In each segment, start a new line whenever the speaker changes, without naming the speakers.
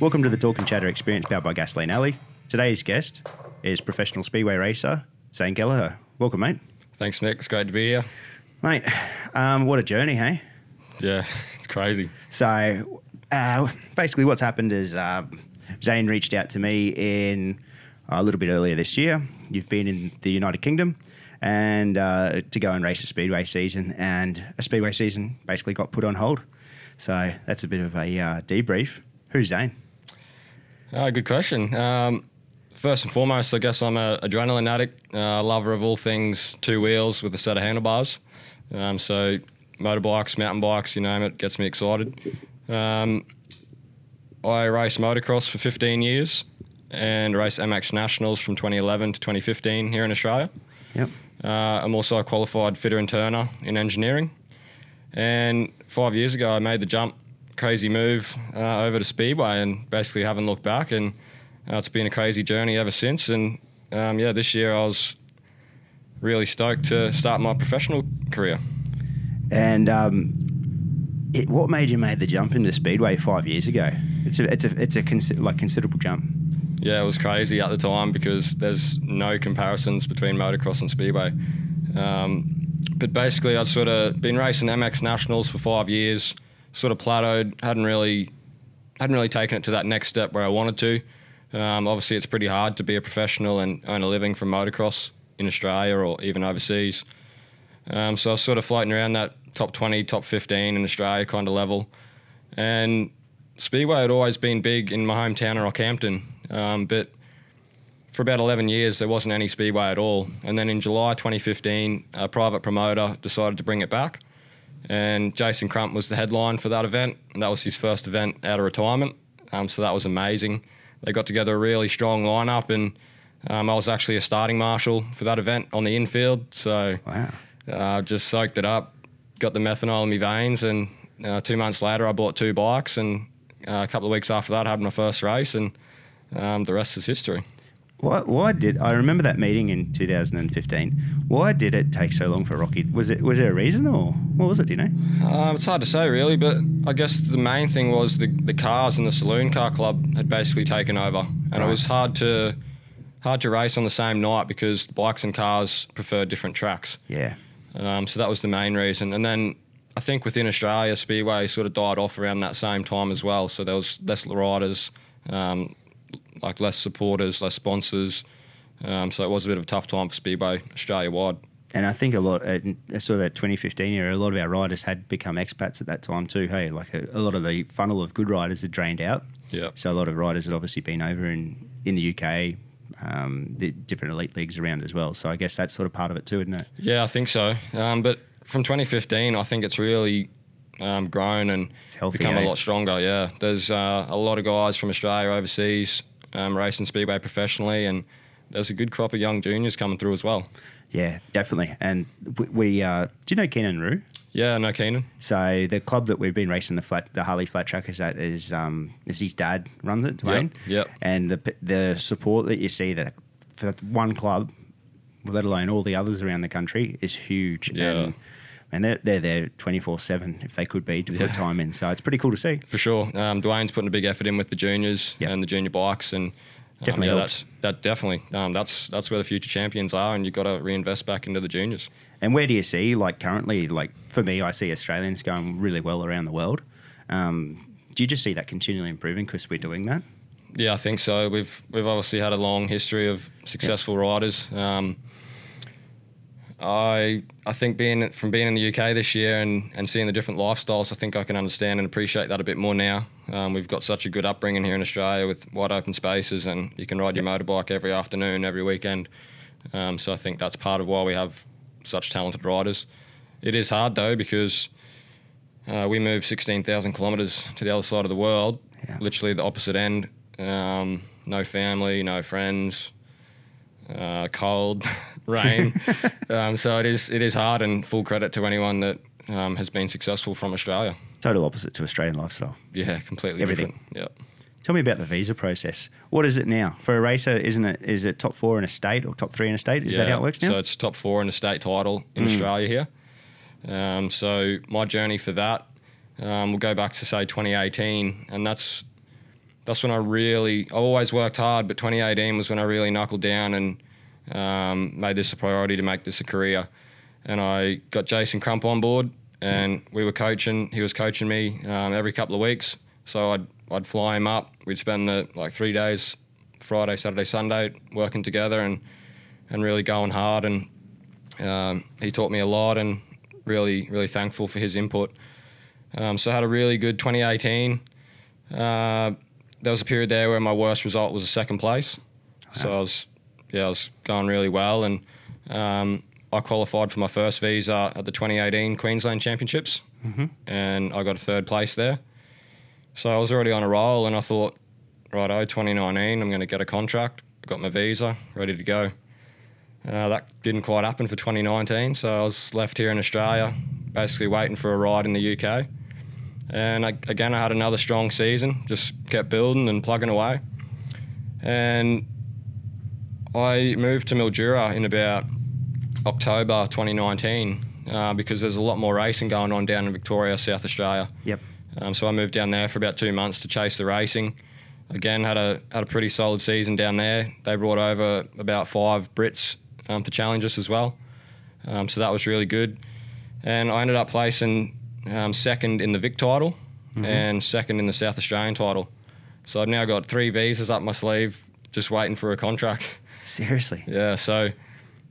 Welcome to the Talk and Chatter Experience powered by Gasoline Alley. Today's guest is professional speedway racer Zane Gallagher. Welcome, mate.
Thanks, Nick. It's great to be here.
Mate, um, what a journey, hey?
Yeah, it's crazy.
So, uh, basically, what's happened is um, Zane reached out to me in uh, a little bit earlier this year. You've been in the United Kingdom and uh, to go and race a speedway season, and a speedway season basically got put on hold. So that's a bit of a uh, debrief. Who's Zane?
Uh, good question. Um, first and foremost, I guess I'm a adrenaline addict, uh, lover of all things two wheels with a set of handlebars. Um, so motorbikes, mountain bikes, you name it, gets me excited. Um, I raced motocross for 15 years and raced MX Nationals from 2011 to 2015 here in Australia.
Yep.
Uh, I'm also a qualified fitter and turner in engineering. And five years ago, I made the jump, crazy move uh, over to Speedway, and basically haven't looked back. And uh, it's been a crazy journey ever since. And um, yeah, this year I was really stoked to start my professional career.
And um, it, what made you make the jump into speedway five years ago? It's a it's a it's a consi- like considerable jump.
Yeah, it was crazy at the time because there's no comparisons between motocross and speedway. Um, but basically, I'd sort of been racing MX Nationals for five years, sort of plateaued, hadn't really, hadn't really taken it to that next step where I wanted to. Um, obviously, it's pretty hard to be a professional and earn a living from motocross in Australia or even overseas. Um, so I was sort of floating around that top 20, top 15 in Australia kind of level. And Speedway had always been big in my hometown of Rockhampton, um, but for about 11 years there wasn't any Speedway at all. And then in July 2015, a private promoter decided to bring it back, and Jason Crump was the headline for that event. And that was his first event out of retirement, um, so that was amazing. They got together a really strong lineup, and um, I was actually a starting marshal for that event on the infield. So
Wow.
uh, just soaked it up, got the methanol in my veins, and uh, two months later I bought two bikes, and uh, a couple of weeks after that I had my first race, and um, the rest is history.
Why, why did I remember that meeting in 2015? Why did it take so long for Rocky? Was it was there a reason or what was it? Do you know?
Um, it's hard to say really, but I guess the main thing was the, the cars and the saloon car club had basically taken over, and
Right.
it was hard to hard to race on the same night because bikes and cars prefer different tracks.
Yeah.
Um, so that was the main reason. And then I think within Australia, Speedway sort of died off around that same time as well. So there was less riders, um, like less supporters, less sponsors. Um, so it was a bit of a tough time for Speedway Australia wide.
And I think a lot, uh, I saw that 2015 year, a lot of our riders had become expats at that time too. Hey, like a, a lot of the funnel of good riders had drained out.
Yeah.
So a lot of riders had obviously been over in, in the UK, um, the different elite leagues around as well. So I guess that's sort of part of it too, isn't it?
Yeah, I think so. Um, but from 2015, I think it's really um, grown and
It's healthy,
become
eh?
a lot stronger. Yeah, there's uh, a lot of guys from Australia overseas um, racing speedway professionally, and there's a good crop of young juniors coming through as well.
Yeah, definitely. And we, we uh, do you know Kenan Rue?
Yeah, no Keenan.
So the club that we've been racing the flat, the Harley flat trackers at is um, is his dad runs it, Dwayne.
yep.
And the p- the support that you see that for that one club, let alone all the others around the country, is huge.
Yeah.
And, and they're, they're there 24 7 if they could be to put time in. So it's pretty cool to see.
for sure. Um, Dwayne's putting a big effort in with the juniors
Yep.
and the junior bikes, and um,
Definitely
yeah,
helps.
that's that definitely. Um, that's that's where the future champions are, and you've got to reinvest back into the juniors.
And where do you see, like currently, like for me, I see Australians going really well around the world. Um, do you just see that continually improving because we're doing that?
Yeah, I think so. We've we've obviously had a long history of successful riders. Um, I I think being from being in the UK this year and, and seeing the different lifestyles, I think I can understand and appreciate that a bit more now. Um, we've got such a good upbringing here in Australia with wide open spaces, and you can ride your motorbike every afternoon, every weekend. Um, so I think that's part of why we have such talented riders. It is hard though because uh, we moved 16,000 kilometres to the other side of the world,
Yeah.
literally the opposite end. Um, no family, no friends, uh, cold, rain. um, so it is it is hard, and full credit to anyone that um, has been successful from Australia.
Total opposite to Australian lifestyle.
Yeah, completely
Everything.
different. Yeah.
Tell me about the visa process. What is it now for a racer? Isn't it is it top four in a state or top three in a state? Is that
Yeah,
how it works now? Hmm.
So it's top four in the state title in Australia here. Um, so my journey for that, um, we'll go back to say 2018, and that's that's when I really, I always worked hard, but 2018 was when I really knuckled down and um, made this a priority to make this a career. And I got Jason Crump on board,
Hmm.
and we were coaching. He was coaching me um, every couple of weeks, so I'd I'd fly him up. We'd spend the like three days, Friday, Saturday, Sunday, working together and and really going hard. And um, he taught me a lot, and really really thankful for his input. Um, so I had a really good 2018. Uh, there was a period there where my worst result was a second place. So I was, yeah, I was going really well, and um, I qualified for my first visa at the 2018 Queensland Championships, and I got a third place there. So I was already on a roll, and I thought, right, oh, 2019, I'm going to get a contract. I got my visa, ready to go. Uh, that didn't quite happen for 2019, so I was left here in Australia, basically waiting for a ride in the UK. And I, again, I had another strong season, just kept building and plugging away. And I moved to Mildura in about October 2019 uh, because there's a lot more racing going on down in Victoria, South Australia.
Yep.
Um, so I moved down there for about two months to chase the racing. Again, had a had a pretty solid season down there. They brought over about five Brits um, to challenge us as well. Um, so that was really good. And I ended up placing um, second in the Vic title and second in the South Australian title. So I've now got three visas up my sleeve, just waiting for a contract.
Seriously.
Yeah, so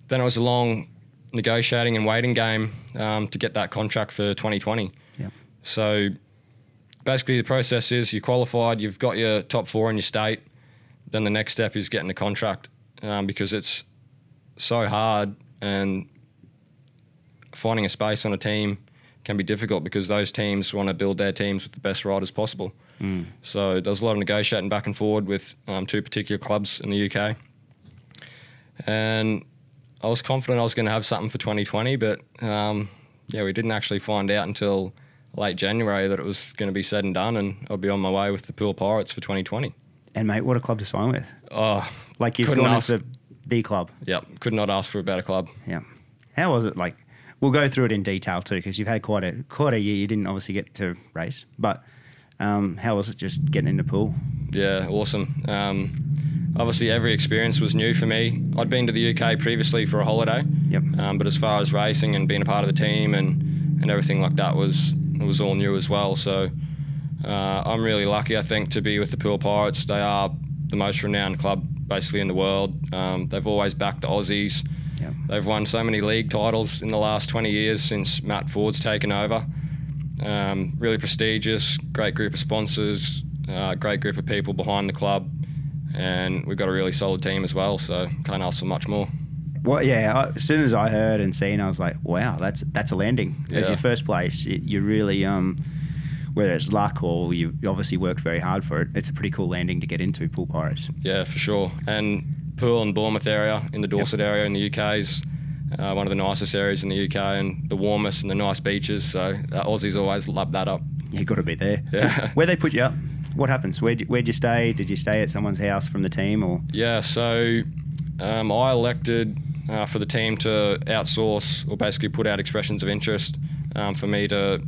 then it was a long negotiating and waiting game um, to get that contract for 2020.
Yep.
So basically, the process is you qualified, you've got your top four in your state, then the next step is getting a contract um, because it's so hard and finding a space on a team can be difficult because those teams want to build their teams with the best riders possible. So there was a lot of negotiating back and forward with um, two particular clubs in the UK. And I was confident I was going to have something for 2020, but um, yeah, we didn't actually find out until late January that it was going to be said and done, and I'll be on my way with the Pool Pirates for 2020.
And mate, what a club to sign with.
Oh,
Like you've
Couldn't
gone
ask.
into the club.
yeah, could not ask for a better club.
Yeah. How was it like? We'll go through it in detail too, because you've had quite a quite a year. You didn't obviously get to race, but um, how was it just getting in the pool?
Yeah, awesome. Um, obviously, every experience was new for me. I'd been to the UK previously for a holiday,
Yep.
um, but as far as racing and being a part of the team and, and everything like that was it was all new as well. So uh, I'm really lucky, I think, to be with the Pool Pirates. They are the most renowned club basically in the world. Um, they've always backed the Aussies.
Yep.
They've won so many league titles in the last 20 years since Matt Ford's taken over. Um, really prestigious, great group of sponsors, uh, great group of people behind the club, and we've got a really solid team as well. So can't ask for much more.
Well, yeah. I, as soon as I heard and seen, I was like, "Wow, that's that's a landing." As
Yeah.
your first place, you, you really, um, whether it's luck or you obviously worked very hard for it, it's a pretty cool landing to get into. Pool Pirates.
Yeah, for sure. And Poole and Bournemouth area in the Dorset area in the UK is uh, one of the nicest areas in the UK and the warmest and the nice beaches. So uh, Aussies always love that up.
You got to be there.
Yeah.
Where they put you up? What happens? Where where'd you stay? Did you stay at someone's house from the team or?
Yeah, so um, I elected uh, for the team to outsource or basically put out expressions of interest um, for me to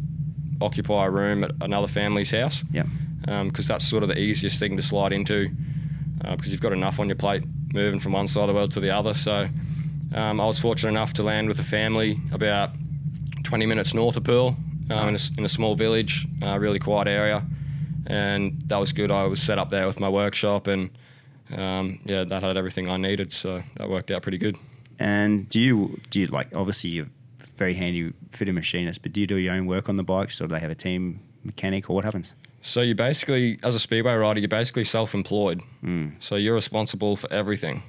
occupy a room at another family's house
Yeah.
because um, that's sort of the easiest thing to slide into uh, because you've got enough on your plate moving from one side of the world to the other. So um, I was fortunate enough to land with a family about 20 minutes north of Pearl um, in, a, s- in a small village, uh, really quiet area. And that was good. I was set up there with my workshop and um, yeah, that had everything I needed. So that worked out pretty good.
And do you do you like obviously you're a very handy fitter machinist, but do you do your own work on the bikes or do they have a team mechanic or what happens?
So you basically, as a speedway rider, you're basically self-employed. So you're responsible for everything,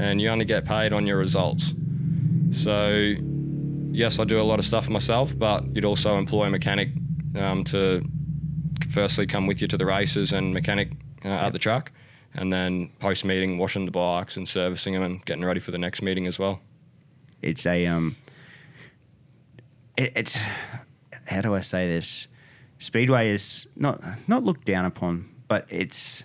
and you only get paid on your results. So, yes, I do a lot of stuff myself, but you'd also employ a mechanic um, to firstly come with you to the races and mechanic uh, at the track, and then post meeting washing the bikes and servicing them and getting ready for the next meeting as well.
It's a um it, it's how do I say this? Speedway is not not looked down upon, but it's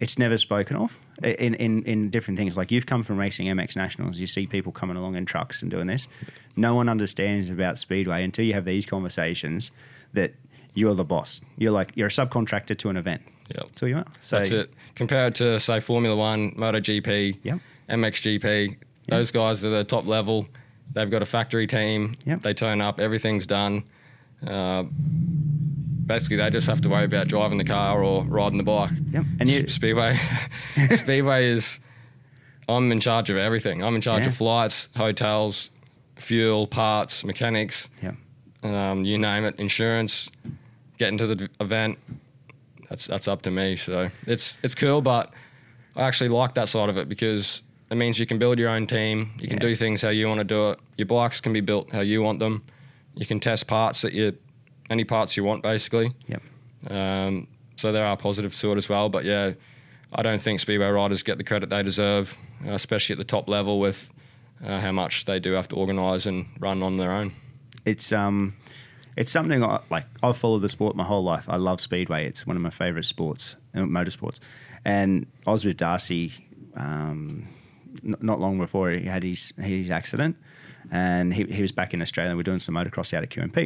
it's never spoken of in, in, in different things. Like you've come from racing MX Nationals, you see people coming along in trucks and doing this. No one understands about Speedway until you have these conversations that you're the boss. You're like you're a subcontractor to an event.
Yep.
That's all you are. So
That's it. Compared to say Formula One, MotoGP,
Yep.
MXGP, those guys are the top level. They've got a factory team.
Yep.
They turn up. Everything's done. Uh, basically, they just have to worry about driving the car or riding the bike.
Yep. And you-
Speedway, Speedway is. I'm in charge of everything. I'm in charge
Yeah.
of flights, hotels, fuel, parts, mechanics
Yeah.
um, you name it, insurance, getting to the d- event. That's that's up to me. So it's it's cool, but I actually like that side of it because it means you can build your own team. You can
Yeah.
do things how you want to do it. Your bikes can be built how you want them. You can test parts that you any parts you want basically.
Yep.
Um, so there are positives to it as well. But yeah, I don't think speedway riders get the credit they deserve, uh, especially at the top level with uh, how much they do have to organise and run on their own.
it's um it's something I, like I've followed the sport my whole life. I love speedway. It's one of my favorite sports, uh, motorsports. And I was with Darcy um, n- not long before he had his his accident, and he, he was back in Australia. and We were doing some motocross out at QMP,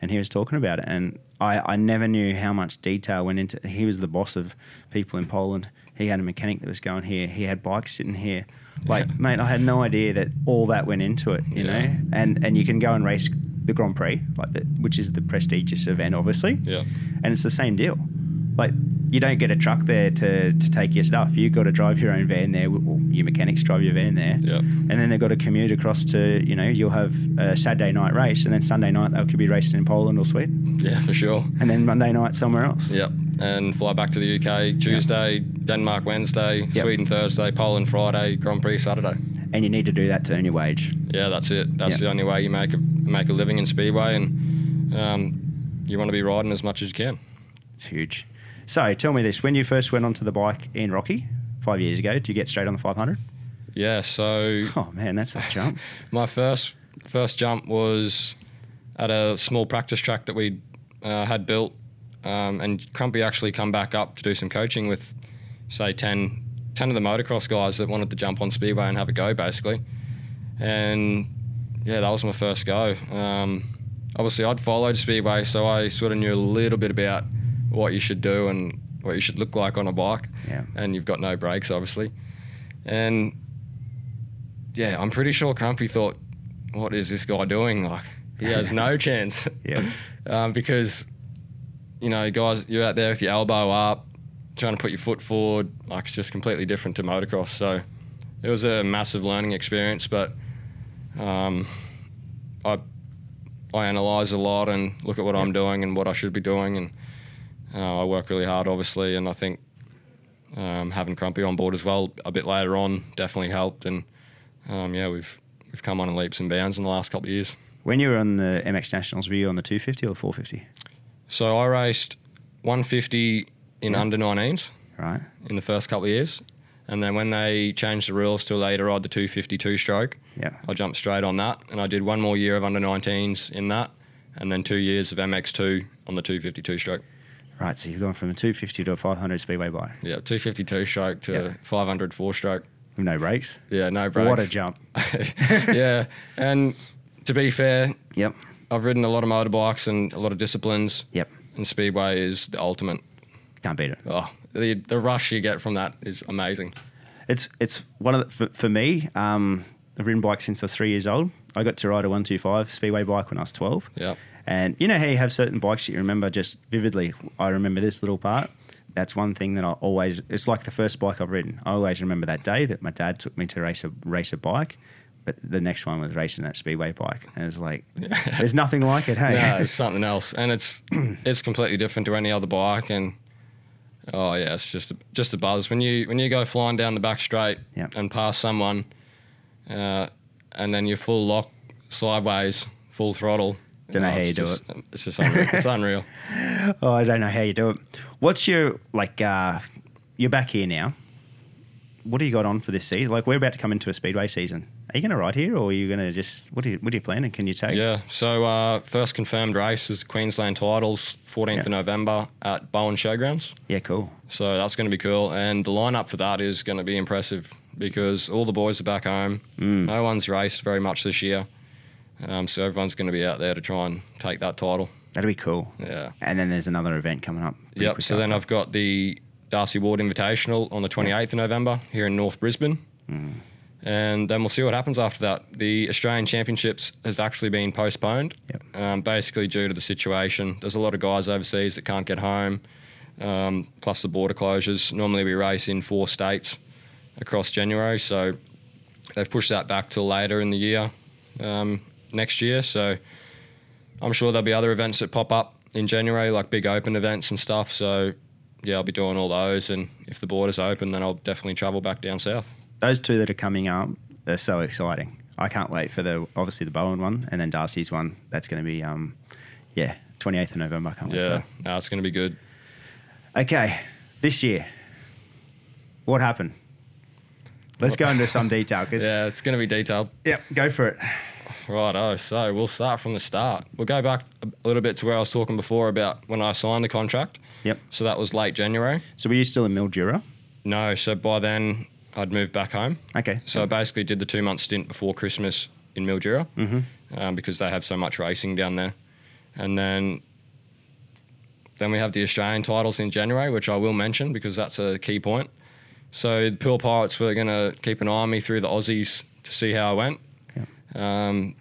and he was talking about it. And I, I never knew how much detail went into. He was the boss of people in Poland. He had a mechanic that was going here. He had bikes sitting here. Like, mate, I had no idea that all that went into it. You
Yeah.
know, and and you can go and race the Grand Prix, like the, which is the prestigious event, obviously.
Yeah.
And it's the same deal. Like you don't get a truck there to, to take your stuff. You've got to drive your own van there. Well, your mechanics drive your van there.
Yeah.
And then they've got to commute across to you know you'll have a Saturday night race, and then Sunday night they could be racing in Poland or Sweden,
Yeah, for sure.
and then Monday night somewhere else.
Yep. And fly back to the UK Tuesday, Denmark Wednesday, Sweden Thursday, Poland Friday, Grand Prix Saturday.
And you need to do that to earn your wage.
Yeah, that's it. That's
Yep.
the only way you make a make a living in speedway, and um, you want to be riding as much as you can.
It's huge. So tell me this: when you first went onto the bike in Rocky five years ago, did you get straight on the 500?
Yeah. So
Oh man, that's a jump.
my first first jump was at a small practice track that we uh, had built, um, and Crumpy actually come back up to do some coaching with, say, 10, 10 of the motocross guys that wanted to jump on speedway and have a go, basically. And yeah, that was my first go. Um, obviously, I'd followed speedway, so I sort of knew a little bit about what you should do and what you should look like on a bike
Yeah.
and you've got no brakes, obviously. And yeah, I'm pretty sure Crumpy thought, what is this guy doing? Like, he has no chance.
Yeah.
um, because, you know, guys, you're out there with your elbow up, trying to put your foot forward. Like, it's just completely different to motocross. So it was a massive learning experience, but um, I, I analyze a lot and look at what I'm doing and what I should be doing. And uh, I work really hard, obviously. And I think um, having Crumpy on board as well a bit later on definitely helped. And um, yeah, we've we've come on in leaps and bounds in the last couple of years.
When you were on the MX Nationals, were you on the 250 or the 450?
So I raced 150 in
Yeah.
under 19s
Right.
in the first couple of years, and then when they changed the rules to allow you to ride the 252 stroke,
Yeah.
I jumped straight on that, and I did one more year of under 19s in that, and then two years of MX2 on the 252 stroke.
Right. So you've gone from a 250 to a 500 speedway bike
Yeah, 252 stroke to
Yeah.
500 four stroke.
with no brakes.
Yeah, no brakes.
What a jump.
yeah, and to be fair,
Yep.
I've ridden a lot of motorbikes and a lot of disciplines.
Yep.
And speedway is the ultimate.
Can't beat it.
Oh, the the rush you get from that is amazing.
It's it's one of the, for, for me. Um, I've ridden bikes since I was three years old. I got to ride a 125 speedway bike when I was 12.
Yeah.
And you know how you have certain bikes that you remember just vividly. I remember this little part. That's one thing that I always. It's like the first bike I've ridden. I always remember that day that my dad took me to race a race a bike. But the next one was racing that speedway bike, and it's like there's nothing like it. Hey,
No, it's something else, and it's it's completely different to any other bike. And oh yeah, it's just a, just a buzz when you when you go flying down the back straight
Yep.
and pass someone, uh, and then you full lock sideways, full throttle.
Don't know how you
it's
do
just, It's just unreal. it's unreal.
Oh, I don't know how you do it. What's your like? Uh, you're back here now. What do you got on for this season? Like, we're about to come into a speedway season. Are you going to ride here, or are you going to just what do you what are you planning? Can you take?
Yeah. So uh, first confirmed race is Queensland Titles, 14th of
Yeah.
November at Bowen Showgrounds.
Yeah, cool.
So that's going to be cool, and the lineup for that is going to be impressive because all the boys are back home. No one's raced very much this year, um, so everyone's going to be out there to try and take that title.
That'll be cool.
Yeah.
And then there's another event coming up. pretty
Yep.
quick
So then
after.
I've got the Darcy Ward Invitational on the 28th of November here in North Brisbane.
Hmm.
And then we'll see what happens after that. The Australian Championships has actually been postponed,
Yep.
um, basically due to the situation. There's a lot of guys overseas that can't get home, um, plus the border closures. Normally we race in four states across January, so they've pushed that back till later in the year, um, next year. So I'm sure there'll be other events that pop up in January, like big open events and stuff. So, yeah, I'll be doing all those. And if the border's open, then I'll definitely travel back down south.
those two that are coming up are so exciting. I can't wait for the obviously the Bowen one and then Darcy's one. That's going to be um, yeah, 28th of November. I can't wait.
Yeah,
For
no, it's going to be good.
that. Okay, this year, what happened? Let's go into some detail. Cause yeah.
Yeah, it's going to be detailed.
go for it.
Righto. So we'll start from the start. We'll go back a little bit to where I was talking before about when I signed the contract.
Yep.
So that was late January.
So were you still in Mildura?
No, so by then I'd moved back home.
Okay.
So I basically did the two month stint before Christmas in Mildura um, because they have so much racing down there. And then then we have the Australian titles in January, which I will mention because that's a key point. So the Pearl Pirates were going to keep an eye on me through the Aussies to see how I went. Um,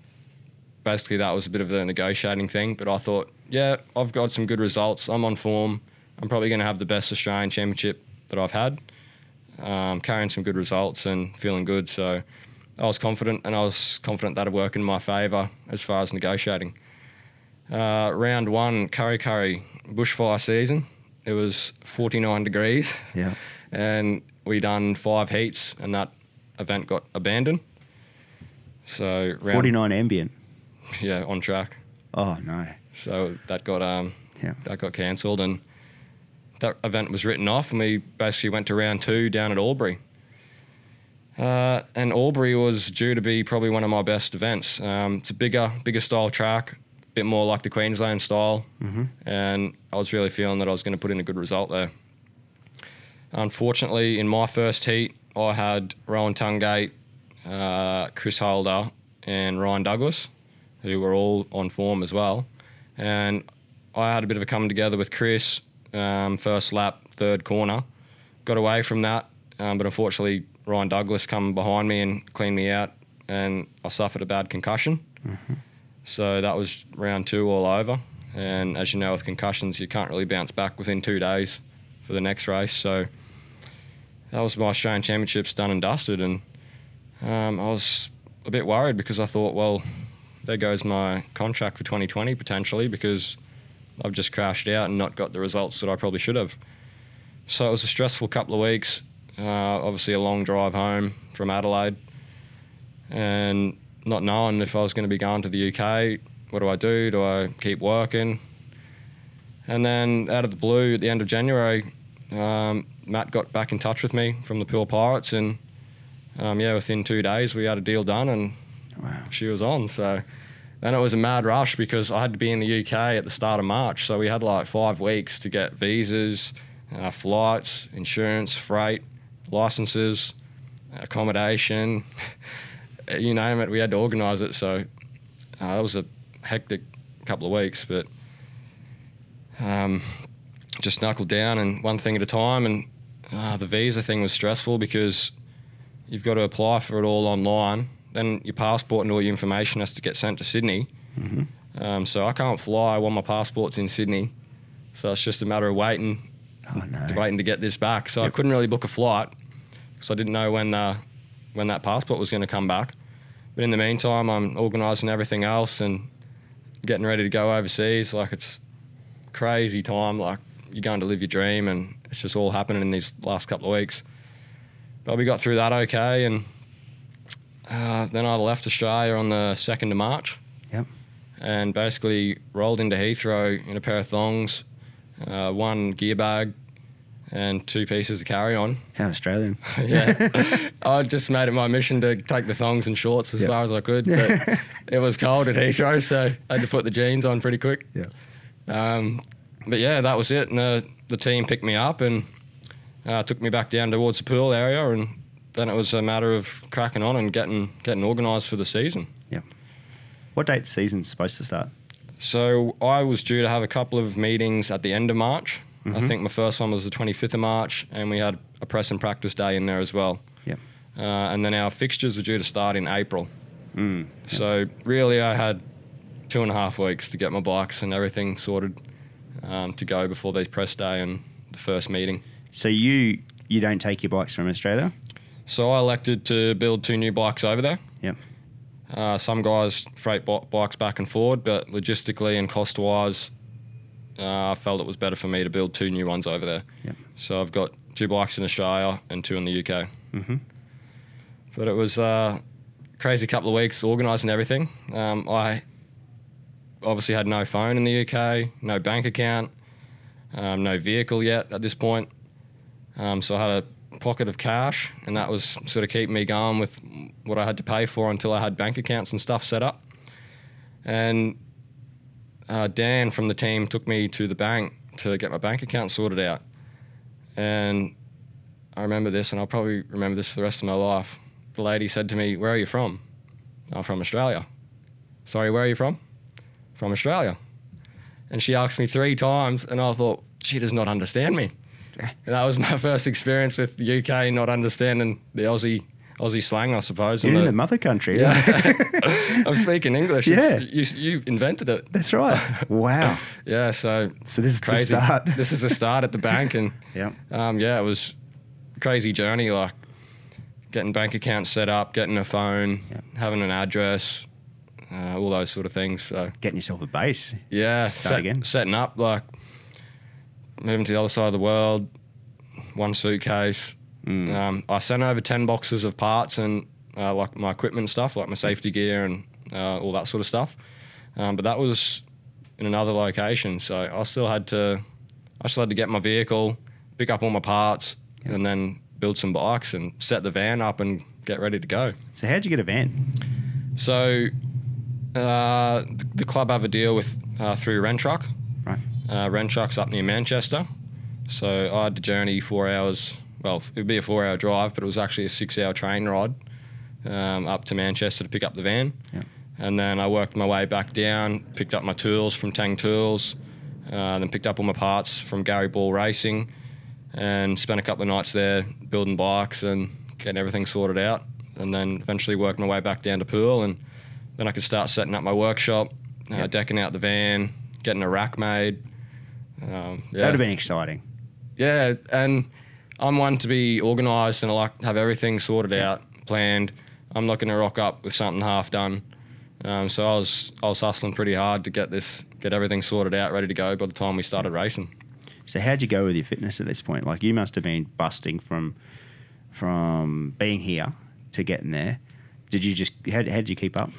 basically, that was a bit of a negotiating thing, but I thought, yeah, I've got some good results. I'm on form. I'm probably going to have the best Australian championship that I've had um, carrying some good results and feeling good. So I was confident, and I was confident that'd work in my favour as far as negotiating. Uh, round one, curry curry bushfire season. It was 49 degrees,
yeah.
and we done five heats, and that event got abandoned. So round,
49 ambient.
yeah, on track.
Oh no.
So that got um,
Yeah.
that got cancelled, and that event was written off. And we basically went to round two down at Albury. Uh, and Albury was due to be probably one of my best events. Um, it's a bigger, bigger style track, a bit more like the Queensland style, and I was really feeling that I was going to put in a good result there. Unfortunately, in my first heat, I had Rowan Tungate, uh, Chris Holder, and Ryan Douglas, who were all on form as well. And I had a bit of a coming together with Chris, um, first lap, third corner. Got away from that, um, but unfortunately, Ryan Douglas come behind me and cleaned me out, and I suffered a bad concussion. So that was round two all over. And as you know, with concussions, you can't really bounce back within two days for the next race. So that was my Australian Championships done and dusted. And um, I was a bit worried because I thought, well, there goes my contract for 2020 potentially because I've just crashed out and not got the results that I probably should have. So it was a stressful couple of weeks. Uh, obviously, a long drive home from Adelaide and not knowing if I was going to be going to the UK. What do I do? Do I keep working? And then out of the blue, at the end of January, um, Matt got back in touch with me from the Pure Pirates, and um, yeah, within two days we had a deal done, and
Wow.
she was on. So then it was a mad rush because I had to be in the UK at the start of March. So we had like five weeks to get visas, uh, flights, insurance, freight, licenses, accommodation. you name it, we had to organise it. So uh, that was a hectic couple of weeks, but um, just knuckled down and one thing at a time. And uh, the visa thing was stressful because you've got to apply for it all online. Then your passport and all your information has to get sent to Sydney. Um, so I can't fly while my passport's in Sydney. So it's just a matter of waiting,
Oh no.
waiting to get this back. So I
Yep.
couldn't really book a flight because I didn't know when the, when that passport was going to come back. But in the meantime, I'm organising everything else and getting ready to go overseas. Like it's crazy time. Like you're going to live your dream, and it's just all happening in these last couple of weeks. But we got through that okay, and uh, then I left Australia on the second of March.
Yep.
And basically rolled into Heathrow in a pair of thongs, uh, one gear bag, and two pieces of carry on
How Australian.
yeah. I just made it my mission to take the thongs and shorts as
Yeah.
far as I could. But it was cold at Heathrow, so I had to put the jeans on pretty quick.
Yeah.
Um, but yeah, that was it. And the, the team picked me up and uh, took me back down towards the pool area. And then it was a matter of cracking on and getting, getting organised for the season.
What date's season's supposed to start?
So I was due to have a couple of meetings at the end of March. I think my first one was the 25th of March, and we had a press and practice day in there as well.
Yep.
Uh, and then our fixtures were due to start in April. So really, I had two and a half weeks to get my bikes and everything sorted um, to go before these press day and the first meeting.
So you you don't take your bikes from Australia?
So I elected to build two new bikes over there.
Yep.
Uh, some guys freight bi- bikes back and forward, but logistically and cost wise, uh, I felt it was better for me to build two new ones over there.
Yep.
So I've got two bikes in Australia and two in the UK.
Mm-hmm.
But it was uh, crazy couple of weeks organising everything. Um, I obviously had no phone in the UK, no bank account, um, no vehicle yet at this point. Um, so I had a pocket of cash, and that was sort of keeping me going with what I had to pay for until I had bank accounts and stuff set up. And uh, Dan from the team took me to the bank to get my bank account sorted out. And I remember this, and I'll probably remember this for the rest of my life. The lady said to me, Where are you from? I'm from Australia. Sorry, where are you from? From Australia. And she asked me three times, and I thought, She does not understand me. And that was my first experience with the UK not understanding the Aussie Aussie slang, I suppose. and
You're in
the-
the mother country.
yeah. I'm speaking English. It's-
Yeah.
You, you invented it.
That's right. Wow.
Yeah, so
So this is
crazy.
the start.
this is the start at the bank, and
yeah.
um, yeah, it was a crazy journey. Like getting bank accounts set up, getting a phone,
Yeah.
having an address, uh, all those sort of things. So
Getting yourself a base.
yeah,
Start again.
setting up like moving to the other side of the world, one suitcase.
Mm.
Um, I sent over ten boxes of parts and uh, like my equipment stuff, like my safety gear and uh, all that sort of stuff. Um, but that was in another location, so I still had to, I still had to get my vehicle, pick up all my parts,
Yeah.
and then build some bikes and set the van up and get ready to go.
So how'd you get a van?
So uh, th- the club have a deal with uh, through Rentruck.
Right.
Uh, Rentruck's up near Manchester. So I had to journey four hours. Well, it would be a four hour drive, but it was actually a six hour train ride um, up to Manchester to pick up the van.
Yeah.
And then I worked my way back down, picked up my tools from Tang Tools, uh, then picked up all my parts from Gary Ball Racing and spent a couple of nights there building bikes and getting everything sorted out. And then eventually worked my way back down to Poole and then I could start setting up my workshop, uh,
Yep.
decking out the van, getting a rack made. Um,
That
yeah.
would have been exciting.
Yeah, and I'm one to be organised and I like to have everything sorted out, planned. I'm not going to rock up with something half done. Um, so I was I was hustling pretty hard to get this, get everything sorted out, ready to go by the time we started racing.
So how'd you go with your fitness at this point? Like you must have been busting from from being here to getting there. Did you just how how'd you keep up?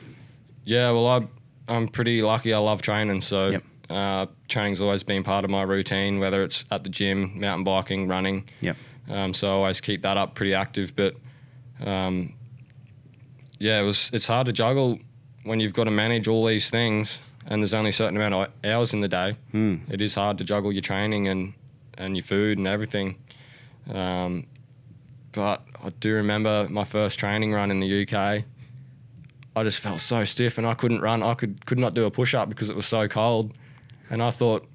Yeah, well, I, I'm pretty lucky. I love training, so
Yep.
uh, training's always been part of my routine, whether it's at the gym, mountain biking, running.
Yep.
Um, so I always keep that up pretty active. But um, yeah, it was it's hard to juggle when you've got to manage all these things, and there's only a certain amount of hours in the day.
Hmm.
It is hard to juggle your training and and your food and everything. Um, but I do remember my first training run in the UK. I just felt so stiff and I couldn't run. I could could not do a push up because it was so cold. And I thought,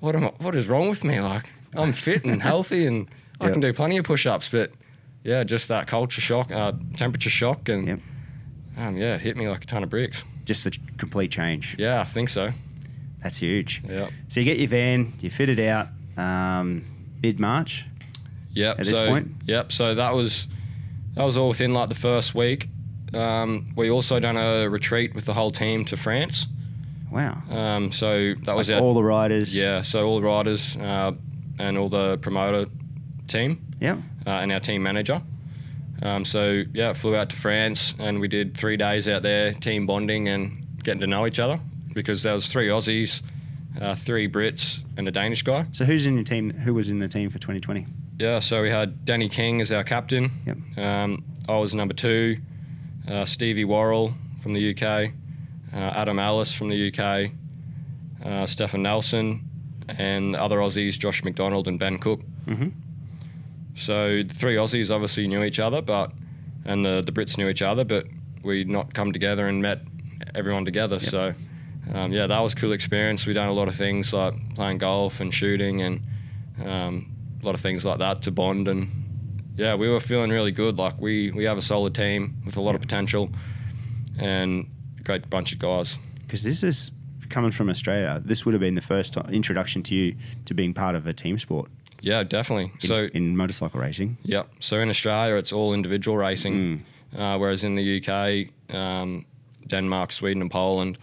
what am I, what is wrong with me? Like I'm fit and healthy and I
Yep.
can do plenty of push ups, but yeah, just that culture shock, uh, temperature shock, and
Yep.
um, yeah, it hit me like a ton of bricks.
Just a complete change.
Yeah, I think so.
That's huge.
Yeah,
So you get your van, you fit it out, um, mid March.
Yep.
At this
so,
point?
Yep. So that was that was all within like the first week. Um, we also done a retreat with the whole team to France.
Wow.
Um, so that was
Like
our
all the riders.
yeah. So all the riders uh, and all the promoter team
Yep.
uh, and our team manager. Um, so yeah, flew out to France and we did three days out there, team bonding and getting to know each other because there was three Aussies, uh, three Brits, and a Danish guy.
So who's in your team? Who was in the team for 2020?
Yeah, so we had Danny King as our captain.
Yep.
Um, I was number two. Uh, Stevie Worrell from the UK. Uh, Adam Alice from the UK. Uh, Stefan Nelson. And the other Aussies, Josh McDonald and Ben Cook.
Mhm.
So the three Aussies obviously knew each other, but and the, the Brits knew each other, but we'd not come together and met everyone together. So um, yeah, that was a cool experience. We done a lot of things like playing golf and shooting and um, a lot of things like that to bond. And yeah, we were feeling really good. Like we we have a solid team with a lot of potential and a great bunch of guys.
Because this is coming from Australia. This would have been the first to- introduction to you to being part of a team sport
Yeah, definitely.
in,
So
in motorcycle racing.
yeah, so in Australia it's all individual
Mm.
racing, uh, whereas in the UK, um, Denmark, Sweden, and Poland,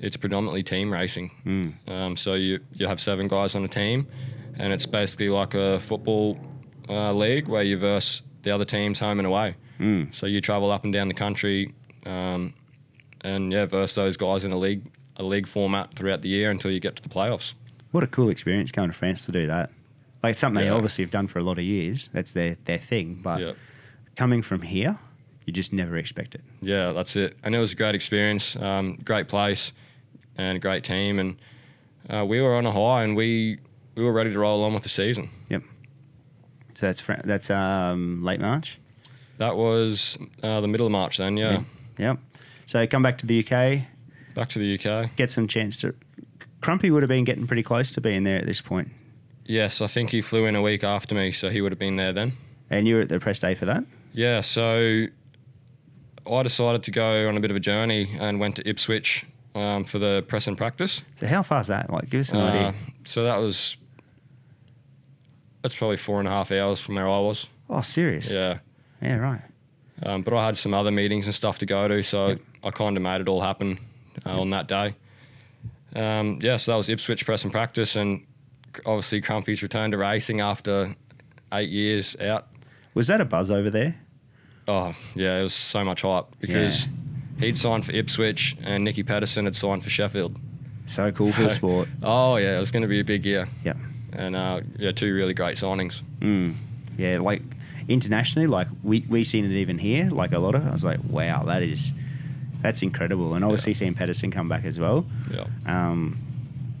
it's predominantly team racing. Um, so you you have seven guys on a team, and it's basically like a football uh, league where you verse the other teams home and away. Mm. So you travel up and down the country, um, and yeah, verse those guys in a league a league format throughout the year until you get to the playoffs.
What a cool experience going to France to do that. Like it's something they
Yeah.
obviously have done for a lot of years. That's their their thing. But
Yeah.
coming from here, you just never expect it.
yeah, that's it. And it was a great experience, um, great place, and a great team. And uh, we were on a high, and we we were ready to roll on with the season.
Yep. So that's Fran- that's um, late March.
That was uh, the middle of March. Then, yeah,
Yep. So come back to the UK,
back to the UK.
get some chance to. Crumpy would have been getting pretty close to being there at this point,
Yes, I think he flew in a week after me, so he would have been there then.
and you were at the press day for that.
Yeah, so I decided to go on a bit of a journey and went to Ipswich um, for the press and practice.
So how far's that? Like, give us an
Uh,
idea.
so that was that's probably four and a half hours from where I was.
Oh, serious?
Yeah.
Yeah, right.
Um, but I had some other meetings and stuff to go to, so I kind of made it all happen uh, on that day. Um, yeah, so that was Ipswich press and practice, and obviously Crumpy's returned to racing after eight years out.
Was that a buzz over there?
Oh, yeah, it was so much hype because he'd signed for Ipswich and Nicky Patterson had signed for Sheffield.
So cool for the
So-
sport.
Oh, yeah, it was going to be a big year.
Yep.
And uh, yeah, two really great signings.
Mm. Yeah, like internationally, like we we seen it even here, like a lot of. I was like, wow, that is that's incredible. And obviously seeing Pedersen come back as well.
Yeah.
Um,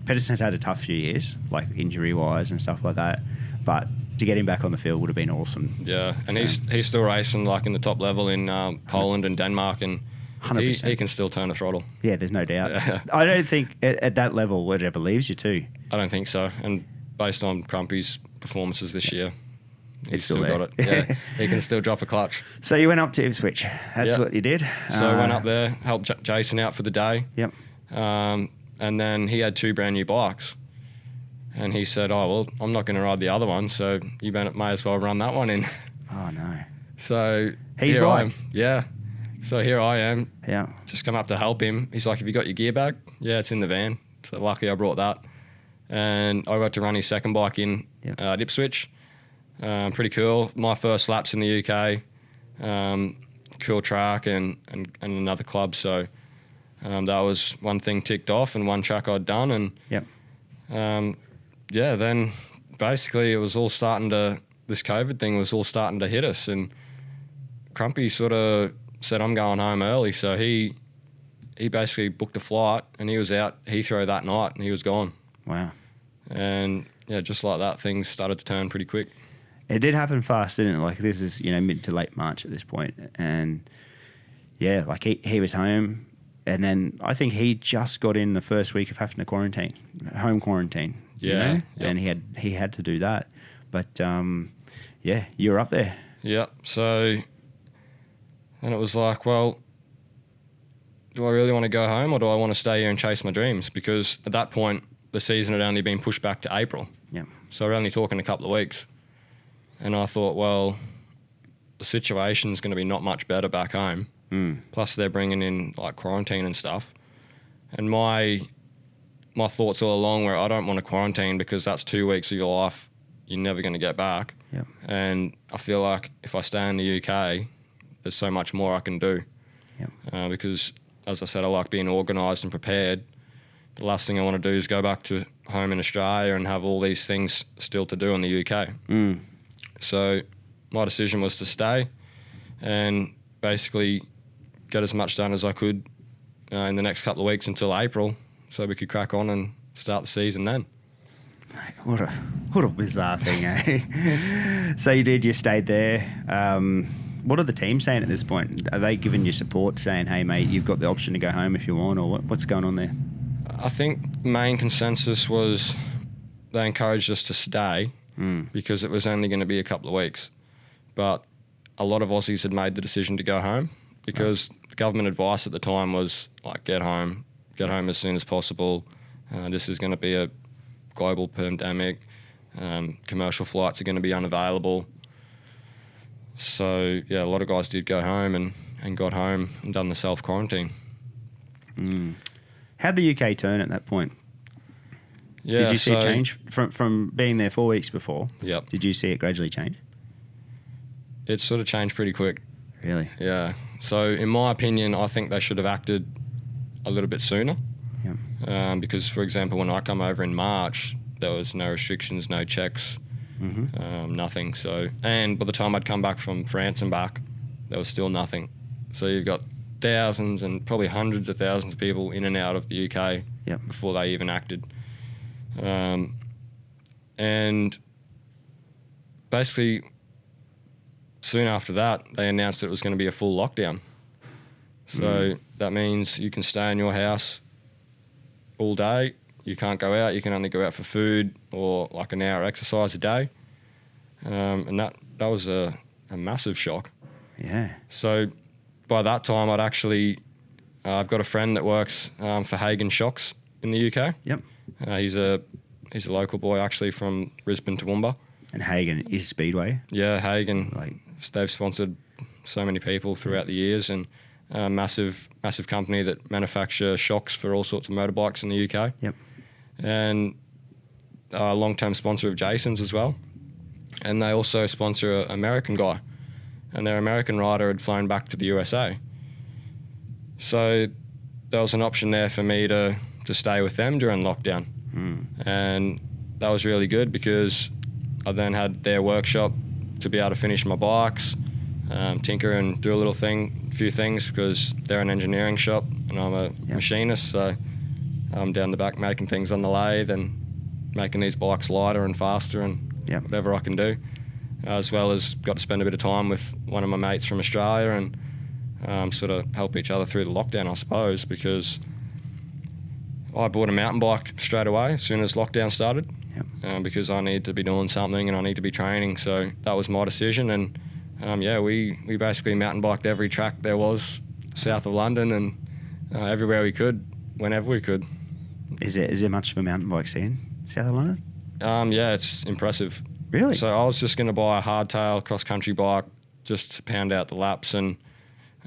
Pedersen's had a tough few years, like injury wise and stuff like that. But to get him back on the field would have been awesome.
Yeah, and
So-
he's he's still racing like in the top level in um, Poland and Denmark, and he,
100%.
he can still turn a throttle.
Yeah, there's no doubt.
Yeah.
I don't think at, at that level it ever leaves you too.
I don't think so. And based on Crumpy's performances this year, he's
still there.
got it. Yeah, he can still drop a clutch.
So you went up to Ipswich. That's
Yeah.
what you did.
So I went
Uh,
up there, helped J- Jason out for the day,
Yep.
um, and then he had two brand new bikes. And he said, "Oh well, I'm not going to ride the other one, so you may may as well run that one in."
Oh no.
So
He's
here I
right.
am. Yeah. So here I am,
Yeah.
just come up to help him. He's like, "Have you got your gear bag?" Yeah, it's in the van. So lucky I brought that, and I got to run his second bike in
Yeah.
uh, at Ipswich. Um, pretty cool. My first laps in the UK. Um, cool track and, and and another club. So um, that was one thing ticked off and one track I'd done. And
Yep.
um, yeah, then basically it was all starting to this COVID thing was all starting to hit us, and Crumpy sort of said, "I'm going home early," so he he basically booked a flight and he was out Heathrow that night and he was gone,
Wow.
and yeah, just like that, things started to turn pretty quick.
It did happen fast, didn't it? Like this is you know mid to late March at this point, and yeah, like he he was home, and then I think he just got in the first week of having to quarantine, home quarantine. you
Yeah,
know?
yep.
and he had he had to do that, but um, yeah, you were up there.
Yeah, so and it was like, well, do I really want to go home or do I want to stay here and chase my dreams? Because at that point, the season had only been pushed back to April.
Yeah.
So we're only talking a couple of weeks. And I thought, well, the situation's going to be not much better back home.
Mm.
Plus, they're bringing in like quarantine and stuff. And my my thoughts all along were, I don't want to quarantine because that's two weeks of your life you're never going to get back.
Yep.
And I feel like if I stay in the UK, there's so much more I can do.
Yep.
Uh, because, as I said, I like being organised and prepared the last thing I want to do is go back to home in Australia and have all these things still to do in the UK.
Mm.
So my decision was to stay and basically get as much done as I could uh, in the next couple of weeks until April so we could crack on and start the season then.
What a what a bizarre thing, eh? so you did. You stayed there. Um, what are the teams saying at this point? Are they giving you support, saying, "Hey, mate, you've got the option to go home if you want," or what, what's going on there?
I think the main consensus was they encouraged us to stay
Mm.
because it was only going to be a couple of weeks. But a lot of Aussies had made the decision to go home because the government advice at the time was like, get home, get home as soon as possible. Uh, this is going to be a global pandemic. Um, commercial flights are going to be unavailable. So, yeah, a lot of guys did go home and, and got home and done the self quarantine.
How'd the UK turn at that point?
Yeah,
did you see
so-
it change from from being there four weeks before?
Yep.
Did you see it gradually change?
It sort of changed pretty quick.
Really?
Yeah. So, in my opinion, I think they should have acted a little bit sooner.
Yep.
Um, because, for example, when I come over in March, there was no restrictions, no checks,
Mm-hmm.
um, nothing. So, and by the time I'd come back from France and back, there was still nothing. So you've got thousands and probably hundreds of thousands of people in and out of the UK
Yep.
before they even acted. Um, and basically, soon after that, they announced that it was going to be a full lockdown. So that means you can stay in your house all day. You can't go out. You can only go out for food or like an hour exercise a day. Um, and that, that was a, a massive shock.
Yeah.
So by that time, I'd actually, uh, I've got a friend that works um, for Hagen Shocks in the UK.
Yep.
Uh, he's a he's a local boy actually from Brisbane to Toowoomba.
And Hagen is Speedway.
Yeah, Hagen.
Like-
they've sponsored so many people throughout the years, and a massive massive company that manufacture shocks for all sorts of motorbikes in the UK.
Yep.
And a long term sponsor of Jason's as well. And they also sponsor an American guy, and their American rider had flown back to the USA. So there was an option there for me to to stay with them during lockdown
Mm.
and that was really good because I then had their workshop to be able to finish my bikes, um, tinker and do a little thing, few things because they're an engineering shop and I'm a
Yeah.
machinist, so I'm down the back making things on the lathe and making these bikes lighter and faster and
Yep.
whatever I can do, as well as got to spend a bit of time with one of my mates from Australia and um, sort of help each other through the lockdown, I suppose, because I bought a mountain bike straight away as soon as lockdown started
Yep.
um, because I need to be doing something and I need to be training. So that was my decision. And um, yeah, we, we basically mountain biked every track there was south of London and uh, everywhere we could, whenever we could.
Is there is there much of a mountain bike scene south of London?
Um, yeah, it's impressive.
Really?
So I was just going to buy a hardtail cross country bike just to pound out the laps and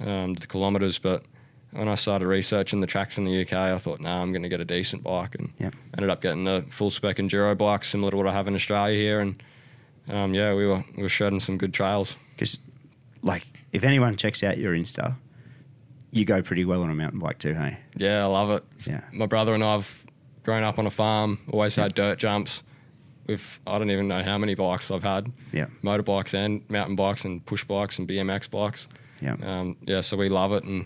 um, the kilometres. But when I started researching the tracks in the UK, I thought, no, I'm going to get a decent bike. And
Yep.
ended up getting a full spec enduro bike, similar to what I have in Australia here. And um, yeah, we were, we were shredding some good trails.
Because, like, if anyone checks out your Insta, you go pretty well on a mountain bike too, hey?
Yeah, I love it.
Yeah.
My brother and I have grown up on a farm, always had dirt jumps. We've, I don't even know how many bikes I've had
Yeah.
motorbikes and mountain bikes and push bikes and BMX bikes.
Yeah.
um, yeah, so we love it and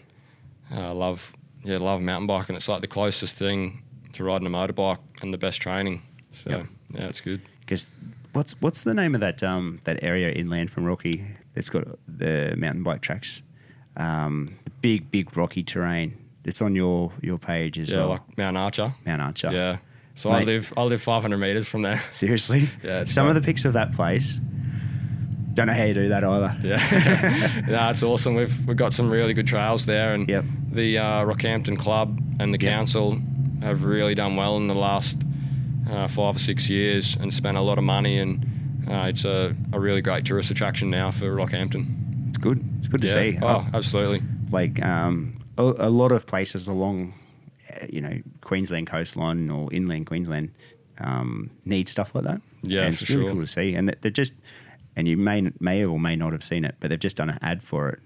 uh, love yeah love mountain biking. It's like the closest thing to riding a motorbike and the best training. So
Yep.
yeah, it's good.
Because what's what's the name of that um that area inland from Rocky? It's got the mountain bike tracks, um, big big rocky terrain. It's on your your page as
Yeah,
well,
like Mount Archer.
Mount Archer.
Yeah, so I
Mate.
live I live 500 meters from there.
Seriously.
Yeah, it's
Some of
great.
the pics of that place. Don't know how you do that either.
Yeah, no, it's awesome. We've we've got some really good trails there, and
Yep.
the uh, Rockhampton Club and the
Yep.
council have really done well in the last uh, five or six years, and spent a lot of money. And uh, it's a, a really great tourist attraction now for Rockhampton.
It's good. It's good to see.
Oh, absolutely.
like um, a, a lot of places along, uh, you know, Queensland coastline or inland Queensland um, need stuff like that.
Yeah,
and it's
for
really
sure.
cool to see. And they are just, and you may may or may not have seen it, but they've just done an ad for it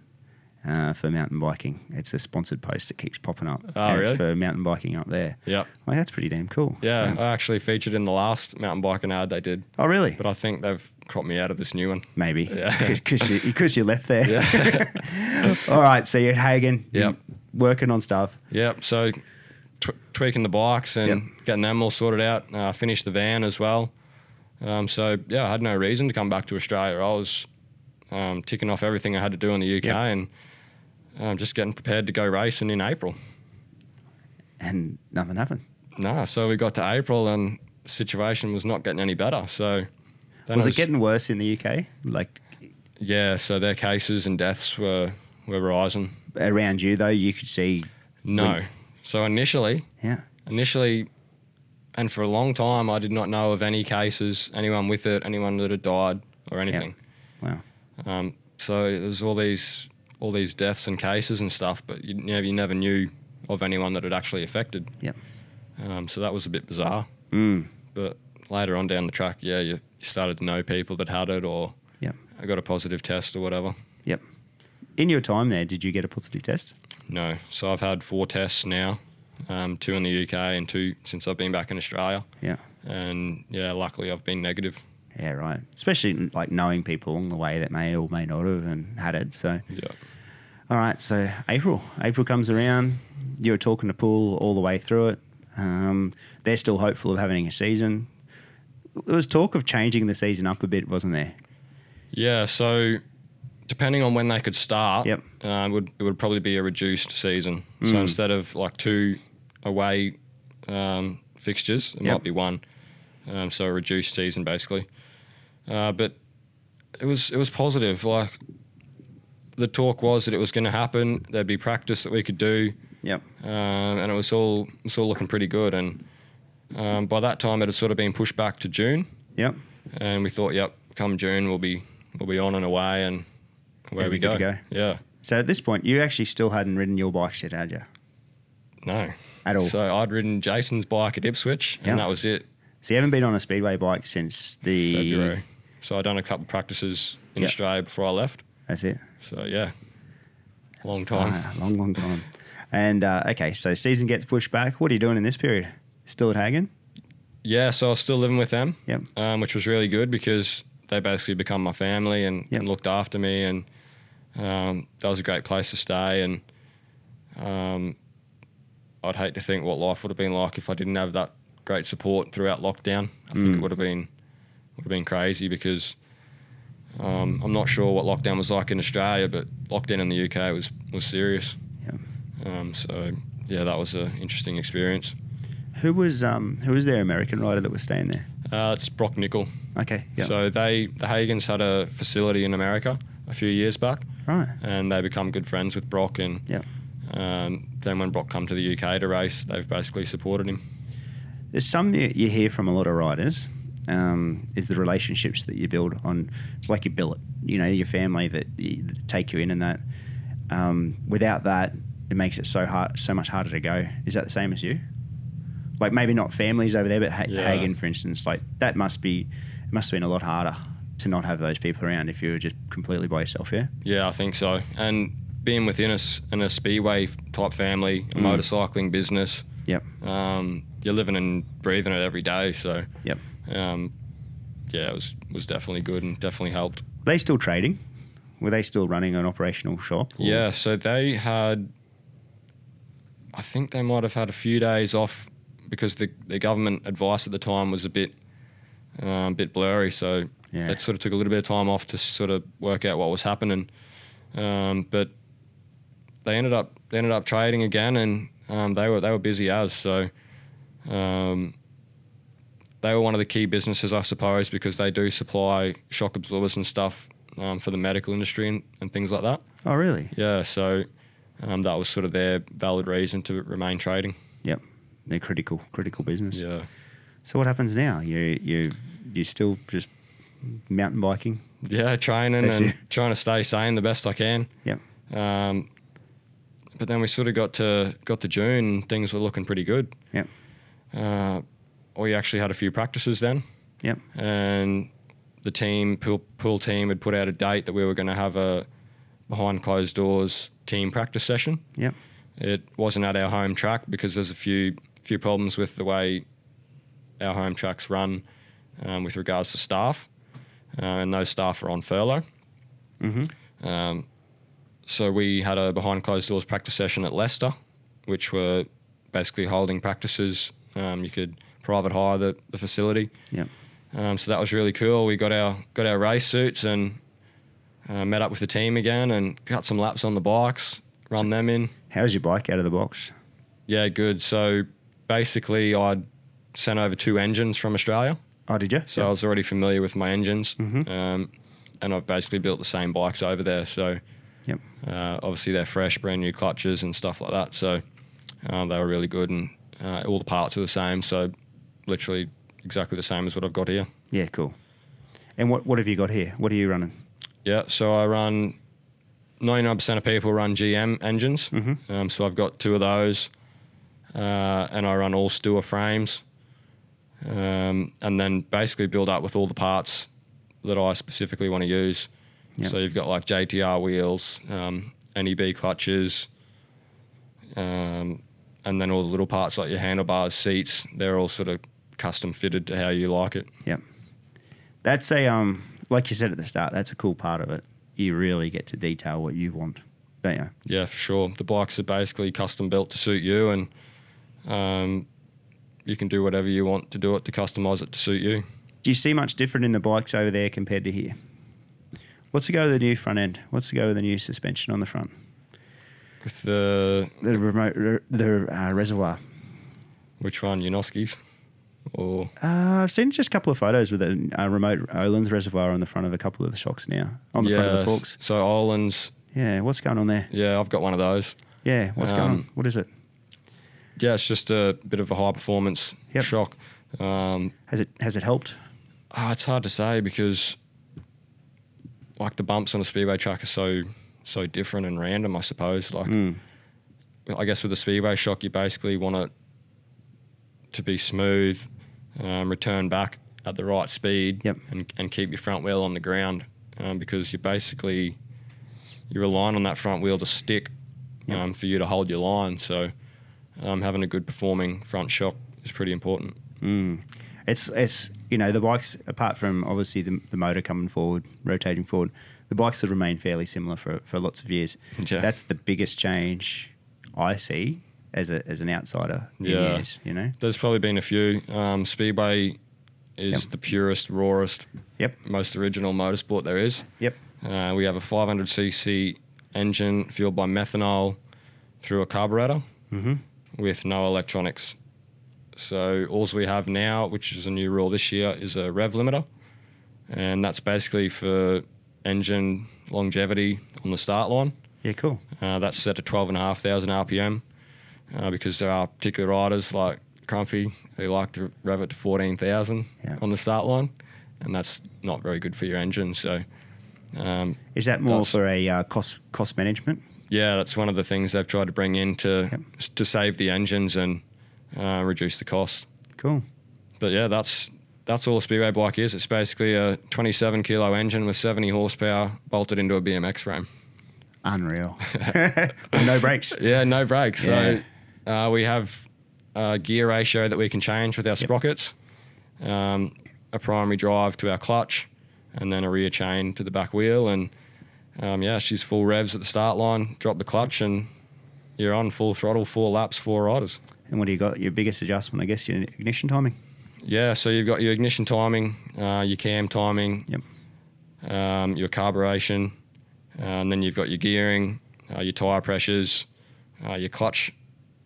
uh, for mountain biking. It's a sponsored post that keeps popping up.
Oh,
and
really?
It's for mountain biking up there.
Yep.
Like, that's pretty damn cool.
Yeah,
So-
I actually featured in the last mountain biking ad they did,
oh, really?
but I think they've cropped me out of this new one.
Maybe
Yeah.
because you, 'cause you left there. All right, so you're at Hagen. you
Yep.
Working on stuff.
Yep. So tw- tweaking the bikes and
Yep.
getting them all sorted out. Uh, finished the van as well. Um, so yeah, I had no reason to come back to Australia. I was um, ticking off everything I had to do in the UK
Yep.
and um, just getting prepared to go racing in April.
and nothing happened.
nah, so we got to April and the situation was not getting any better. So then
Was it getting worse in the UK? Like
Yeah, so their cases and deaths were were rising.
around you though, you could see.
No.
When-
So initially,
Yeah.
initially, and for a long time, I did not know of any cases, anyone with it, anyone that had died or anything.
Wow.
Um, so there's all these all these deaths and cases and stuff, but you, never you never knew of anyone that had actually affected.
Yep.
Um, so that was a bit bizarre.
Mm.
But later on down the track, yeah, you, you started to know people that had it or
Yep.
I got a positive test or whatever.
Yep. In your time there, did you get a positive test?
No. So I've had four tests now, um, two in the UK and two since I've been back in Australia.
Yeah.
And yeah, luckily I've been negative.
Yeah, right. Especially like knowing people along the way that may or may not have and had it. So,
Yeah.
all right. So April, April comes around. You were talking to Pool all the way through it. Um, they're still hopeful of having a season. There was talk of changing the season up a bit, wasn't there?
Yeah. So depending on when they could start,
Yep.
uh, it would it would probably be a reduced season. So
Mm.
instead of like two away um, fixtures, it
Yep.
might be one. Um, so a reduced season basically. Uh, but it was it was positive. Like the talk was that it was going to happen. There'd be practice that we could do.
Yep.
um, and it was all it was all looking pretty good. And um, by that time, it had sort of been pushed back to June,
Yep.
and we thought, yep, come June, we'll be we'll be on and away, and away
It'll
we
be good
go.
to go.
Yeah,
So at this point, you actually still hadn't ridden your bike yet, had you?
no.
At all. So,
So I'd ridden Jason's bike at Ipswich,
Yeah.
and that was it.
you haven't been on a speedway bike since the
February. So I'd done a couple of practices in
Yeah.
Australia before I left.
That's it.
So yeah, long time.
Ah, long, long time. And uh, okay, so season gets pushed back. What are you doing in this period? Still at Hagen?
Yeah, so I was still living with them,
Yep.
um, which was really good because they basically become my family and,
Yep.
and looked after me, and um, that was a great place to stay. And um, I'd hate to think what life would have been like if I didn't have that great support throughout lockdown. I think
Mm.
it would have been would have been crazy because um, I'm not sure what lockdown was like in Australia, but lockdown in the UK was was serious.
Yep.
Um, so yeah, that was an interesting experience.
Who was um who was their American rider that was staying there?
Uh, it's Brock Nickel.
Okay, yeah,
So they the Hagens had a facility in America a few years back,
right,
and they become good friends with Brock. And
yeah.
um, then when Brock come to the UK to race, they've basically supported him.
There's some you, you hear from a lot of riders. Um, is the relationships that you build on? It's like your billet, you know, your family that, you, that take you in, and that. Um, without that, it makes it so hard, so much harder to go. Is that the same as you? Like maybe not families over there, but ha-
Yeah.
Hagen, for instance, like that must be, it must have been a lot harder to not have those people around if you were just completely by yourself. Yeah.
Yeah, I think so. And being within us in a speedway type family, a
Mm.
motorcycling business,
Yep.
um, you're living and breathing it every day. So
Yep.
um, yeah, it was was definitely good and definitely helped.
Were they still trading? Were they still running an operational shop? or-
Yeah, so they had. I think they might have had a few days off because the, the government advice at the time was a bit, um, bit blurry. So
Yeah.
that sort of took a little bit of time off to sort of work out what was happening. Um, but they ended up they ended up trading again, and um, they were they were busy as so. Um, they were one of the key businesses, I suppose, because they do supply shock absorbers and stuff um, for the medical industry and, and things like that.
Oh, really?
Yeah, so um, that was sort of their valid reason to remain trading.
Yep. They're critical, critical business.
Yeah.
So what happens now? You you you still just mountain biking?
Yeah, training
That's
and
you.
trying to stay sane the best I can.
Yep.
Um, but then we sort of got to got to June and things were looking pretty good.
Yep.
Uh, we actually had a few practices then.
Yep.
And the team pool, pool team had put out a date that we were going to have a behind closed doors team practice session.
Yep.
It wasn't at our home track because there's a few few problems with the way our home tracks run um, with regards to staff, uh, and those staff are on furlough.
Mm-hmm.
Um, so we had a behind closed doors practice session at Leicester, which were basically holding practices. Um, you could private hire the, the facility.
Yep.
Um, so that was really cool. We got our got our race suits and uh, met up with the team again and cut some laps on the bikes, run them in.
How's your bike out of the box?
Yeah, good. So basically I'd sent over two engines from Australia.
Oh, did you?
So I was already familiar with my engines, um, and I've basically built the same bikes over there. So
Yep.
uh, obviously they're fresh, brand new clutches and stuff like that. So um, they were really good, and uh, all the parts are the same. So literally exactly the same as what I've got here.
Yeah, cool. And what, what have you got here? What are you running?
Yeah, so I run 99% of people run GM engines.
Mhm.
Um, so I've got two of those, uh, and I run all Stua frames, um, and then basically build up with all the parts that I specifically want to use.
Yep.
So you've got like JTR wheels, um, NEB clutches, um, and then all the little parts like your handlebars, seats. They're all sort of custom fitted to how you like it.
Yep. That's a um, like you said at the start. That's a cool part of it. You really get to detail what you want, don't you?
Yeah, for sure. The bikes are basically custom built to suit you, and um, you can do whatever you want to do it to customize it to suit you.
Do you see much different in the bikes over there compared to here? What's the go with the new front end? What's the go with the new suspension on the front?
With the
The remote, the uh, reservoir.
which one, Unoskis, or
Uh, I've seen just a couple of photos with a, a remote Olin's reservoir on the front of a couple of the shocks now, on the front of the
Yeah,
forks.
So Olin's,
Yeah, what's going on there?
yeah, I've got one of those.
Yeah, what's going on?
Um,
What is it?
Yeah, it's just a bit of a high performance
Yep.
shock. Um,
Has it has it helped?
ah, it's hard to say because like the bumps on a speedway track are so so different and random, I suppose. Like
Mm.
I guess with a speedway shock, you basically want it to be smooth, um, return back at the right speed,
Yep.
and, and keep your front wheel on the ground um, because you basically you're relying on that front wheel to stick
Yep.
um, for you to hold your line. So um, having a good performing front shock is pretty important.
Mm. It's it's you know the bikes apart from obviously the, the motor coming forward, rotating forward, the bikes have remained fairly similar for, for lots of years.
Yeah.
That's the biggest change I see as a as an outsider. In
Yeah.
years, you know.
There's probably been a few. Um, speedway is
Yep.
the purest, rawest,
Yep.
most original motorsport there is.
Yep.
Uh, we have a 500cc engine fueled by methanol through a carburetor
Mm-hmm.
with no electronics. So all we have now, which is a new rule this year, is a rev limiter, and that's basically for engine longevity on the start line.
Yeah. Cool.
Uh, that's set to 12,500 RPM uh, because there are particular riders like Crumpy who like to rev it to 14,000
Yeah.
on the start line, and that's not very good for your engine. So um,
Is that more
Does.
for a uh, cost cost management?
yeah, that's one of the things they've tried to bring in to to save the engines and uh, reduce the cost.
Cool.
But yeah, that's that's all a speedway bike is. It's basically a 27 kilo engine with 70 horsepower bolted into a BMX frame.
Unreal. no brakes.
Yeah, no brakes. So uh, we have a gear ratio that we can change with our sprockets, um, a primary drive to our clutch, and then a rear chain to the back wheel. And um, yeah, she's full revs at the start line. Drop the clutch, and you're on full throttle, four laps, four riders.
And what do you got? Your biggest adjustment, I guess, your ignition timing.
Yeah, so you've got your ignition timing, uh, your cam timing,
Yep.
um, your carburation, uh, and then you've got your gearing, uh, your tire pressures, uh, your clutch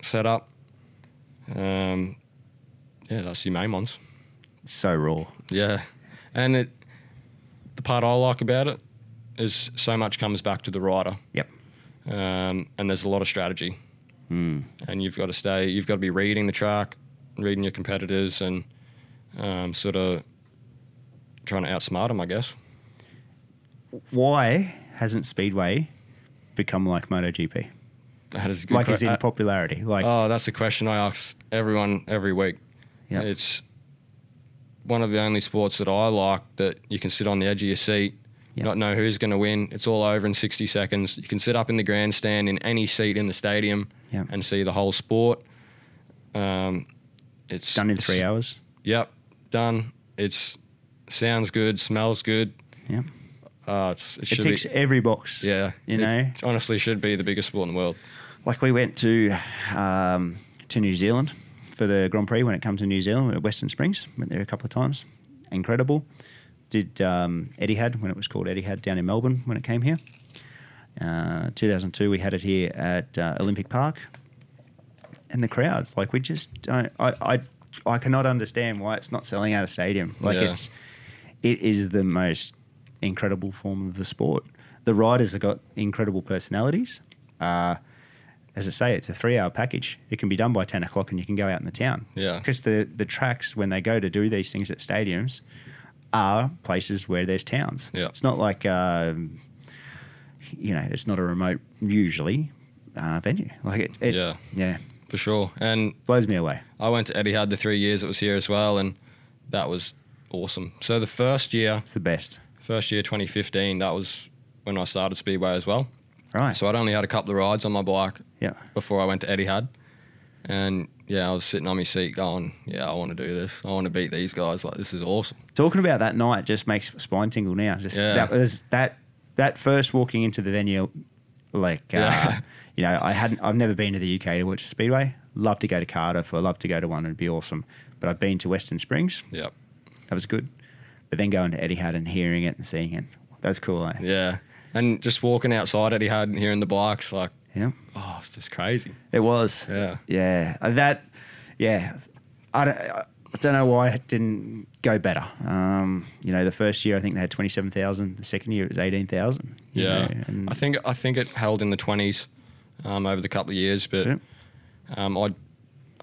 setup. Um, yeah, that's your main ones.
It's so raw.
Yeah, and it the part I like about it is so much comes back to the rider,
Yep.
um, and there's a lot of strategy,
Mm.
and you've got to stay, you've got to be reading the track, reading your competitors, and um, sort of trying to outsmart them, I guess.
why hasn't Speedway become like MotoGP?
That is a good
Like, is
que-
in
uh,
popularity? Like,
Oh, that's a question I ask everyone every week.
Yep.
It's one of the only sports that I like that you can sit on the edge of your seat,
Yep.
not know who's going to win. It's all over in 60 seconds. You can sit up in the grandstand in any seat in the stadium
Yep.
and see the whole sport. Um, it's
done in
it's-
three hours.
Yep, done. It's sounds good, smells good.
Yeah,
Uh, it's, it
it
should
ticks
be,
every box.
yeah,
you
it
know,
honestly should be the biggest sport in the world.
like we went to um, to New Zealand for the Grand Prix when it comes to New Zealand we were at Western Springs. Went there a couple of times. Incredible. Did um, Eddie had when it was called Eddie had down in Melbourne when it came here. Uh, 2002 we had it here at uh, Olympic Park. and the crowds. Like we just don't. I I, I cannot understand why it's not selling out a stadium. Like
Yeah.
it's it is the most incredible form of the sport. The riders have got incredible personalities. Uh, as I say, it's a three-hour package. It can be done by ten o'clock, and you can go out in the town.
Yeah.
Because the the tracks when they go to do these things at stadiums are places where there's towns.
Yeah.
It's not like um, you know, it's not a remote usually uh, venue. Like it, it
Yeah.
yeah,
for sure. And
blows me away.
I went to Etihad the three years it was here as well, and that was awesome. So the first year,
It's the best.
first year 2015, that was when I started Speedway as well.
Right.
So I'd only had a couple of rides on my bike
yeah.
before I went to Etihad, and yeah, I was sitting on my seat going, "Yeah, I want to do this. I want to beat these guys. Like this is awesome."
Talking about that night just makes my spine tingle now. Just
Yeah.
that was that that first walking into the venue, like uh,
Yeah.
you know, I hadn't I've never been to the UK to watch a speedway. Love to go to Cardiff. I love to go to one. It'd be awesome. But I've been to Western Springs.
Yep.
That was good. But then going to Etihad and hearing it and seeing it. That's cool, eh?
Yeah. And just walking outside Etihad and hearing the bikes, like,
yeah.
oh, it's just crazy.
It was.
Yeah.
Yeah. Uh, That. Yeah. I don't. I don't know why it didn't go better. Um, you know, the first year I think they had twenty seven thousand. The second year it was eighteen thousand.
Yeah,
and
I think I think it held in the twenties um, over the couple of years, but
Yeah.
um, I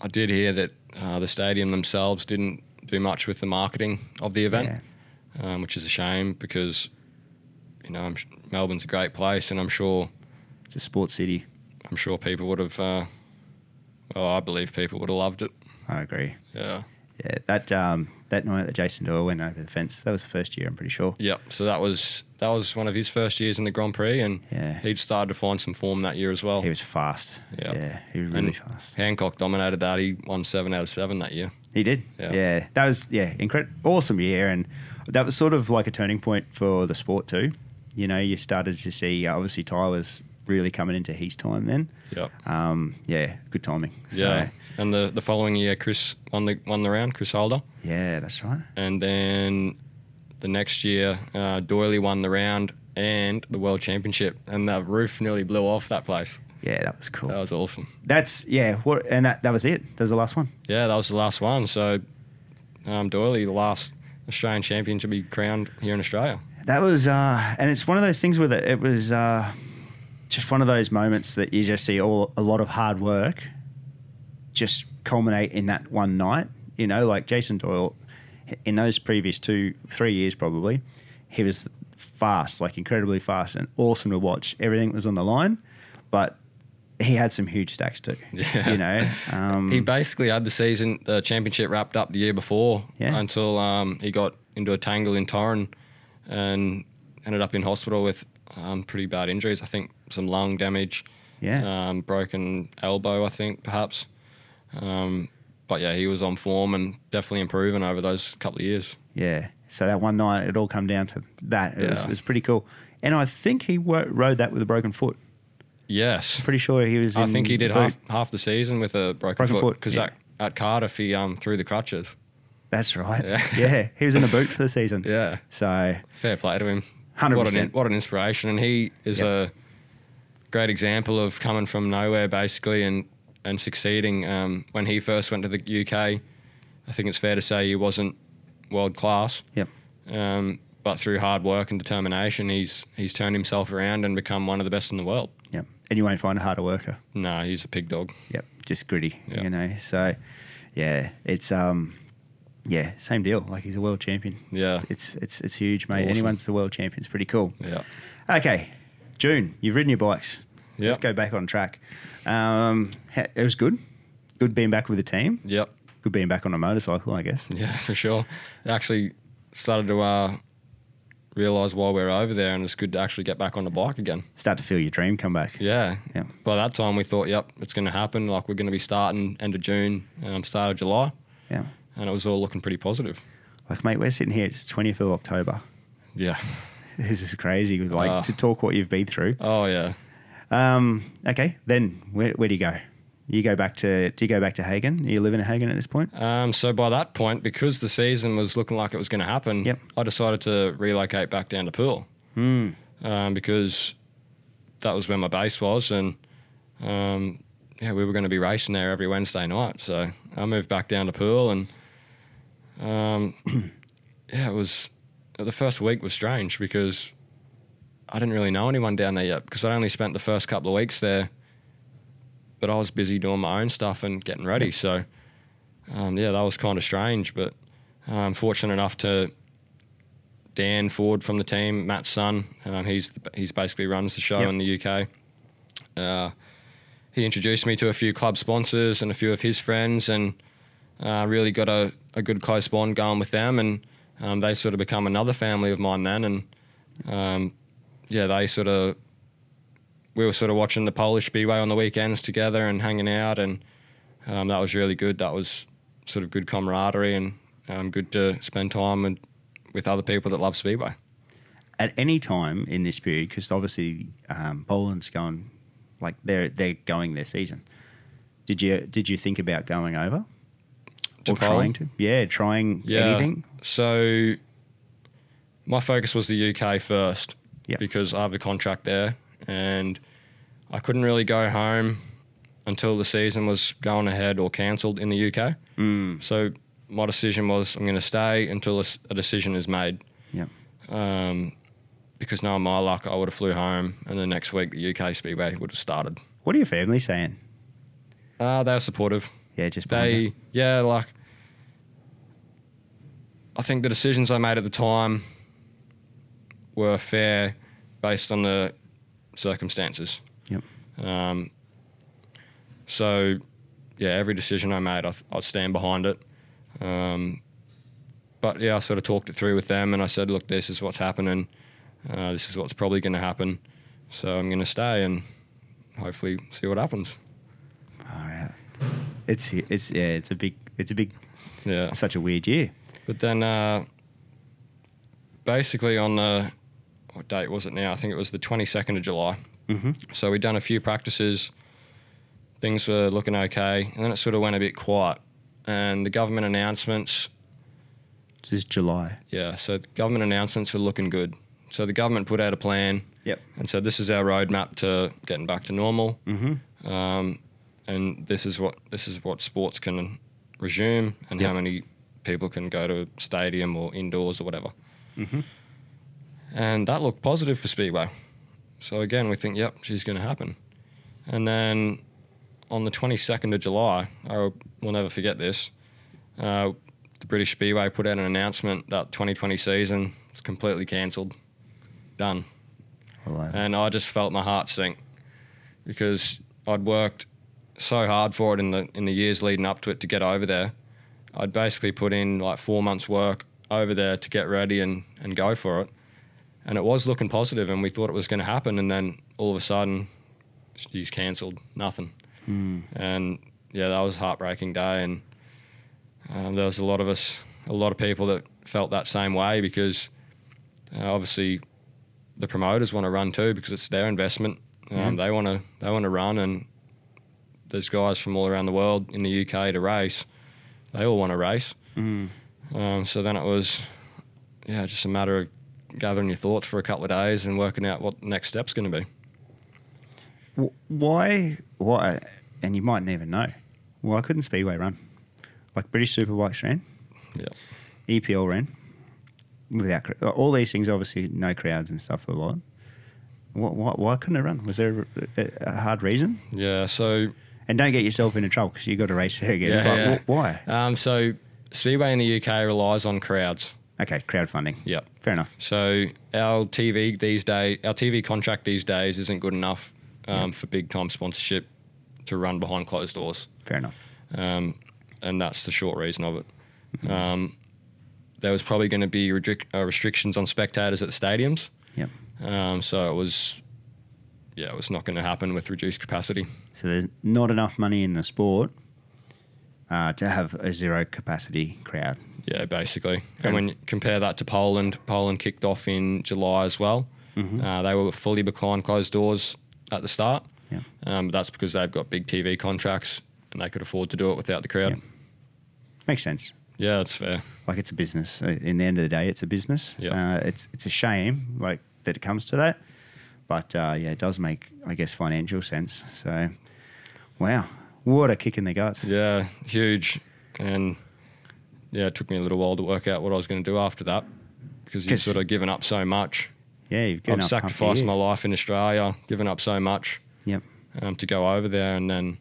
I did hear that uh, the stadium themselves didn't do much with the marketing of the event, um, which is a shame because you know I'm, sh- Melbourne's a great place, and I'm sure
it's a sports city.
I'm sure people would have. Uh, well, I believe people would have loved it.
I agree.
Yeah.
Yeah. That um, that night that Jason Doyle went over the fence. That was the first year. I'm pretty sure.
Yep. So that was that was one of his first years in the Grand Prix, and
Yeah.
he'd started to find some form that year as well.
He was fast.
Yeah.
Yeah. He was really
And
fast.
Hancock dominated that. He won seven out of seven that year.
He did. Yeah.
Yeah.
That was yeah, incredible awesome year and that was sort of like a turning point for the sport too. You know, you started to see uh, obviously Ty was really coming into his time then.
Yep.
Um, yeah, good timing. So,
Yeah. And the, the following year, Chris won the won the round. Chris Holder,
Yeah, that's right.
and then the next year, uh, Doyley won the round and the world championship, and the roof nearly blew off that place.
Yeah, that was cool.
That was awesome.
That's yeah, what and that that was it. That was the last one.
Yeah, that was the last one. So um, Doyley, the last Australian champion to be crowned here in Australia.
That was, uh, and it's one of those things where the, it was uh, just one of those moments that you just see all a lot of hard work just culminate in that one night. You know, like Jason Doyle, in those previous two, three years probably, he was fast, like incredibly fast and awesome to watch. Everything was on the line, but he had some huge stacks too.
Yeah.
You know, um,
He basically had the season, the championship wrapped up the year before
Yeah.
until um, he got into a tangle in Torren and ended up in hospital with um, pretty bad injuries. I think some lung damage,
yeah,
um, broken elbow, I think, perhaps. Um, but yeah, he was on form and definitely improving over those couple of years.
yeah. So that one night, it all come down to that. It, was,
Yeah.
it was pretty cool. And I think he wo- rode that with a broken foot.
Yes.
Pretty sure he was. In
I think he did
the boot.
half, half the season with a broken,
Broken
foot
foot,
because
yeah.
at, at Cardiff he um, threw the crutches.
That's right. Yeah.
Yeah.
he was in the boot for the season.
Yeah.
So
Fair play to him.
100%.
What an, what an inspiration. And he is
Yep.
a great example of coming from nowhere, basically, and, and succeeding. Um, when he first went to the UK, I think it's fair to say he wasn't world class.
Yep.
Um, but through hard work and determination, he's he's turned himself around and become one of the best in the world.
yeah, and you won't find a harder worker.
No, he's a pig dog.
Yep, just gritty.
Yeah.
You know. So yeah, it's um, yeah, same deal. Like he's a world champion.
Yeah.
It's it's it's huge, mate.
Awesome.
Anyone's the world champion. It's pretty cool.
Yeah.
Okay, June, you've ridden your bikes.
Yep.
Let's go back on track. Um, ha- it was good. Good being back with the team.
Yep.
Good being back on a motorcycle, I guess.
Yeah, for sure. I actually started to uh, realize while we were over there, and it's good to actually get back on the bike again.
Start to feel your dream come back.
Yeah.
Yeah.
By that time, we thought, yep, it's going to happen. Like, we're going to be starting end of June, um, start of July.
Yeah.
And it was all looking pretty positive.
Like, mate, we're sitting here. It's twentieth of October.
Yeah.
This is crazy. Like
Ah.
to talk what you've been through.
Oh, yeah.
Um, okay, then where, where do you go? You go back to do you go back to Hagen? You live in Hagen at this point?
Um, so, by that point, because the season was looking like it was going to happen,
Yep.
I decided to relocate back down to Poole um, because that was where my base was. And um, yeah, we were going to be racing there every Wednesday night. So I moved back down to Poole, and um, yeah, it was the first week was strange because I didn't really know anyone down there yet because I only spent the first couple of weeks there, but I was busy doing my own stuff and getting ready. So um, yeah, that was kind of strange, but I'm fortunate enough to Dan Ford from the team, Matt's son. Um, he's he's basically runs the show
Yep.
in the UK. Uh, he introduced me to a few club sponsors and a few of his friends, and uh, really got a, a good close bond going with them. And um, they sort of become another family of mine then. And um, yeah, they sort of we were sort of watching the Polish Speedway on the weekends together and hanging out, and um, that was really good. That was sort of good camaraderie and um, good to spend time and with other people that love speedway.
at any time in this period because obviously um, Poland's going like they're they're going their season. Did you did you think about going over
To
or trying
Poland?
to? Yeah, trying
Yeah.
anything.
So my focus was the UK first
Yep.
because I have a contract there and I couldn't really go home until the season was going ahead or cancelled in the UK.
Mm.
So my decision was I'm going to stay until a s- a decision is made.
Yep.
Um, because now my luck, I would have flew home and the next week the UK Speedway would have started.
What are your family saying?
Uh, they were supportive.
Yeah, just behind
They, yeah, like, I think the decisions I made at the time were fair based on the circumstances.
Yep.
Um, so, yeah, every decision I made, I, th- I stand behind it. Um, but yeah, I sort of talked it through with them and I said, look, this is what's happening. Uh, this is what's probably going to happen. So I'm going to stay and hopefully see what happens.
it. All right. It's it's yeah, it's a big it's a big
Yeah.
such a weird year.
But then, uh, basically, on the what date was it now? I think it was the 22nd of July.
Mm-hmm.
So we'd done a few practices, things were looking okay, and then it sort of went a bit quiet. And the government announcements,
This is July.
yeah, so the government announcements were looking good. So the government put out a plan
Yep.
and said, This is our roadmap to getting back to normal.
Mm-hmm.
um, and this is what this is what sports can resume and
Yep.
how many people can go to a stadium or indoors or whatever.
Mhm.
And that looked positive for Speedway. So again, we think, yep, she's going to happen. And then on the 22nd of July, I will never forget this. Uh, the British Speedway put out an announcement that 2020 season is completely cancelled. Done
Well, uh,
and I just felt my heart sink because I'd worked so hard for it in the in the years leading up to it to get over there. I'd basically put in like four months work over there to get ready and, and go for it. And it was looking positive and we thought it was going to happen and then all of a sudden she's cancelled, nothing. And yeah, that was a heartbreaking day and um, there was a lot of us, a lot of people that felt that same way because uh, obviously the promoters want to run too because it's their investment. Um,
Yeah.
They want to they want to run, and there's guys from all around the world in the UK to race. They all want to race.
mm.
Um, so then it was, yeah, just a matter of gathering your thoughts for a couple of days and working out what the next step's going to be.
W- why why and you mightn't even know why couldn't speedway run like british superbikes ran
Yeah.
epl ran without cr- uh, all these things obviously no crowds and stuff a lot why, why, why couldn't it run was there a, a- a hard reason
Yeah. So
and don't get yourself into trouble because you got to race there again
Yeah,
But
yeah.
wh- why
um, so Speedway in the UK relies on crowds.
okay crowdfunding
Yep.
fair enough
So our TV these days, our TV contract these days isn't good enough um, for big time sponsorship to run behind closed doors,
fair enough
um, and that's the short reason of it. Um, there was probably going to be restric- uh, restrictions on spectators at the stadiums,
yep
um, so it was, yeah, it was not going to happen with reduced capacity.
so there's not enough money in the sport uh, to have a zero capacity crowd
Yeah, basically.
Fair
and when you compare that to Poland, Poland kicked off in July as well.
Mm-hmm.
Uh, they were fully behind closed doors at the start.
Yeah.
Um, but that's because they've got big TV contracts and they could afford to do it without the crowd.
Yeah. makes sense
Yeah, that's fair.
like it's a business. Uh, In the end of the day, it's a business.
Yeah.
Uh, it's it's a shame like that it comes to that, but uh, yeah, it does make I guess financial sense. So Wow. What a kick in the guts.
Yeah, huge. And yeah, it took me a little while to work out what I was going to do after that because you've
'Cause-
sort of given up so much.
Yeah, you've given
I've
up half a
sacrificed
year.
my life in Australia, given up so much
Yep.
um, to go over there and then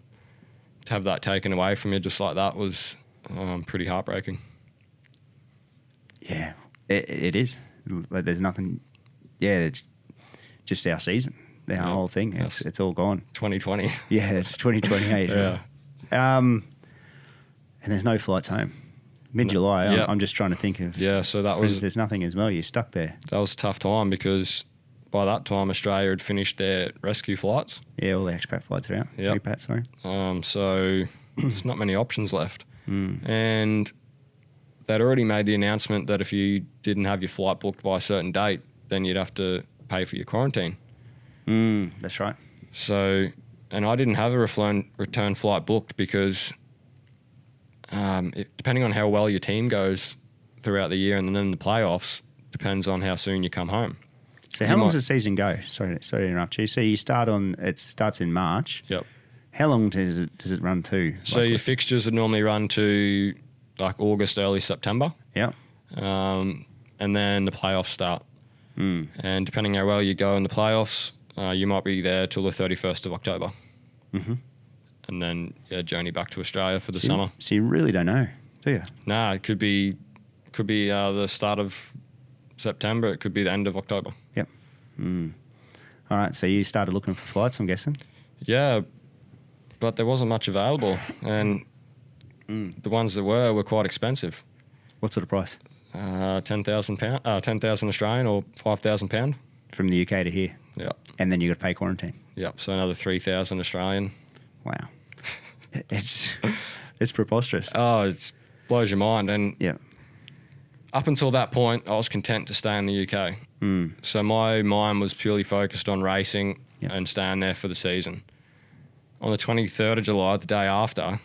to have that taken away from you just like that was um, pretty heartbreaking.
Yeah. It, it is. Like, there's nothing. Yeah, it's just our season, our
Yeah.
whole thing. It's,
That's-
it's all gone.
2020.
Yeah, it's 2028.
yeah.
Um, and there's no flights home. Mid July,
Yeah.
I'm, I'm just trying to think of.
Yeah, so that
for
was
instance, there's nothing as well. You're stuck there.
that was a tough time because by that time Australia had finished their rescue flights.
Yeah, all the expat flights are out.
Yep.
Expat, sorry.
Um, so there's not many options left. And they'd already made the announcement that if you didn't have your flight booked by a certain date, then you'd have to pay for your quarantine.
Mm, that's right.
So, and I didn't have a reflown, return flight booked because um, it, depending on how well your team goes throughout the year and then in the playoffs, depends on how soon you come home.
So
You
how long
might-
does the season go? Sorry, sorry to interrupt you. So you start on it starts in March.
Yep.
How long does it does it run to?
So your fixtures would normally run to like August, early September.
yeah,
um, and then the playoffs start.
Mm.
And depending how well you go in the playoffs, uh, you might be there till the 31st of October.
Mhm.
And then yeah, journey back to Australia for the
so You,
summer.
so you really don't know, do you?
Nah, it could be could be uh, the start of September. It could be the end of October.
Yep. Mm. All right. So you started looking for flights. I'm guessing.
Yeah, but there wasn't much available, and the ones that were were quite expensive.
What sort of price
Uh, ten thousand pound, uh, ten thousand Australian, or five thousand pound.
from the UK to here?
Yeah,
And then you got to pay quarantine.
yeah. So another three thousand Australian.
Wow. it's it's preposterous.
Oh, it blows your mind. And
yeah.
up until that point, I was content to stay in the UK.
Mm.
So my mind was purely focused on racing
Yep.
and staying there for the season. On the 23rd of July, the day after,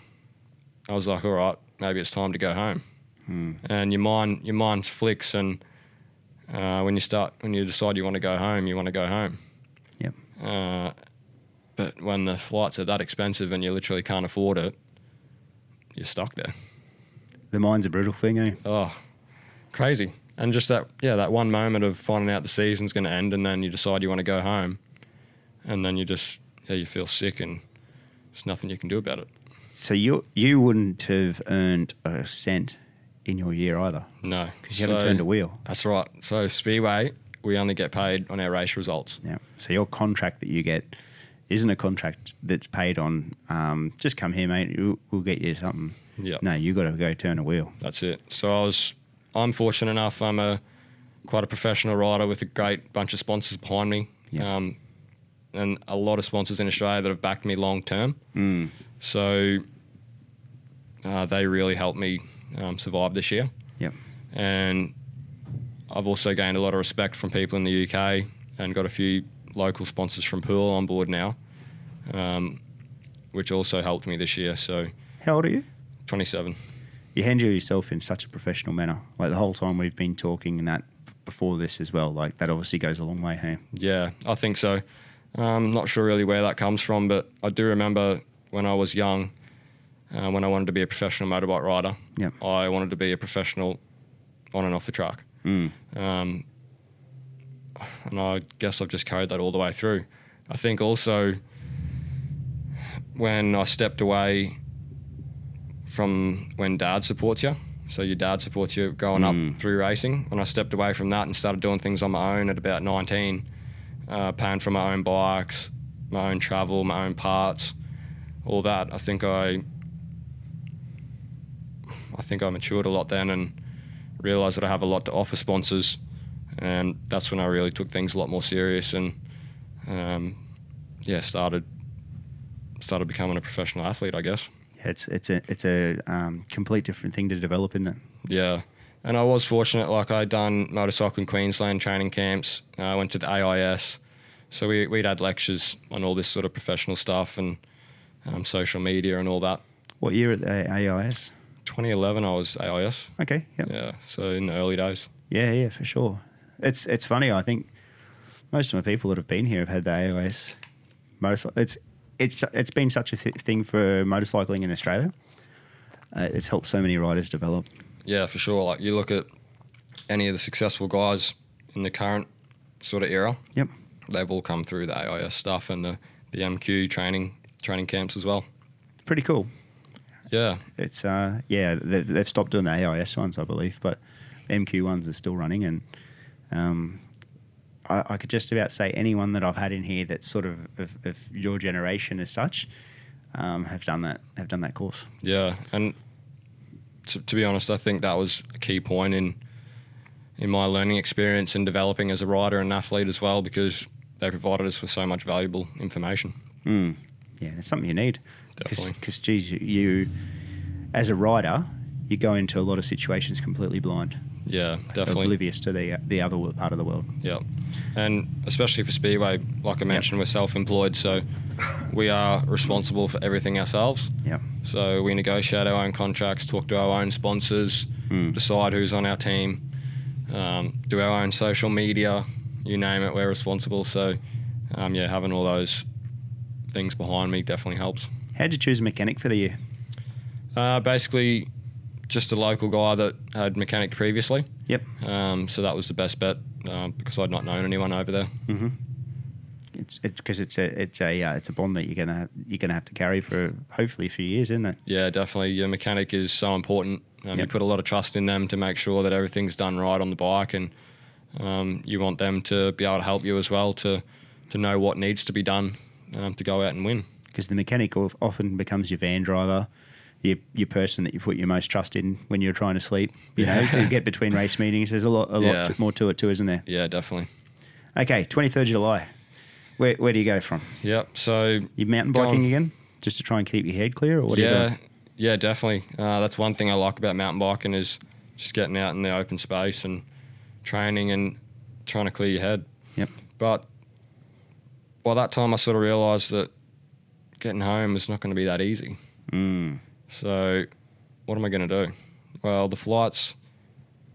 I was like, all right, maybe it's time to go home. And your mind, your mind flicks, and uh, when you start, when you decide you want to go home, you want to go home.
Yep.
Uh, but when the flights are that expensive and you literally can't afford it, you're stuck there.
The mind's a brutal thing, eh?
Oh, crazy. And just that, yeah, that one moment of finding out the season's going to end and then you decide you want to go home. And then you just, yeah, you feel sick and there's nothing you can do about it.
So you you wouldn't have earned a cent in your year either
No.
because you haven't turned a wheel.
That's right. So, Speedway, we only get paid on our race results.
Yeah. So your contract that you get isn't a contract that's paid on. Um, just come here, mate. We'll, we'll get you something.
Yeah.
No, you got to go turn a wheel.
That's it. So, I was, I'm fortunate enough, I'm a quite a professional rider with a great bunch of sponsors behind me.
Yeah.
Um, and a lot of sponsors in Australia that have backed me long term.
Mm.
So uh, they really helped me um, survive this year.
Yep.
And I've also gained a lot of respect from people in the UK and got a few local sponsors from Pool on board now, um, which also helped me this year. So
How old are you?
27.
You handle yourself in such a professional manner. Like the whole time we've been talking and that b- before this as well. Like that obviously goes a long way, hey?
Yeah, I think so. Um, not sure really where that comes from, but I do remember when I was young, uh, when I wanted to be a professional motorbike rider,
Yep.
I wanted to be a professional on and off the track.
Mm.
Um, and I guess I've just carried that all the way through. I think also when I stepped away from when dad supports you, so your dad supports you growing
Mm.
up through racing. When I stepped away from that and started doing things on my own at about 19, uh, paying for my own bikes, my own travel, my own parts, all that, I think I. I think I matured a lot then and realized that I have a lot to offer sponsors, and that's when I really took things a lot more serious and um, yeah, started started becoming a professional athlete, I guess.
Yeah, it's it's a it's a um, complete different thing to develop, isn't it?
Yeah, and I was fortunate. Like I done motorcycling Queensland training camps. Uh, I went to the AIS, so we we'd had lectures on all this sort of professional stuff and um, social media and all that.
What year at the AIS?
2011, I was AIS.
Okay. Yep.
Yeah, so in the early days.
Yeah, yeah, for sure. It's it's funny. I think most of my people that have been here have had the AOS motorcycle. It's it's it's been such a th- thing for motorcycling in Australia. Uh, it's helped so many riders develop.
Yeah, for sure. Like you look at any of the successful guys in the current sort of era.
Yep.
They've all come through the AIS stuff and the, the MQ training training camps as well.
Pretty cool.
Yeah.
It's uh yeah they, they've stopped doing the AIS ones I believe, but MQ ones are still running and um, I, I could just about say anyone that I've had in here that's sort of of, of your generation as such um, have done that have done that course.
Yeah, and to, to be honest, I think that was a key point in in my learning experience and developing as a rider and athlete as well, because they provided us with so much valuable information.
Mm. Yeah, it's something you need.
Definitely.
Because, geez, you, you as a rider, you go into a lot of situations completely blind,
Yeah, definitely.
oblivious to the the other wo- part of the world.
Yeah, and especially for Speedway, like I mentioned, we're self-employed, so we are responsible for everything ourselves.
Yeah.
So we negotiate our own contracts, talk to our own sponsors,
Mm.
decide who's on our team, um, do our own social media, you name it, we're responsible. So, um, yeah, having all those things behind me definitely helps.
How'd you choose a mechanic for the year?
Uh, basically, just a local guy that had mechanicked previously.
Yep.
Um, so that was the best bet uh, because I'd not known anyone over there.
Mm-hmm. It's because it's a it's a uh, it's a bond that you're gonna you're gonna have to carry for hopefully a few years, isn't it?
Yeah, definitely. Your mechanic is so important. Um, You
Yep.
put a lot of trust in them to make sure that everything's done right on the bike, and um, you want them to be able to help you as well to to know what needs to be done um, to go out and win.
Because the mechanic of- often becomes your van driver, your your person that you put your most trust in when you're trying to sleep. You know,
Yeah.
to get between race meetings. There's a lot a lot
Yeah.
t- more to it too, isn't there?
Yeah, definitely.
Okay, 23rd July. Where, where do you go from?
Yep. So
You mountain
Go on.
biking again? Just to try and keep your head clear, or what do you
yeah,
doing?
yeah, definitely. Uh, that's one thing I like about mountain biking is just getting out in the open space and training and trying to clear your head.
Yep.
But by that time, I sort of realised that getting home is not going to be that easy.
Mm.
So, what am I going to do? Well, the flights,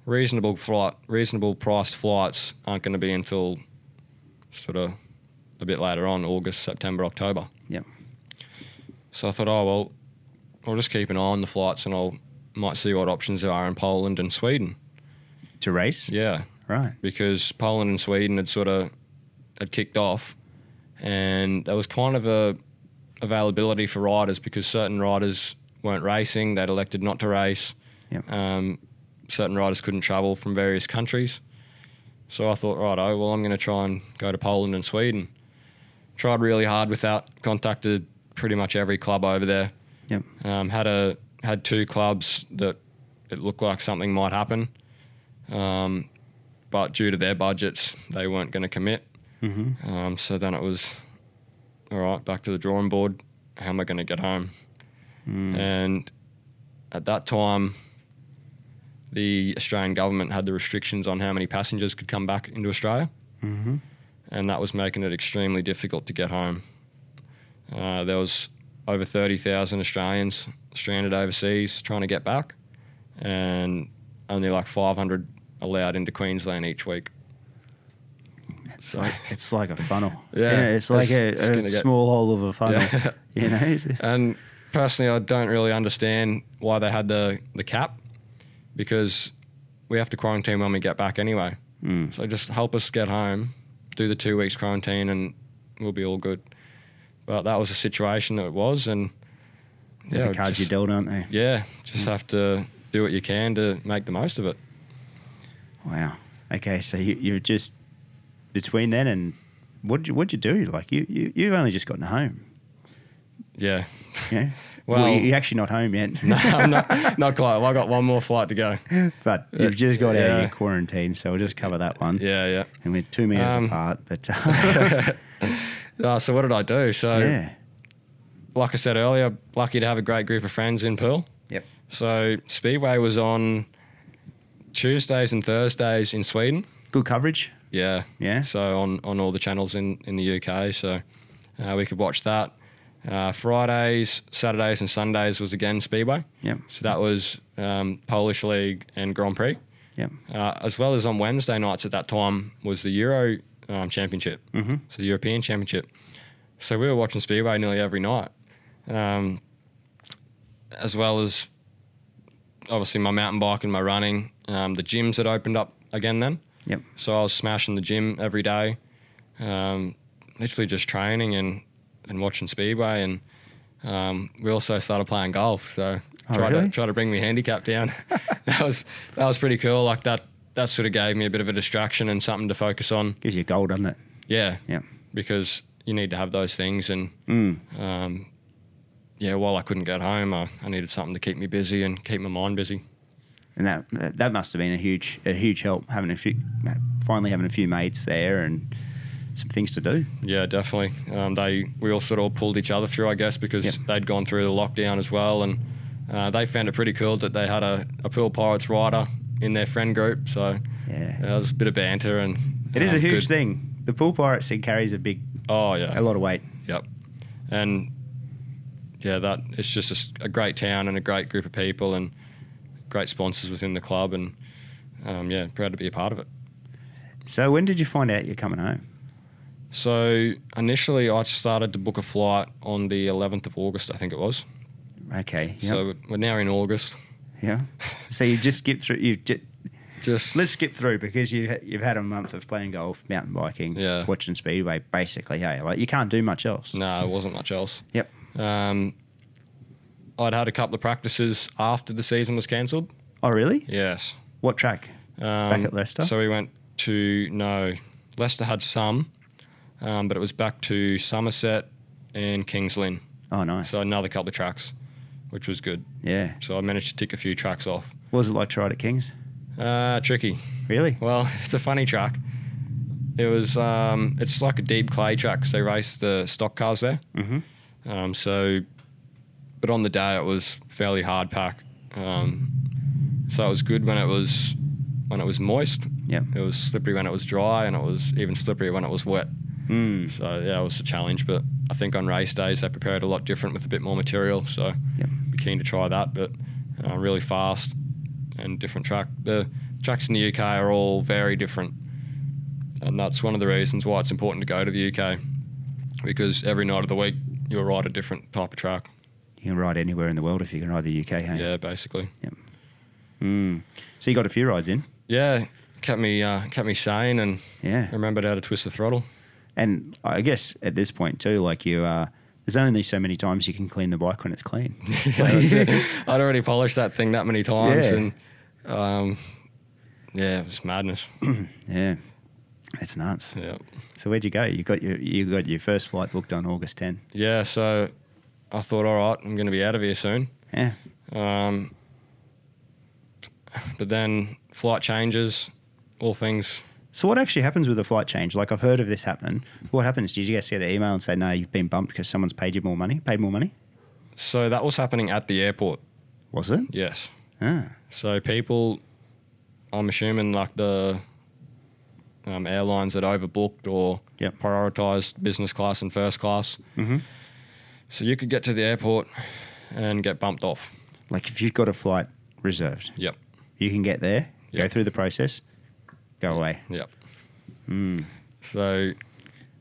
reasonable flight, reasonable priced flights aren't going to be until sort of a bit later on, August, September, October.
Yep.
So I thought, oh well, I'll just keep an eye on the flights and I'll might see what options there are in Poland and Sweden.
To race?
Yeah,
Right.
because Poland and Sweden had sort of had kicked off, and there was kind of a availability for riders because certain riders weren't racing; they'd elected not to race.
Yep.
Um, certain riders couldn't travel from various countries, so I thought, right, oh well, I'm going to try and go to Poland and Sweden. Tried really hard without contacted pretty much every club over there.
Yep.
Um, had a had two clubs that it looked like something might happen, um, but due to their budgets, they weren't going to commit.
Mm-hmm.
Um, so then it was all right. Back to the drawing board. How am I going to get home?
Mm-hmm. Hmm.
And at that time, the Australian government had the restrictions on how many passengers could come back into Australia
Mm-hmm.
and that was making it extremely difficult to get home. Uh, there was over 30,000 Australians stranded overseas trying to get back, and only like 500 allowed into Queensland each week.
It's like it's like a funnel.
Yeah,
it's like
it's- it's
a, a
gonna get-
small hole of a funnel.
Yeah.
You know.
And personally, I don't really understand why they had the, the cap, because we have to quarantine when we get back anyway.
Mm.
So just help us get home, do the two weeks quarantine, and we'll be all good. But that was the situation that it was, and
Yeah, the cards
just-
you dealt, aren't they?
yeah, just have to do what you can to make the most of it.
Wow. Okay, so you, you've just between then and what did you what would you do? Like you, you you've only just gotten home.
Yeah.
Yeah.
Well-
you- you're actually not home yet.
no, I'm not, not quite. Well, I got one more flight to go.
but you've just got out of
Yeah.
your quarantine, so we'll just cover that one.
Yeah, yeah.
And we're two meters
Um,
apart, but
Uh, so what did I do? So,
yeah.
like I said earlier, lucky to have a great group of friends in Pearl.
Yep.
So Speedway was on Tuesdays and Thursdays in Sweden.
Good coverage.
Yeah.
Yeah.
So on, on all the channels in, in the UK. So uh, we could watch that. Uh, Fridays, Saturdays, and Sundays was again Speedway.
Yep.
So that was um, Polish League and Grand Prix.
Yep.
uh, as well as on Wednesday nights at that time was the Euro um, Championship,
Mm-hmm.
so the European Championship. So we were watching Speedway nearly every night, um, as well as obviously my mountain bike and my running. Um, the gyms had opened up again then.
Yep.
So I was smashing the gym every day, um, literally just training and, and watching Speedway. And um, we also started playing golf. So
Oh,
tried
really?
to try to bring my handicap down. that was that was pretty cool. Like that that sort of gave me a bit of a distraction and something to focus on.
Gives you a goal, doesn't it?
Yeah,
Yep.
because you need to have those things. And
Mm.
um, yeah, while I couldn't get home, I, I needed something to keep me busy and keep my mind busy.
and that that that must have been a huge a huge help having a few finally having a few mates there and some things to do.
Yeah, definitely. Um, they we all sort of all pulled each other through, I guess, because
Yep.
they'd gone through the lockdown as well, and uh, they found it pretty cool that they had a, a Pool Pirates rider in their friend group. So
Yeah,
yeah, it was a bit of banter, and
it is a
um,
huge
good-
thing. The pool pirate scene carries a big
Oh yeah,
a lot of weight.
Yep. And yeah, that it's just a s- a, great town and a great group of people and great sponsors within the club, and um, yeah, proud to be a part of it.
So when did you find out you're coming home?
So initially, I started to book a flight on the 11th of August, I think it was.
Okay, yep,
So we're now in August.
yeah. So you just skip through. You just,
Just
let's skip through because you you've had a month of playing golf, mountain biking,
Yeah.
watching speedway. Basically, hey, like you can't do much else.
no, it wasn't much else.
Yep.
Um, I'd had a couple of practices after the season was cancelled.
Oh really?
Yes.
What track?
Um,
at Leicester?
So we went to no, Leicester had some, um, but it was back to Somerset and Kings Lynn.
Oh nice.
So another couple of tracks, which was good.
yeah.
So I managed to tick a few tracks off.
What was it like to ride at Kings?
Uh, tricky.
Really?
Well, it's a funny track. It was um, it's like a deep clay track. So they race the stock cars there.
Mm-hmm.
Um, so, but on the day it was fairly hard pack. Um, so it was good when it was when it was moist.
Yep.
It was slippery when it was dry, and it was even slipperier when it was wet.
Mm.
So yeah, it was a challenge. But I think on race days they prepared a lot different with a bit more material. So
Yep.
be keen to try that. But uh, really fast and different track. The tracks in the UK are all very different, and that's one of the reasons why it's important to go to the UK because every night of the week you'll ride a different type of track.
You can ride anywhere in the world if you can ride the UK. Hey?
Yeah, basically.
Mm. So you got a few rides in.
Yeah, kept me uh, kept me sane and
Yeah.
remembered how to twist the throttle.
And I guess at this point too, like you, uh, there's only so many times you can clean the bike when it's clean.
Yeah, that's it. I'd already polished that thing that many times,
Yeah.
and um, yeah, it was madness.
yeah. That's nuts.
yeah,
So where'd you go? You got your you got your first flight booked on August 10.
yeah. So I thought, all right, I'm going to be out of here soon.
Yeah.
Um, but then flight changes, all things.
So what actually happens with a flight change? Like I've heard of this happening. What happens? Did you guys get an email and say no, you've been bumped because someone's paid you more money? Paid more money?
So that was happening at the airport.
Was it?
Yes.
Ah.
So people, I'm assuming like the um, airlines that overbooked or
Yep.
prioritized business class and first class.
Mhm.
So you could get to the airport and get bumped off.
Like if you've got a flight reserved,
Yep.
you can get there, go
Yep.
through the process, go away.
Yep. So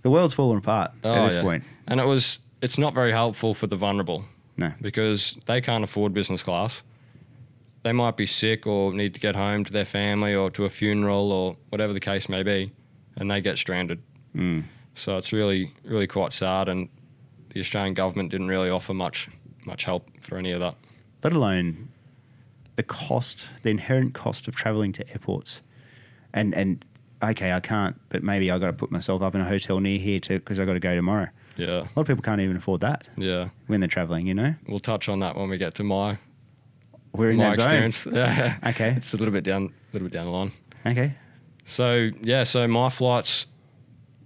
The world's fallen apart Hmm. at
Oh,
this
yeah.
point.
and it was it's not very helpful for the vulnerable.
No.
because they can't afford business class. They might be sick or need to get home to their family or to a funeral or whatever the case may be, and they get stranded.
Mm.
So it's really, really quite sad. And the Australian government didn't really offer much, much help for any of that.
Let alone the cost, the inherent cost of traveling to airports. And and okay, I can't, but maybe I got to put myself up in a hotel near here too because I got to go tomorrow. A
Yeah,
lot of people can't even afford that
yeah.
when they're traveling. You know,
We'll touch on that when we get to my
we're in
my
that
experience. Yeah.
Okay.
it's a little bit down, a little bit down the line.
zone. Okay.
So yeah, so my flights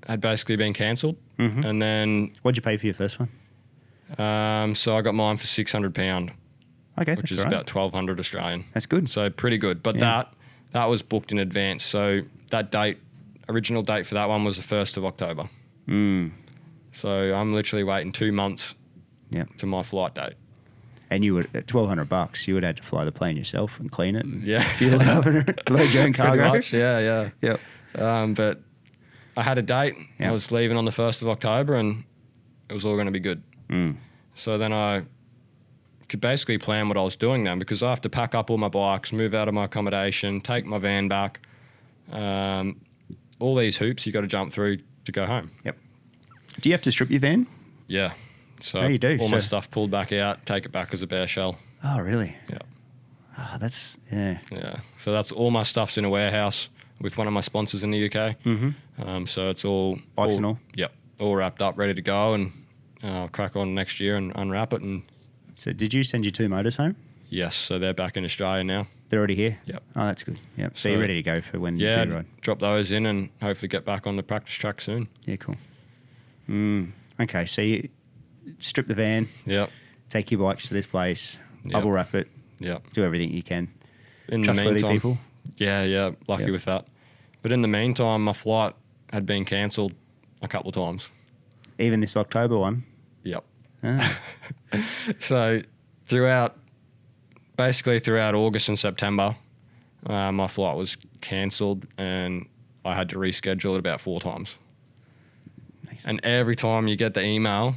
had basically been canceled
Mhm.
and then
What'd you pay for your first one?
um, so I got mine for six hundred pound,
Okay,
which
that's
is
all right.
about twelve hundred Australian.
that's good.
So pretty good. But
Yeah.
that that was booked in advance. So that date, original date for that one was the first of October.
Mm.
So I'm literally waiting two months
Yeah.
to my flight date.
And you would at twelve hundred bucks, you would have to fly the plane yourself and clean it, and
Yeah.
fuel it up, and load your own
Pretty
cargo.
much, Yeah,
Yep.
yeah. Um, but I had a date.
Yeah.
I was leaving on the first of October, and it was all going to be good.
Mm.
So then I could basically plan what I was doing then because I have to pack up all my bikes, move out of my accommodation, take my van back. Um, all these hoops you got to jump through to go home.
Do you have to strip your van?
Yeah. So
Yeah, you do,
all my
so-
stuff pulled back out, take it back as a bare shell.
Oh, really?
Yeah.
Ah, that's yeah.
Yeah. So that's all my stuff's in a warehouse with one of my sponsors in the UK.
Mm-hmm.
Um, so it's all
Bikes and all?
Yep, all wrapped up, ready to go, and uh, I'll crack on next year and unwrap it. And
So, did you send your two motors home?
yes, so they're back in Australia now.
They're already here.
Yep.
Oh, that's good. Yep. So,
So-
you're ready to go for when
Yeah,
you do ride.
drop those in and hopefully get back on the practice track soon.
Yeah, cool. Mm. Okay, so you strip the van,
Yep,
take your bikes to this place,
Yep.
bubble wrap it,
yep.
do everything you can.
In the
Trustworthy
meantime,
people.
yeah, yeah, lucky
Yep.
with that. But in the meantime, my flight had been cancelled a couple of times.
Even this October one.
Yep.
Ah,
So throughout, basically throughout August and September, uh, my flight was cancelled and I had to reschedule it about four times.
nice.
And every time you get the email,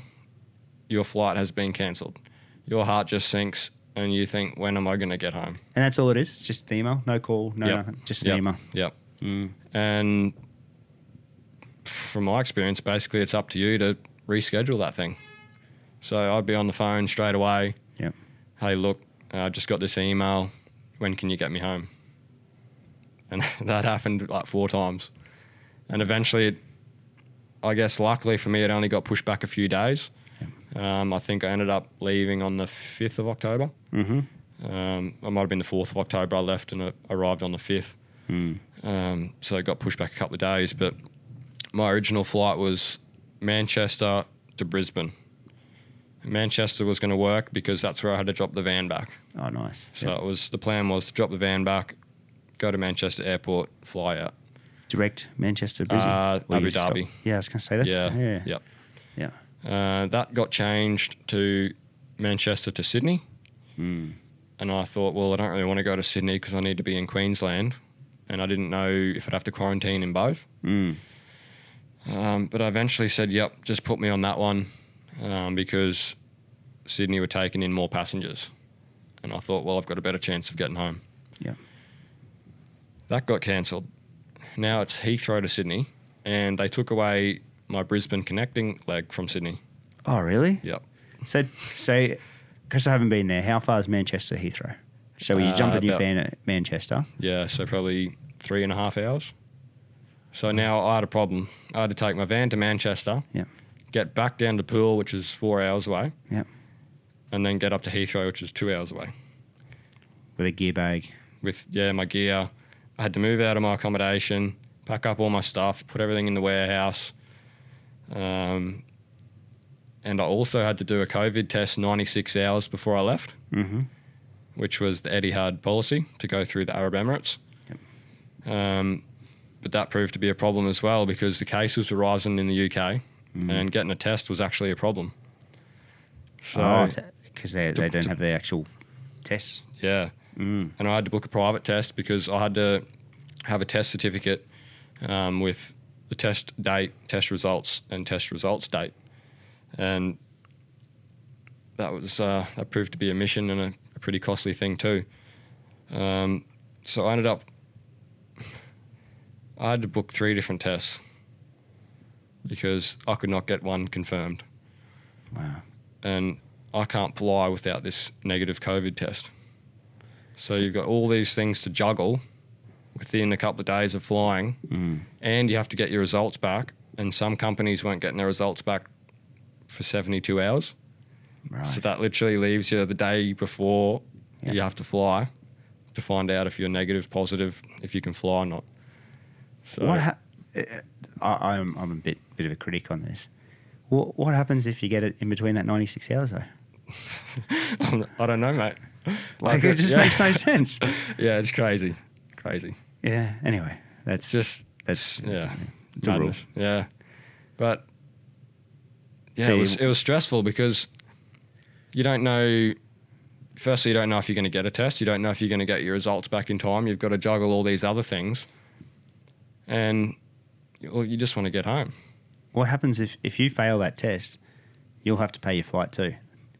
your flight has been cancelled. Your heart just sinks and you think, when am I going to get home?
And that's all it is. Just an email, no call, no
Yep.
nothing. Just an
Yep.
email.
Yep.
Mm.
And from my experience, basically, it's up to you to reschedule that thing. So I'd be on the phone straight away.
Yep.
Hey, look, I just got this email. When can you get me home? And that happened like four times. And eventually, it, I guess luckily for me, it only got pushed back a few days. Um, I think I ended up leaving on the 5th of October.
Mm-hmm.
Um, I might have been the 4th of October. I left and uh, arrived on the 5th.
Mm.
Um, so it got pushed back a couple of days. But my original flight was Manchester to Brisbane. Manchester was going to work because that's where I had to drop the van back.
Oh, nice.
So
Yep.
it was the plan was to drop the van back, go to Manchester Airport, fly out.
Direct Manchester, Brisbane,
Uh,
Or you
Abu
stop-
Dhabi.
Yeah, I was going to say that.
yeah,
yeah,
yep.
yeah.
Uh, that got changed to Manchester to Sydney,
Mm.
and I thought, well, I don't really want to go to Sydney because I need to be in Queensland, and I didn't know if I'd have to quarantine in both.
Mm.
Um, but I eventually said, yep, just put me on that one um, because Sydney were taking in more passengers. And I thought, well, I've got a better chance of getting home.
Yeah.
That got cancelled. Now it's Heathrow to Sydney, and they took away my Brisbane connecting leg from Sydney.
Oh, really?
Yep.
So, so because I haven't been there, how far is Manchester Heathrow? So you
Uh,
jump in your
about-
van at Manchester.
Yeah, so probably three and a half hours. So now I had a problem. I had to take my van to Manchester,
Yep.
get back down to Poole, which is four hours away,
Yep.
and then get up to Heathrow, which is two hours away.
with a gear bag.
with yeah my gear. I had to move out of my accommodation, pack up all my stuff, put everything in the warehouse, um, and I also had to do a COVID test 96 hours before I left,
Mm-hmm.
which was the Etihad policy to go through the Arab Emirates. Um, but that proved to be a problem as well because the cases were rising in the UK, and getting a test was actually a problem. So
because Oh, they, they don't have the actual tests.
yeah.
Mm.
and I had to book a private test because I had to have a test certificate um, with the test date, test results, and test results date, and that was uh, that proved to be a mission and a, a pretty costly thing too. Um, so I ended up I had to book three different tests because I could not get one confirmed,
Wow.
and I can't fly without this negative COVID test. So you've got all these things to juggle within a couple of days of flying,
Mm.
and you have to get your results back. And some companies weren't getting their results back for 72 hours.
Right.
So that literally leaves you the day before
Yeah.
you have to fly to find out if you're negative, positive, if you can fly or not. So
what? Ha- uh, I, I'm I'm a bit bit of a critic on this. What what happens if you get it in between that 96 hours though?
I don't know, mate.
Like it just
yeah.
makes no sense.
yeah, it's crazy, crazy.
Yeah. Anyway, that's
It's just
that's
yeah,
It's a rule.
madness. Yeah, but yeah,
So
it
you-
was it was stressful because you don't know. Firstly, you don't know if you're going to get a test. You don't know if you're going to get your results back in time. You've got to juggle all these other things, and well, you just want to get home.
what happens if if you fail that test you'll have to pay your flight too,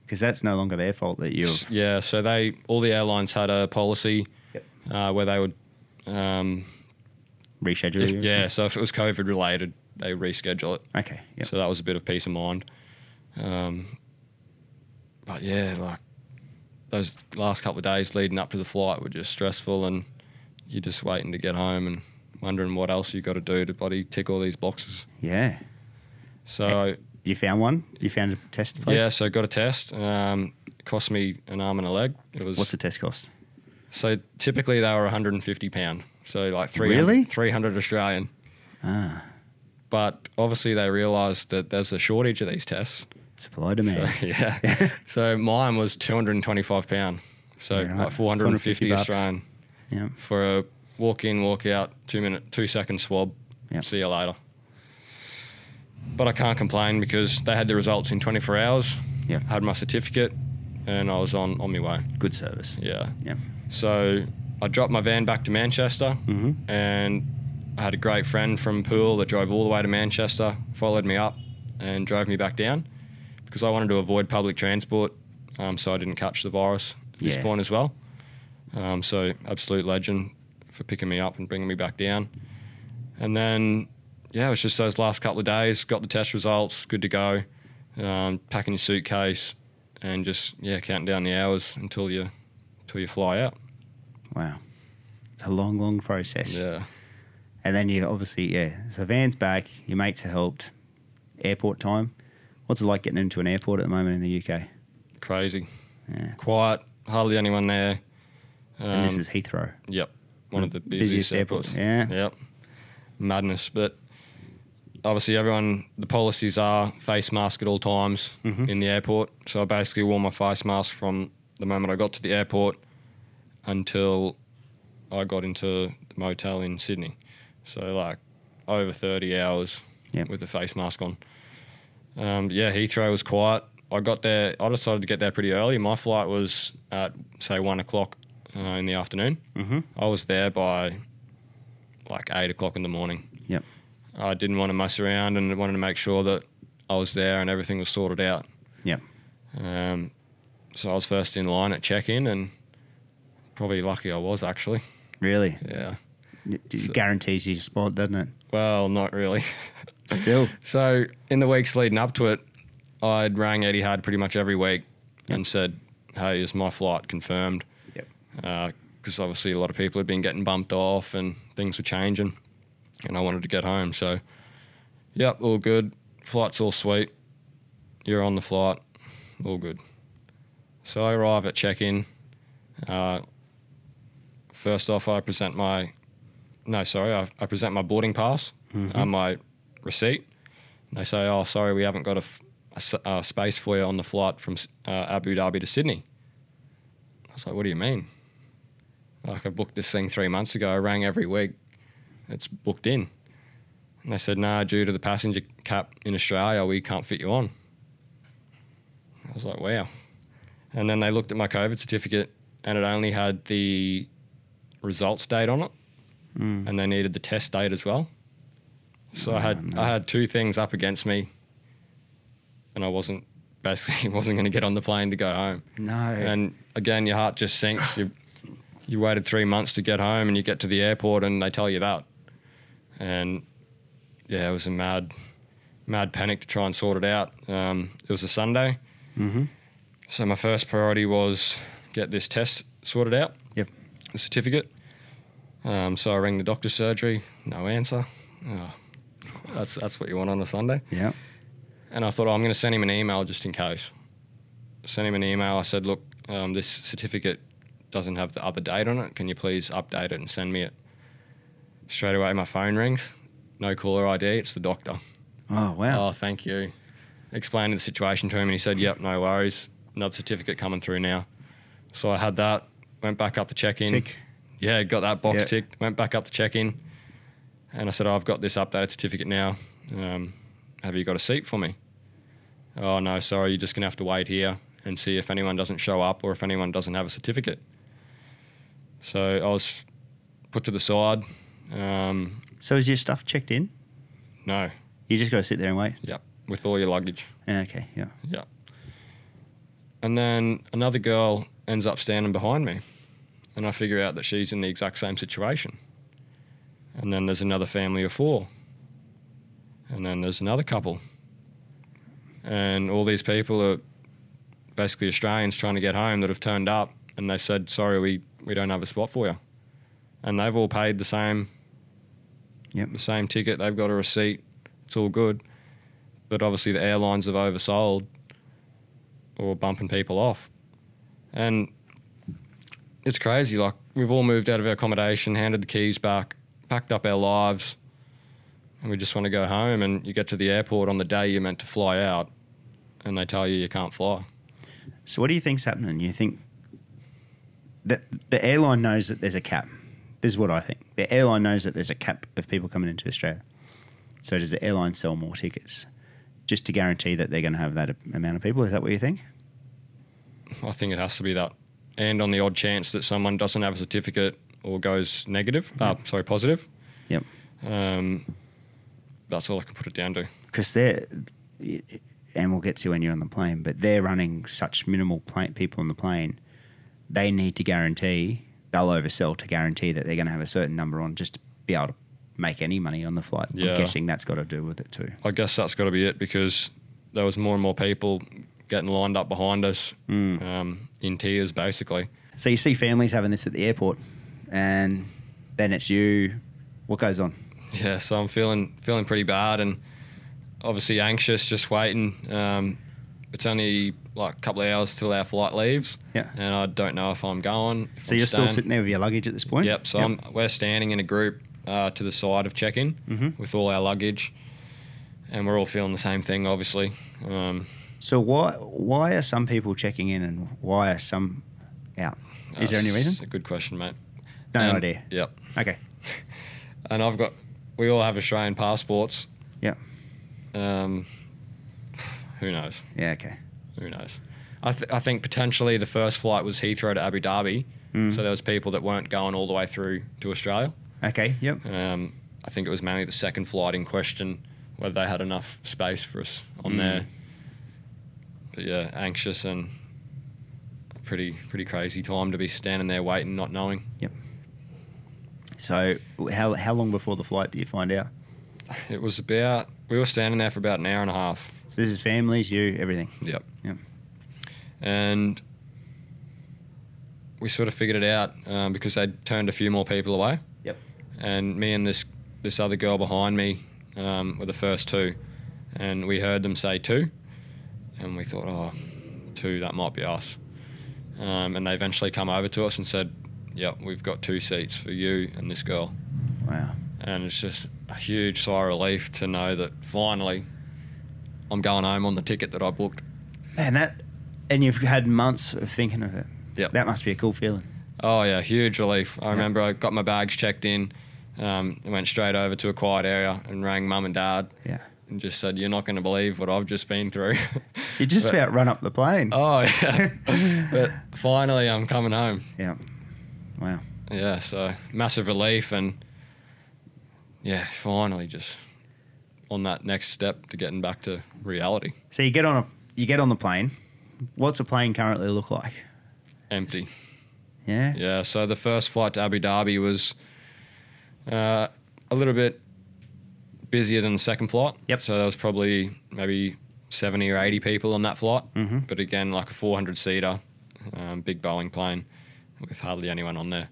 because that's no longer their fault that you.
S- Yeah, so they all the airlines had a policy
Yep.
uh, where they would, um,
Reschedule.
if,
you or
yeah, so if it was COVID related, they reschedule it.
something? Okay. Yep.
So that was a bit of peace of mind. Um, but yeah, like those last couple of days leading up to the flight were just stressful, and you're just waiting to get home and wondering what else you got to do to bloody tick all these boxes.
yeah.
So
You found one. You found a test place.
yeah, so got a test. Um, it cost me an arm and a leg. It was
What's the test cost?
so typically they were 150 pound, so like 300,
Really?
300 Australian.
Ah,
But obviously they realised that there's a shortage of these tests.
supply demand.
So, yeah. so mine was 225 pound.
Yeah,
So
right.
like
450
450,
bucks.
Australian
yeah.
for a walk in, walk out, two minute, two second swab.
Yep.
See you later. But I can't complain because they had the results in 24 hours.
Yep.
Had my certificate, and I was on on my way.
Good service.
Yeah.
Yep.
So I dropped my van back to Manchester,
Mhm.
and I had a great friend from Poole that drove all the way to Manchester, followed me up, and drove me back down because I wanted to avoid public transport, um, so I didn't catch the virus at this
Yeah.
point as well. Um, so absolute legend for picking me up and bringing me back down, and then yeah, it was just those last couple of days. Got the test results, good to go. Um, packing your suitcase and just yeah, counting down the hours until you until you fly out.
Wow. It's a long, long process.
Yeah.
And then you obviously, yeah. So van's back. Your mates are helped. Airport time. What's it like getting into an airport at the moment in the UK?
Crazy.
Yeah.
Quiet. Hardly anyone there. Um,
And this is Heathrow.
yep. One of the busiest,
busiest airports,
airports.
yeah.
Yep. Madness. But obviously, everyone, the policies are face mask at all times
Mhm.
in the airport. So I basically wore my face mask from the moment I got to the airport until I got into the motel in Sydney. So, like, over 30 hours
Yep.
with the face mask on. Um, yeah, Heathrow was quiet. I got there. I decided to get there pretty early. My flight was at say one o'clock uh, in the afternoon.
Mm-hmm.
I was there by like eight o'clock in the morning.
Yep.
I didn't want to mess around and wanted to make sure that I was there and everything was sorted out.
Yep.
Um, so I was first in line at check-in and probably lucky I was actually.
Really?
Yeah.
It it
So-
guarantees you a spot, doesn't it?
Well, not really.
Still.
So in the weeks leading up to it, I'd rang Eddie Hard pretty much every week and said, "Hey, is my flight confirmed?"
Yep.
Because obviously a lot of people had been getting bumped off and things were changing, and I wanted to get home. So, yep, all good. Flight's all sweet. You're on the flight. All good. So I arrive at check-in. Uh, first off, I present my no, sorry, I, I present my boarding pass, uh, my receipt. And they say, oh, sorry, we haven't got a, f- a s- a space for you on the flight from S- uh, Abu Dhabi to Sydney. I was like, what do you mean? Like, I booked this thing three months ago. I rang every week. It's booked in. And they said, no, due to the passenger cap in Australia, we can't fit you on. I was like, wow. And then they looked at my COVID certificate and it only had the results date on it
Mm.
and they needed the test date as well. So I had I had two things up against me, and I wasn't basically wasn't going to get on the plane to go home.
No.
And again, your heart just sinks. You you waited three months to get home, and you get to the airport, and they tell you that, and yeah, it was a mad mad panic to try and sort it out. Um, it was a Sunday,
mm-hmm.
so my first priority was get this test sorted out.
Yep.
The certificate. Um, so I rang the doctor's surgery. No answer. Oh, that's that's what you want on a Sunday.
Yeah.
And I thought oh, I'm going to send him an email just in case. Sent him an email. I said, look, um, this certificate doesn't have the other date on it. Can you please update it and send me it? Straight away, my phone rings. No caller ID. It's the doctor.
Oh wow.
Oh, thank you. Explained the situation to him, and he said, "Yep, no worries. Another certificate coming through now." So I had that. Went back up to check in.
Tick.
Yeah, got that box
Yeah.
ticked. Went back up to check in, and I said, "Oh, "I've got this updated certificate now. Um, have you got a seat for me?" Oh no, sorry. You're just gonna have to wait here and see if anyone doesn't show up or if anyone doesn't have a certificate. So I was put to the side. Um,
So is your stuff checked in?
no,
You just got to sit there and wait.
Yep. with all your luggage.
Okay, yeah.
Yeah. And then another girl ends up standing behind me, and I figure out that she's in the exact same situation. And then there's another family of four, and then there's another couple, and all these people are basically Australians trying to get home that have turned up, and they said, "Sorry, we, we don't have a spot for you," and they've all paid the same,
Yep.
the same ticket. They've got a receipt. It's all good, but obviously the airlines have oversold or bumping people off. And it's crazy. Like we've all moved out of our accommodation, handed the keys back, packed up our lives, and we just want to go home. And you get to the airport on the day you're meant to fly out, and they tell you you can't fly.
So what do you think's happening? You think that the airline knows that there's a cap. This is what I think. The airline knows that there's a cap of people coming into Australia. So does the airline sell more tickets just to guarantee that they're going to have that amount of people? Is that what you think?
I think it has to be that. And on the odd chance that someone doesn't have a certificate or goes negative, uh, sorry, positive.
Yep.
Um, that's all I can put it down to.
because they're and we'll get to when you're on the plane, but they're running such minimal plane, people on the plane. They need to guarantee they'll oversell to guarantee that they're going to have a certain number on just to be able to make any money on the flight.
Yeah.
I'm guessing that's got to do with it too.
I guess that's got to be it because there was more and more people getting lined up behind us
Hmm.
um, in tears, basically.
So you see families having this at the airport, and then it's you. What goes on?
Yeah, so I'm feeling feeling pretty bad and obviously anxious, just waiting. Um, it's only like a couple of hours till our flight leaves.
Yeah.
And I don't know if I'm going. If
So
I'm
you're still
staying.
sitting there with your luggage at this point.
Yep. So I'm, we're standing in a group uh, to the side of check-in
Mhm.
with all our luggage, and we're all feeling the same thing, obviously. Um,
So why why are some people checking in and why are some out? Is there any
that's
reason?
A good question, mate.
No
And-
idea.
Yep.
Okay.
And I've got. We all have Australian passports.
Yep.
Um, who knows?
Yeah. Okay.
Who knows? I, th- I think potentially the first flight was Heathrow to Abu Dhabi,
Mm.
so there was people that weren't going all the way through to Australia.
Okay. Yep.
Um, I think it was mainly the second flight in question whether they had enough space for us on
Mm.
there. But yeah, anxious and a pretty pretty crazy time to be standing there waiting, not knowing.
So how how long before the flight do you find out?
It was about we were standing there for about an hour and a half.
So this is families, you, everything.
Yep.
Yep.
And we sort of figured it out um, because they turned a few more people away.
Yep.
And me and this this other girl behind me um, were the first two, and we heard them say two, and we thought, oh, two, that might be us. Um, and they eventually come over to us and said, "Yep, we've got two seats for you and this girl."
Wow.
And it's just a huge sigh of relief to know that finally, I'm going home on the ticket that I booked.
And that, and you've had months of thinking of it.
Yep.
That must be a cool feeling.
Oh yeah, huge relief. I
Yeah.
remember I got my bags checked in, um, and went straight over to a quiet area and rang mum and dad
Yeah.
and just said, "You're not going to believe what I've just been through."
You just
But-
about run up the plane.
Oh yeah, but finally I'm coming home.
Yeah. Wow.
Yeah, so massive relief and yeah, finally just on that next step to getting back to reality.
So you get on a you get on the plane. What's a plane currently look like?
Empty.
Yeah.
Yeah, so the first flight to Abu Dhabi was uh, a little bit busier than the second flight.
Yep.
So there was probably maybe 70 or 80 people on that flight.
Mhm.
But again, like a 400 seater, um, big Boeing plane with hardly anyone on there.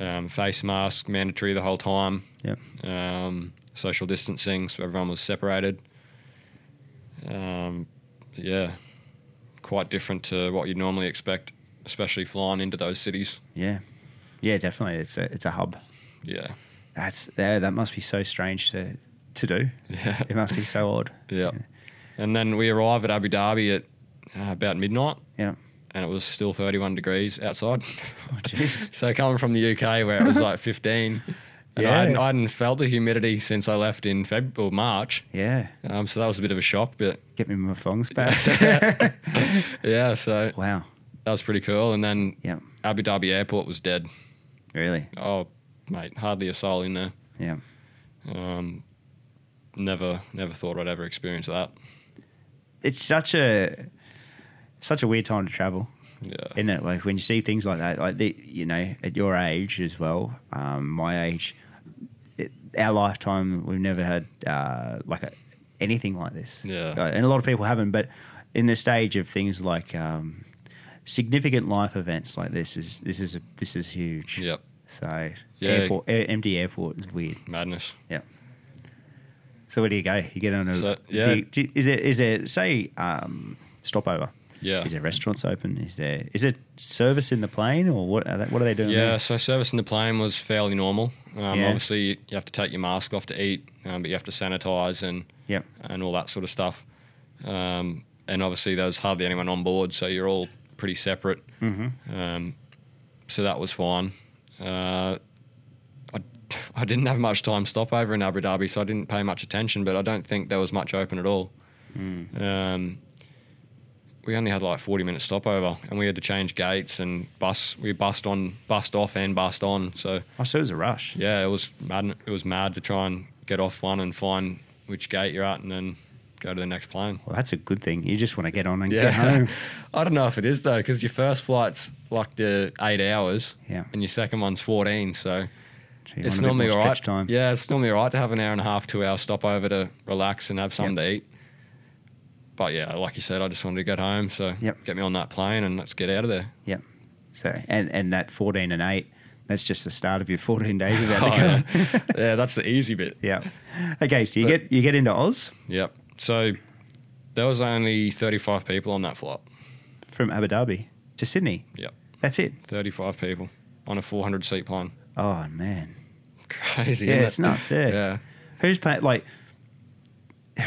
Um, face mask mandatory the whole time.
Yep.
Um, social distancing, so everyone was separated. Um, yeah, quite different to what you'd normally expect, especially flying into those cities.
Yeah. Yeah. Definitely. It's a it's a hub.
Yeah.
That's yeah, that must be so strange to to do.
Yeah.
It must be so odd.
Yeah. And then we arrive at Abu Dhabi at uh, about midnight
Yeah.
and it was still 31 degrees outside.
Oh, jeez.
so coming from the UK where it was like 15 and I,
Yeah.
hadn't, I hadn't felt the humidity since I left in Feb or March.
Yeah.
Um, so that was a bit of a shock, but
Get me my thongs back.
yeah, so
wow.
that was pretty cool. And then
Yeah.
Abu Dhabi airport was dead.
Really?
Oh, mate, hardly a soul in there.
Yeah.
Um, never, never thought I'd ever experience that.
it's such a such a weird time to travel,
Yeah.
isn't it? Like when you see things like that, like the, you know, at your age as well, um, my age, it, our lifetime, we've never had uh, like a, anything like this.
Yeah.
Uh, and a lot of people haven't, but in the stage of things like um, significant life events like this is this is a, this is huge.
Yep.
So
Yeah.
airport, air, empty airport is weird.
Madness.
Yeah. So where do you go? You get on a.
So,
do
yeah.
you- do- is there is there say um, stopover?
Yeah.
Is there restaurants open? Is there is it service in the plane or what? Are they, what are they doing?
Yeah, so service in the plane was fairly normal. Um,
Yeah.
Obviously, you have to take your mask off to eat, um, but you have to sanitize and
There? Yep.
and all that sort of stuff. Um, and obviously, there was hardly anyone on board, so you're all pretty separate. Mm-hmm. Um, so that was fine. Uh, I, I didn't have much time stopover in Abu Dhabi, so I didn't pay much attention, but I don't think there was much open at all.
Mm.
Um, we only had like 40 minutes stopover, and we had to change gates and bus. We bussed on, bussed off, and bussed on. So
Oh, so it was a rush.
yeah, it was mad. It was mad to try and get off one and find which gate you're at, and then go to the next plane.
Well, that's a good thing. You just want to get on and get
Yeah,
home.
I don't know if it is though, because your first flight's like the eight hours,
Yeah.
and your second one's fourteen. So
So you want a
it's
bit more
normally all right.
stretch time.
Yeah, it's normally all right to have an hour and a half, two hour stopover to relax and have something to eat. But yeah, like you said, I just wanted to get home, so
Yep.
get me on that plane and let's get out of there.
Yep. So and and that fourteen and eight, that's just the start of your fourteen days without to
Oh,
go.
yeah. yeah, that's the easy bit.
Yeah. Okay, so you
But-
get you get into Oz
Yep. So there was only 35 people on that flight.
from Abu Dhabi to Sydney.
Yep.
That's it.
35 people on a 400 seat plane.
Oh man.
Crazy.
Yeah,
isn't
it's
it?
nuts, yeah.
Yeah.
Who's paying? Like,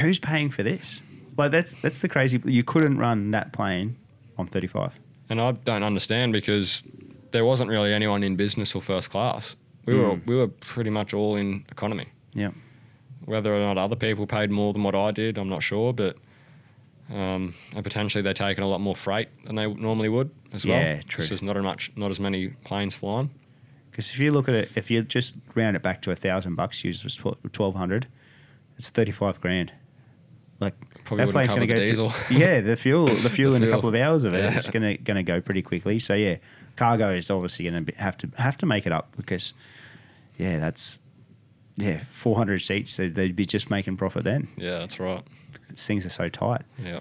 who's paying for this? Like, that's that's the crazy. You couldn't run that plane on thirty five.
And I don't understand because there wasn't really anyone in business or first class. We were we were pretty much all in economy.
Hmm. Yeah,
Whether or not other people paid more than what I did, I'm not sure, but um, and potentially they're taking a lot more freight than they normally would as well.
Yeah, true.
Because there's not as much, not as many planes flying.
because if you look at it, if you just round it back to a thousand bucks, use was twelve hundred. It's thirty five grand. Like
Probably wouldn't cover the
go
diesel.
Through, yeah, the fuel, the fuel in a
fuel.
couple of hours of it,
Yeah.
it's gonna gonna go pretty quickly. So yeah, cargo is obviously gonna be, have to have to make it up because yeah, that's yeah, four hundred seats. They'd, they'd be just making profit then.
Yeah, that's right.
Things are so tight.
Yeah.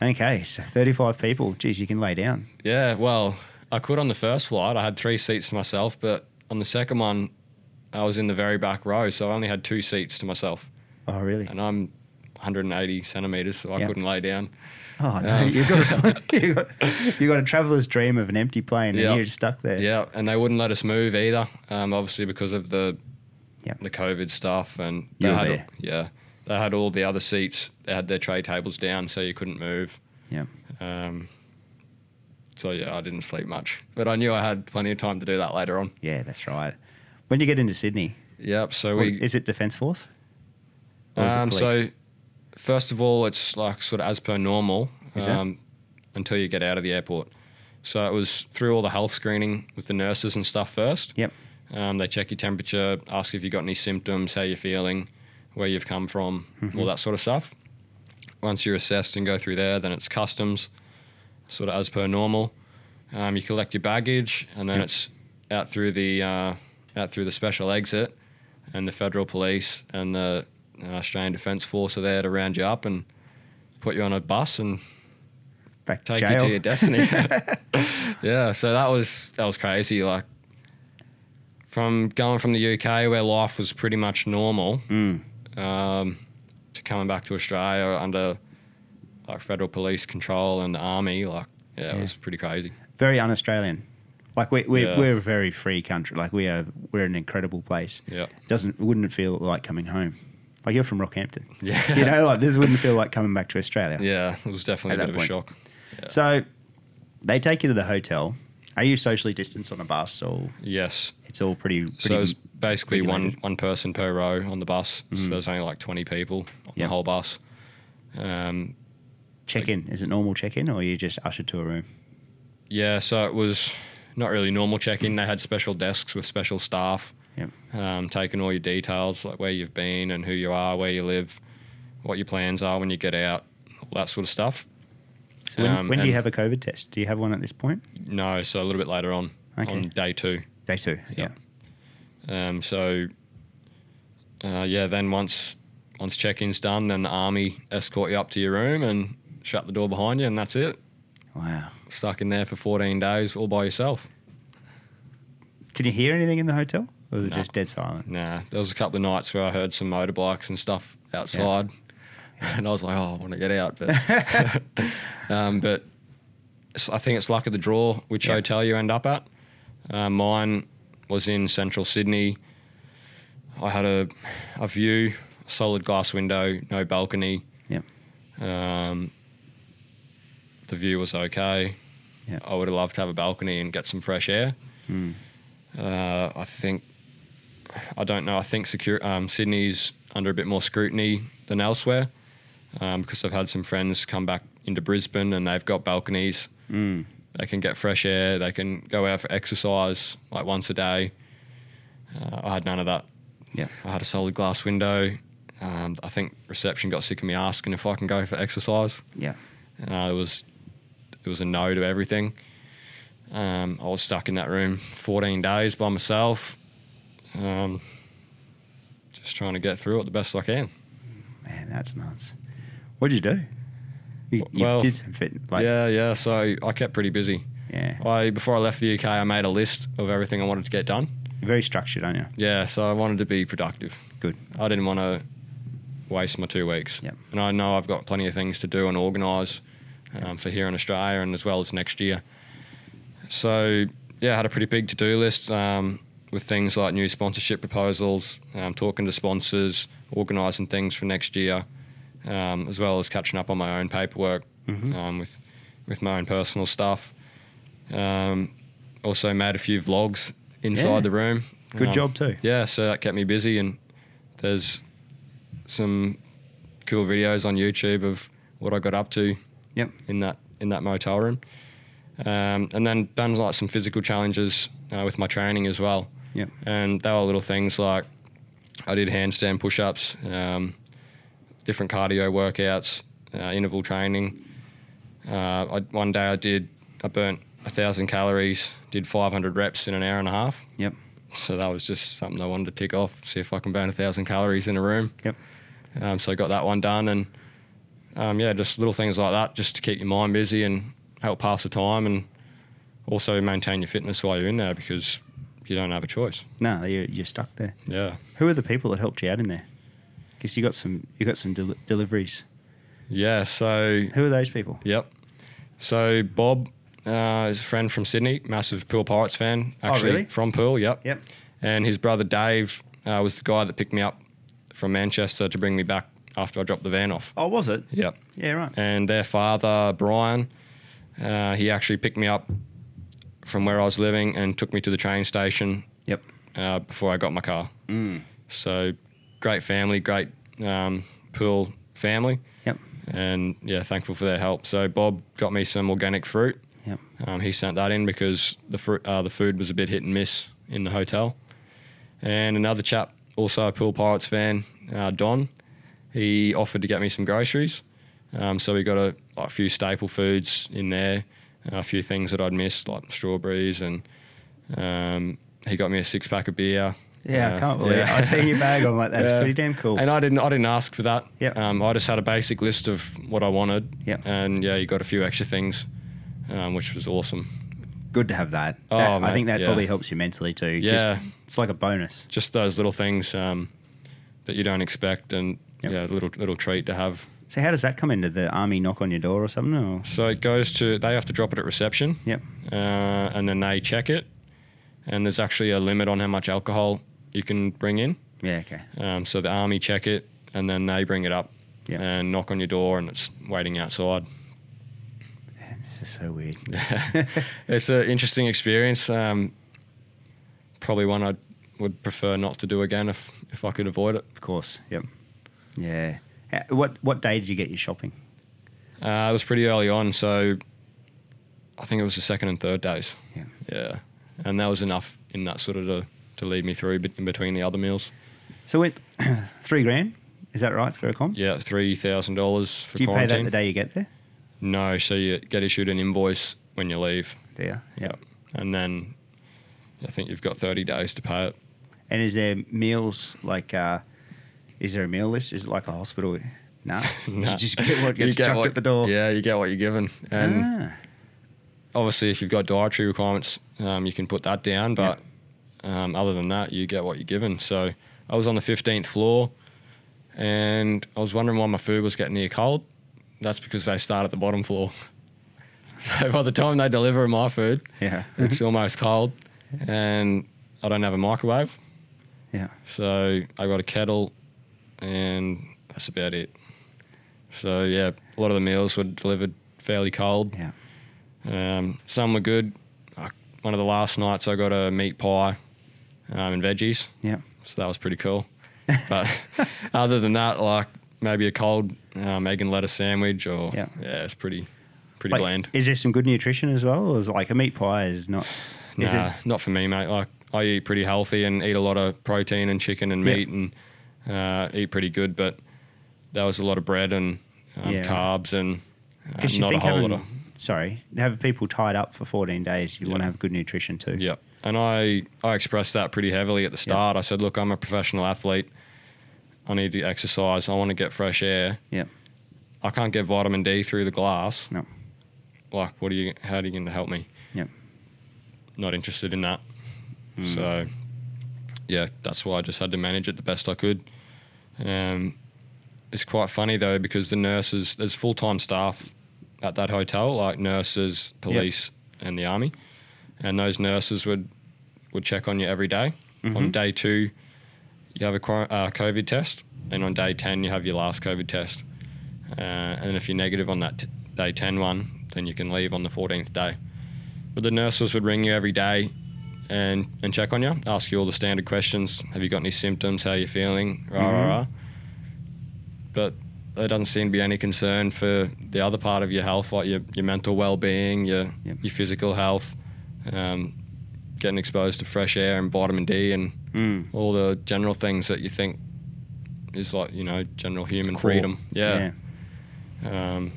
Okay, so 35 people. Geez, you can lay down.
Yeah, well, I could on the first flight. I had three seats to myself, but on the second one, I was in the very back row, so I only had two seats to myself.
Oh, really?
And I'm 180 centimeters, so I
Yeah.
couldn't lay down.
Oh, no.
Um,
you've, got a, you've, got, you've got a traveler's dream of an empty plane
Yeah.
and you're stuck there.
Yeah, and they wouldn't let us move either, um, obviously because of the
Yeah.
the COVID stuff. And
You
they
were
had
there.
yeah, they had all the other seats. They had their tray tables down, so you couldn't move.
Yeah.
Um, so yeah, I didn't sleep much, but I knew I had plenty of time to do that later on.
Yeah, that's right. When you get into Sydney,
Yep. So
well,
we
is it Defence Force? Or is it
Um, so,
police?
first of all, it's like sort of as per normal
Is it?
um, until you get out of the airport. So it was through all the health screening with the nurses and stuff first.
Yep.
Um, they check your temperature, ask if you've got any symptoms, how you're feeling, where you've come from,
Mm-hmm.
all that sort of stuff. Once you're assessed and go through there, then it's customs, sort of as per normal. Um, you collect your baggage, and then
Yep.
it's out through the uh, out through the special exit, and the federal police and the uh, Australian Defence Force are there to round you up and put you on a bus and
Back to
take
jail.
you to your destiny. yeah, so that was that was crazy. Like from going from the UK where life was pretty much normal
Mm.
um, to coming back to Australia under like federal police control and the army, like yeah, it
Yeah.
was pretty crazy.
Very un Australian. Like, we, we,
Yeah.
we're a very free country. Like, we are, we're an incredible place.
Yeah,
Doesn't, wouldn't it feel like coming home? Like, you're from Rockhampton.
yeah,
You know, like, this wouldn't feel like coming back to Australia.
yeah. It was definitely
At
a bit
that
of a shock.
So they take you to the hotel. Are you socially distanced on a bus or
Yes,
it's all pretty, pretty
so it was basically one,
regulated.
one person per row on the bus. So there's only like 20 people on
Yeah.
the whole bus. Um,
check in? Is it normal check in or are you just ushered to a room?
Yeah, so it was not really normal check in. They had special desks with special staff,
Yep.
um, taking all your details, like where you've been and who you are, where you live, what your plans are when you get out, all that sort of stuff.
So when,
Um,
when do you
and-
have a COVID test? Do you have one at this point?
No, so a little bit later on,
Okay.
on day two.
Day two. Yeah.
Um, so, uh, yeah, then once once check-in's done, then the army escort you up to your room and shut the door behind you, and that's it.
Wow.
Stuck in there for 14 days all by yourself.
Can you hear anything in the hotel? Or was it
No.
just dead silent?
Nah, there was a couple of nights where I heard some motorbikes and stuff outside, and I was like, oh, I want to get out, but um, but it's, I think it's luck of the draw which
Yeah.
hotel you end up at. Uh, mine was in central Sydney. I had a a view, solid glass window, no balcony.
Yep.
Um, the view was okay.
Yep.
I would have loved to have a balcony and get some fresh air.
Mm.
Uh, I think I don't know. I think secure um, Sydney's under a bit more scrutiny than elsewhere um, because I've had some friends come back into Brisbane and they've got balconies.
Mm.
They can get fresh air. They can go out for exercise like once a day. Uh, I had none of that.
Yep.
I had a solid glass window. Um, I think reception got sick of me asking if I can go for exercise.
Yeah.
Uh, it was it was a no to everything. Um, I was stuck in that room 14 days by myself, um, just trying to get through it the best I can.
Man, that's nuts. What did you do? You, you
Well,
did some fit. Like, yeah.
yeah, yeah. So I kept pretty busy.
yeah.
I before I left the UK, I made a list of everything I wanted to get done.
You're very structured, aren't you?
Yeah, so I wanted to be productive.
Good.
I didn't want to waste my two weeks.
Yep.
And I know I've got plenty of things to do and organise um, for here in Australia and as well as next year. So, yeah, I had a pretty big to do list um, with things like new sponsorship proposals, um, talking to sponsors, organising things for next year, um, as well as catching up on my own paperwork
Mhm.
um, with, with my own personal stuff. Um, also, made a few vlogs inside
Yeah.
the room.
Good
Um,
job too.
yeah, so that kept me busy, and there's some cool videos on YouTube of what I got up to
Yep.
in that in that motel room, um, and then done like some physical challenges uh, with my training as well.
Yep.
And they were little things like I did handstand push-ups, um, different cardio workouts, uh, interval training. Uh, I, one day I did I burnt a thousand calories, did 500 reps in an hour and a half.
Yep.
So that was just something I wanted to tick off, see if I can burn a thousand calories in a room.
Yep.
Um, so I got that one done, and um, yeah, just little things like that, just to keep your mind busy and help pass the time, and also maintain your fitness while you're in there because you don't have a choice.
No, you're, you're stuck there.
Yeah,
Who are the people that helped you out in there? Because you got some, you got some del- deliveries.
yeah. So
Who are those people?
yep. So Bob uh, is a friend from Sydney, massive Pool Pirates fan. Actually,
Oh, really?
from Pool. Yep.
Yep.
And his brother Dave uh, was the guy that picked me up from Manchester to bring me back after I dropped the van off.
Oh, was it?
Yep.
Yeah, right.
and their father Brian, uh, he actually picked me up from where I was living and took me to the train station
Yep.
uh, before I got my car.
Mm.
So great family, great um, pool family,
Yep.
and yeah, thankful for their help. So Bob got me some organic fruit.
Yep.
Um, he sent that in because the fruit, uh, the food was a bit hit and miss in the hotel. And another chap, also a Pool Pirates fan, uh, Don, he offered to get me some groceries. Um, so we got a, like, few staple foods in there, a few things that I'd missed, like strawberries, and um, he got me a six pack of beer.
Yeah,
Uh,
I can't believe
yeah.
it. I see your bag. I'm like, that's
Yeah.
pretty damn cool.
And I didn't, I didn't ask for that.
Yep.
Um, I just had a basic list of what I wanted.
Yep.
And yeah, you got a few extra things, um, which was awesome.
Good to have that.
Oh,
That- I
mate,
think that
yeah.
probably helps you mentally too.
Yeah.
Just, it's like a bonus.
Just those little things um, that you don't expect, and
Yep.
yeah, little little treat to have.
So how does that come into the army knock on your door or something? Or?
So it goes to they have to drop it at reception.
Yep.
uh, and then they check it. And there's actually a limit on how much alcohol you can bring in.
Yeah. Okay.
Um, so the army check it, and then they bring it up
Yeah.
and knock on your door, and it's waiting outside.
This is so weird.
it's an interesting experience. Um, probably one I would prefer not to do again if if I could avoid it.
Of course. Yep. Yeah. Uh, What What day did you get your shopping?
Uh, it was pretty early on, so I think it was the second and third days.
Yeah.
Yeah, and that was enough in that sort of to to lead me through bet- in between the other meals.
So it three grand. Is that right for a comp?
Yeah, three thousand dollars for
Do you pay
quarantine.
that the day you get there?
No, so you get issued an invoice when you leave.
Do you? Yeah.
And then I think you've got 30 days to pay it.
And is there meals like? Uh, is there a meal list? Is it like a hospital? No.
Nah.
You just get what
You
gets
get
chucked
what-
at the door.
Yeah, you get what you're given. And
Ah.
obviously, if you've got dietary requirements, um, you can put that down. But um, other than that, you get what you're given. So I was on the 15th floor and I was wondering why my food was getting near cold. That's because they start at the bottom floor. So by the time they deliver my food,
yeah.
it's almost cold. And I don't have a microwave.
Yeah.
So I got a kettle, and that's about it. So yeah, a lot of the meals were delivered fairly cold.
Yeah.
Um, some were good. I, one of the last nights I got a meat pie um, and veggies,
Yeah.
so that was pretty cool. But other than that, like maybe a cold um, egg and lettuce sandwich, or
Yeah.
yeah, it's pretty pretty
Like,
bland.
Is there some good nutrition as well, or is it like a meat pie is not? Is
Nah,
it,
not for me, mate. Like I eat pretty healthy and eat a lot of protein and chicken and
Yeah.
meat and uh, eat pretty good, but that was a lot of bread and um,
Yeah.
carbs and uh,
Because you
not a
think
whole
having,
lot of
sorry, have people tied up for 14 days, you want to
Yeah.
have good nutrition too.
yeah. And I I expressed that pretty heavily at the start. I said, look, I'm a professional athlete. I need to exercise. I want to get fresh air.
Yeah.
I can't get vitamin D through the glass.
No.
Like, what are you? How are you going to help me?
Yeah.
Not interested in that.
Mm.
So, yeah, that's why I just had to manage it the best I could. Um, it's quite funny though because the nurses, there's full time staff at that hotel, like nurses, police, and the army, and those nurses would would check on you every day.
Mm-hmm.
On day two, you have a quar- uh, COVID test, and on day ten, you have your last COVID test. Uh, and if you're negative on that t- day 10 one, then you can leave on the 14th day. But the nurses would ring you every day and and check on you, ask you all the standard questions. Have you got any symptoms? How are you feeling? Rah rah
Mhm.
rah. But there doesn't seem to be any concern for the other part of your health, like your, your mental well being, your
Yep.
your physical health, um, getting exposed to fresh air and vitamin D and
Mm.
all the general things that you think is like you know general human
Core.
freedom. yeah. Um,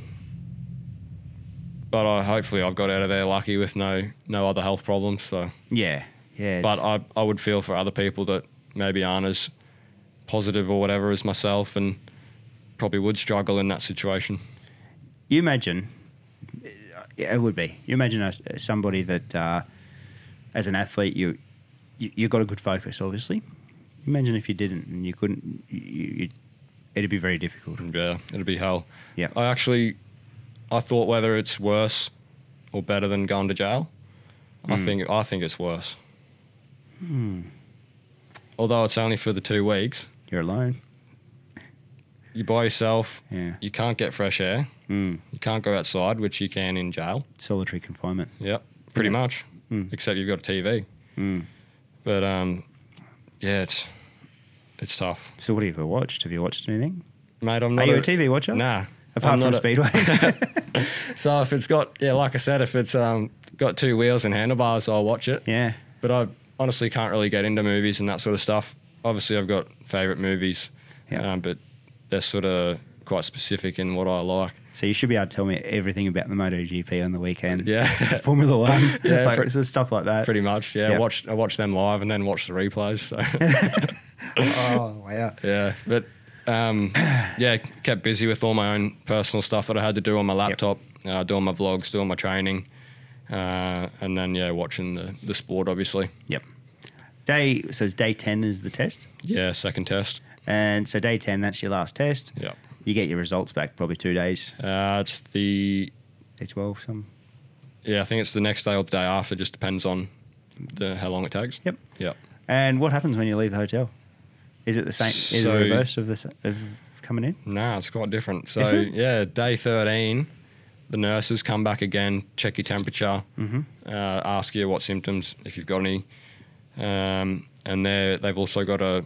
but I, hopefully, I've got out of there lucky with no no other health problems. So,
Yeah. Yeah.
but
it's-
I I would feel for other people that maybe aren't as positive or whatever as myself, and probably would struggle in that situation.
you imagine, yeah, it would be. You imagine a, somebody that, uh, as an athlete, you, you you got a good focus, obviously. Imagine if you didn't and you couldn't, you, you, it'd be very difficult.
Yeah, it'd be hell.
Yeah.
I actually, I thought whether it's worse or better than going to jail. I think I think it's worse. Although it's only for the two weeks,
You're alone.
you're by yourself.
Yeah.
You can't get fresh air.
Mm.
You can't go outside, which you can in jail.
Solitary confinement.
Yep, pretty
Yeah.
much.
Mm.
Except you've got a TV.
Mm.
But um, yeah, it's it's tough,
So, what have you watched? Have you watched anything?
mate. I'm
Are
not
you a TV watcher?
Nah.
Apart from
I'm not a-
Speedway.
So if it's got yeah, like I said, if it's um got two wheels and handlebars, I'll watch it.
yeah.
But I honestly can't really get into movies and that sort of stuff. Obviously, I've got favorite movies,
Yeah.
um, but they're sort of quite specific in what I like.
So you should be able to tell me everything about the MotoGP on the weekend.
Yeah.
Formula One.
Yeah,
like,
pre-
so stuff like that.
Pretty much, yeah.
Uh, Yeah.
Watch I watch them live and then watch the replays. So.
Oh wow.
Yeah, but um, yeah, kept busy with all my own personal stuff that I had to do on my laptop, uh, doing my vlogs, doing my training, uh, and then yeah, watching the, the sport obviously.
Yep. Day so it's day ten is the test,
Yeah, second test.
and so day ten that's your last test.
Yeah,
You get your results back probably two days,
uh, it's the
day twelve some.
yeah, I think it's the next day or the day after. Just depends on the how long it takes.
Yep.
Yeah.
And what happens when you leave the hotel? Is it the same? Is it
So-
the reverse of this of coming in?
Nah, it's quite different. So
Is it?
yeah, day thirteen, the nurses come back again, check your temperature,
Mm-hmm.
uh, ask you what symptoms if you've got any, um, and they they've also got a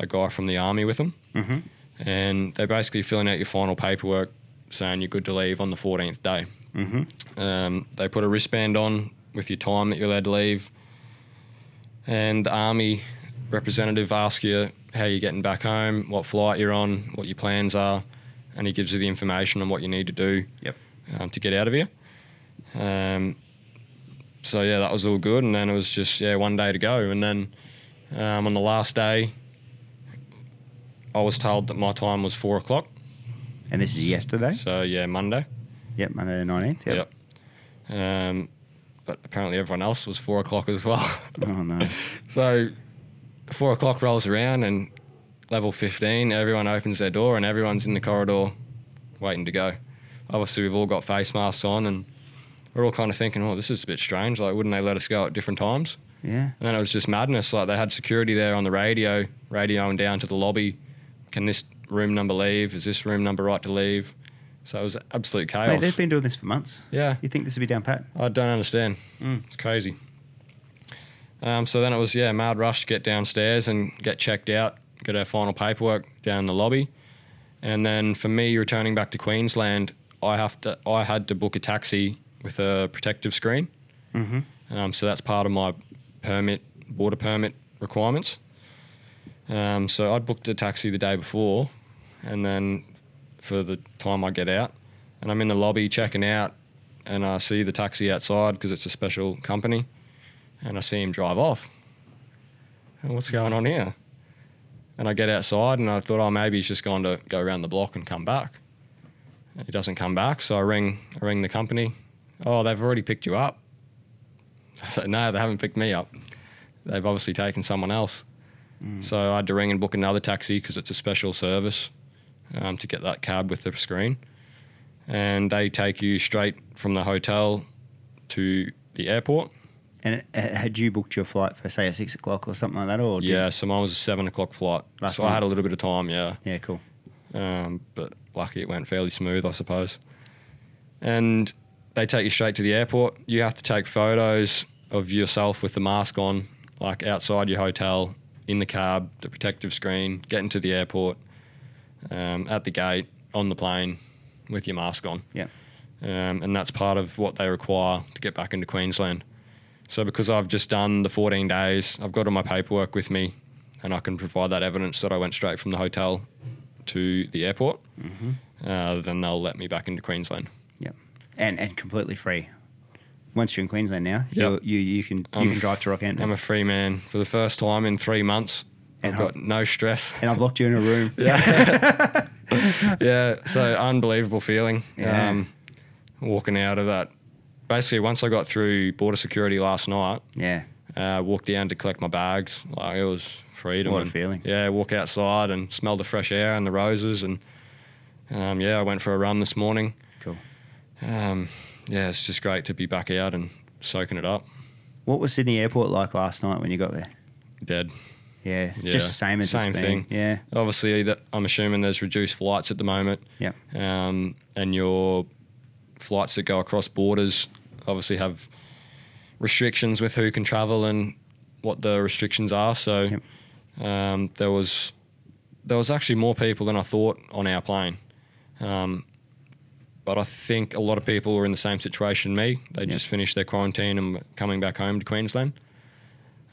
a guy from the army with them,
Mhm.
and they're basically filling out your final paperwork, saying you're good to leave on the fourteenth day.
Mm-hmm.
Um, they put a wristband on with your time that you're allowed to leave, and the army representative asks you how you're getting back home, what flight you're on, what your plans are, and he gives you the information on what you need to do
Yep.
um, to get out of here. Um, so yeah, that was all good, and then it was just yeah one day to go, and then um, on the last day, I was told that my time was four o'clock.
And this is yesterday.
So yeah, Monday.
Yep, Monday the nineteenth.
Yep. Um, but apparently everyone else was four o'clock as well.
Oh no.
so four o'clock rolls around and level 15, everyone opens their door and everyone's in the corridor waiting to go. Obviously, we've all got face masks on and we're all kind of thinking, oh, this is a bit strange. Like, wouldn't they let us go at different times?
Yeah.
And then it was just madness. Like, they had security there on the radio, radioing down to the lobby. Can this room number leave? Is this room number right to leave? So it was absolute chaos.
Mate, they've been doing this for months.
yeah.
You think this would be down pat?
I don't understand.
Mm.
It's crazy. Um, so then it was yeah, mad rush to get downstairs and get checked out, get our final paperwork down in the lobby, and then for me returning back to Queensland, I have to I had to book a taxi with a protective screen.
Mm-hmm.
Um, so that's part of my permit, border permit requirements. Um, so I'd booked a taxi the day before, and then for the time I get out, and I'm in the lobby checking out, and I see the taxi outside because it's a special company, and I see him drive off. And what's going on here? And I get outside, and I thought, oh, maybe he's just going to go around the block and come back. He doesn't come back, so I ring, I ring the company. Oh, they've already picked you up. I said, no, they haven't picked me up. They've obviously taken someone else.
Mm.
So I had to ring and book another taxi because it's a special service um, to get that cab with the screen. And they take you straight from the hotel to the airport.
And uh, had you booked your flight for say at six o'clock or something like that, or did-
yeah, so mine was a seven o'clock flight.
Last
so
night.
I had a little bit of time, yeah.
Yeah, cool.
Um, but lucky it went fairly smooth, I suppose. And they take you straight to the airport. You have to take photos of yourself with the mask on, like outside your hotel, in the cab, the protective screen, getting to the airport, um, at the gate, on the plane, with your mask on.
Yeah.
Um, and that's part of what they require to get back into Queensland. So because I've just done the 14 days, I've got all my paperwork with me, and I can provide that evidence that I went straight from the hotel to the airport. Uh, then they'll let me back into Queensland.
And and completely free. Once you're in Queensland now,
Yep.
you you you can you
I'm
can
f-
drive to Rockhampton.
I'm a free man for the first time in three months.
And
I've got no stress.
and I've locked you in a room.
yeah, so unbelievable feeling.
Yeah.
Um, walking out of that. Basically, once I got through border security last night,
Yeah.
uh, walked down to collect my bags. Like it was freedom.
What a
and-
feeling.
Yeah, walk outside and smell the fresh air and the roses. And um, yeah, I went for a run this morning.
Cool.
Um, yeah, it's just great to be back out and soaking it up.
What was Sydney Airport like last night when you got there?
Dead.
Yeah,
Yeah,
just the same as
same
it's
thing.
Been. Yeah,
Obviously, that, I'm assuming there's reduced flights at the moment.
yeah,
um, and your flights that go across borders obviously have restrictions with who can travel and what the restrictions are. So um, there was there was actually more people than I thought on our plane, um, but I think a lot of people were in the same situation. Me, they
Yep.
just finished their quarantine and were coming back home to Queensland.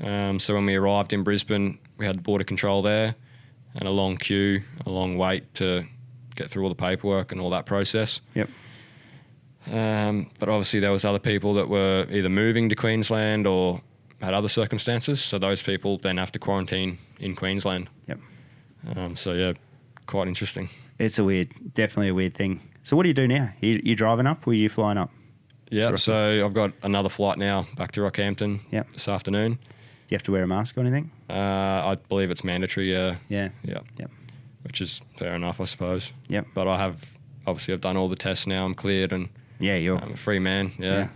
Um, so when we arrived in Brisbane, we had border control there, and a long queue, a long wait to get through all the paperwork and all that process.
Yep.
Um, but obviously there was other people that were either moving to Queensland or had other circumstances. So those people then have to quarantine in Queensland.
Yep.
Um, so yeah, quite interesting.
It's a weird, definitely a weird thing. So what do you do now? You you driving up or you flying up?
Yeah.
Terrific.
So I've got another flight now back to Rockhampton.
Yep.
This afternoon.
Do you have to wear a mask or anything?
Uh, I believe it's mandatory. Yeah.
Yeah,
Yeah.
Yep.
Which is fair enough, I suppose.
Yep.
But I have obviously I've done all the tests now. I'm cleared and
yeah, you're.
I'm a free man.
Yeah.
Yeah.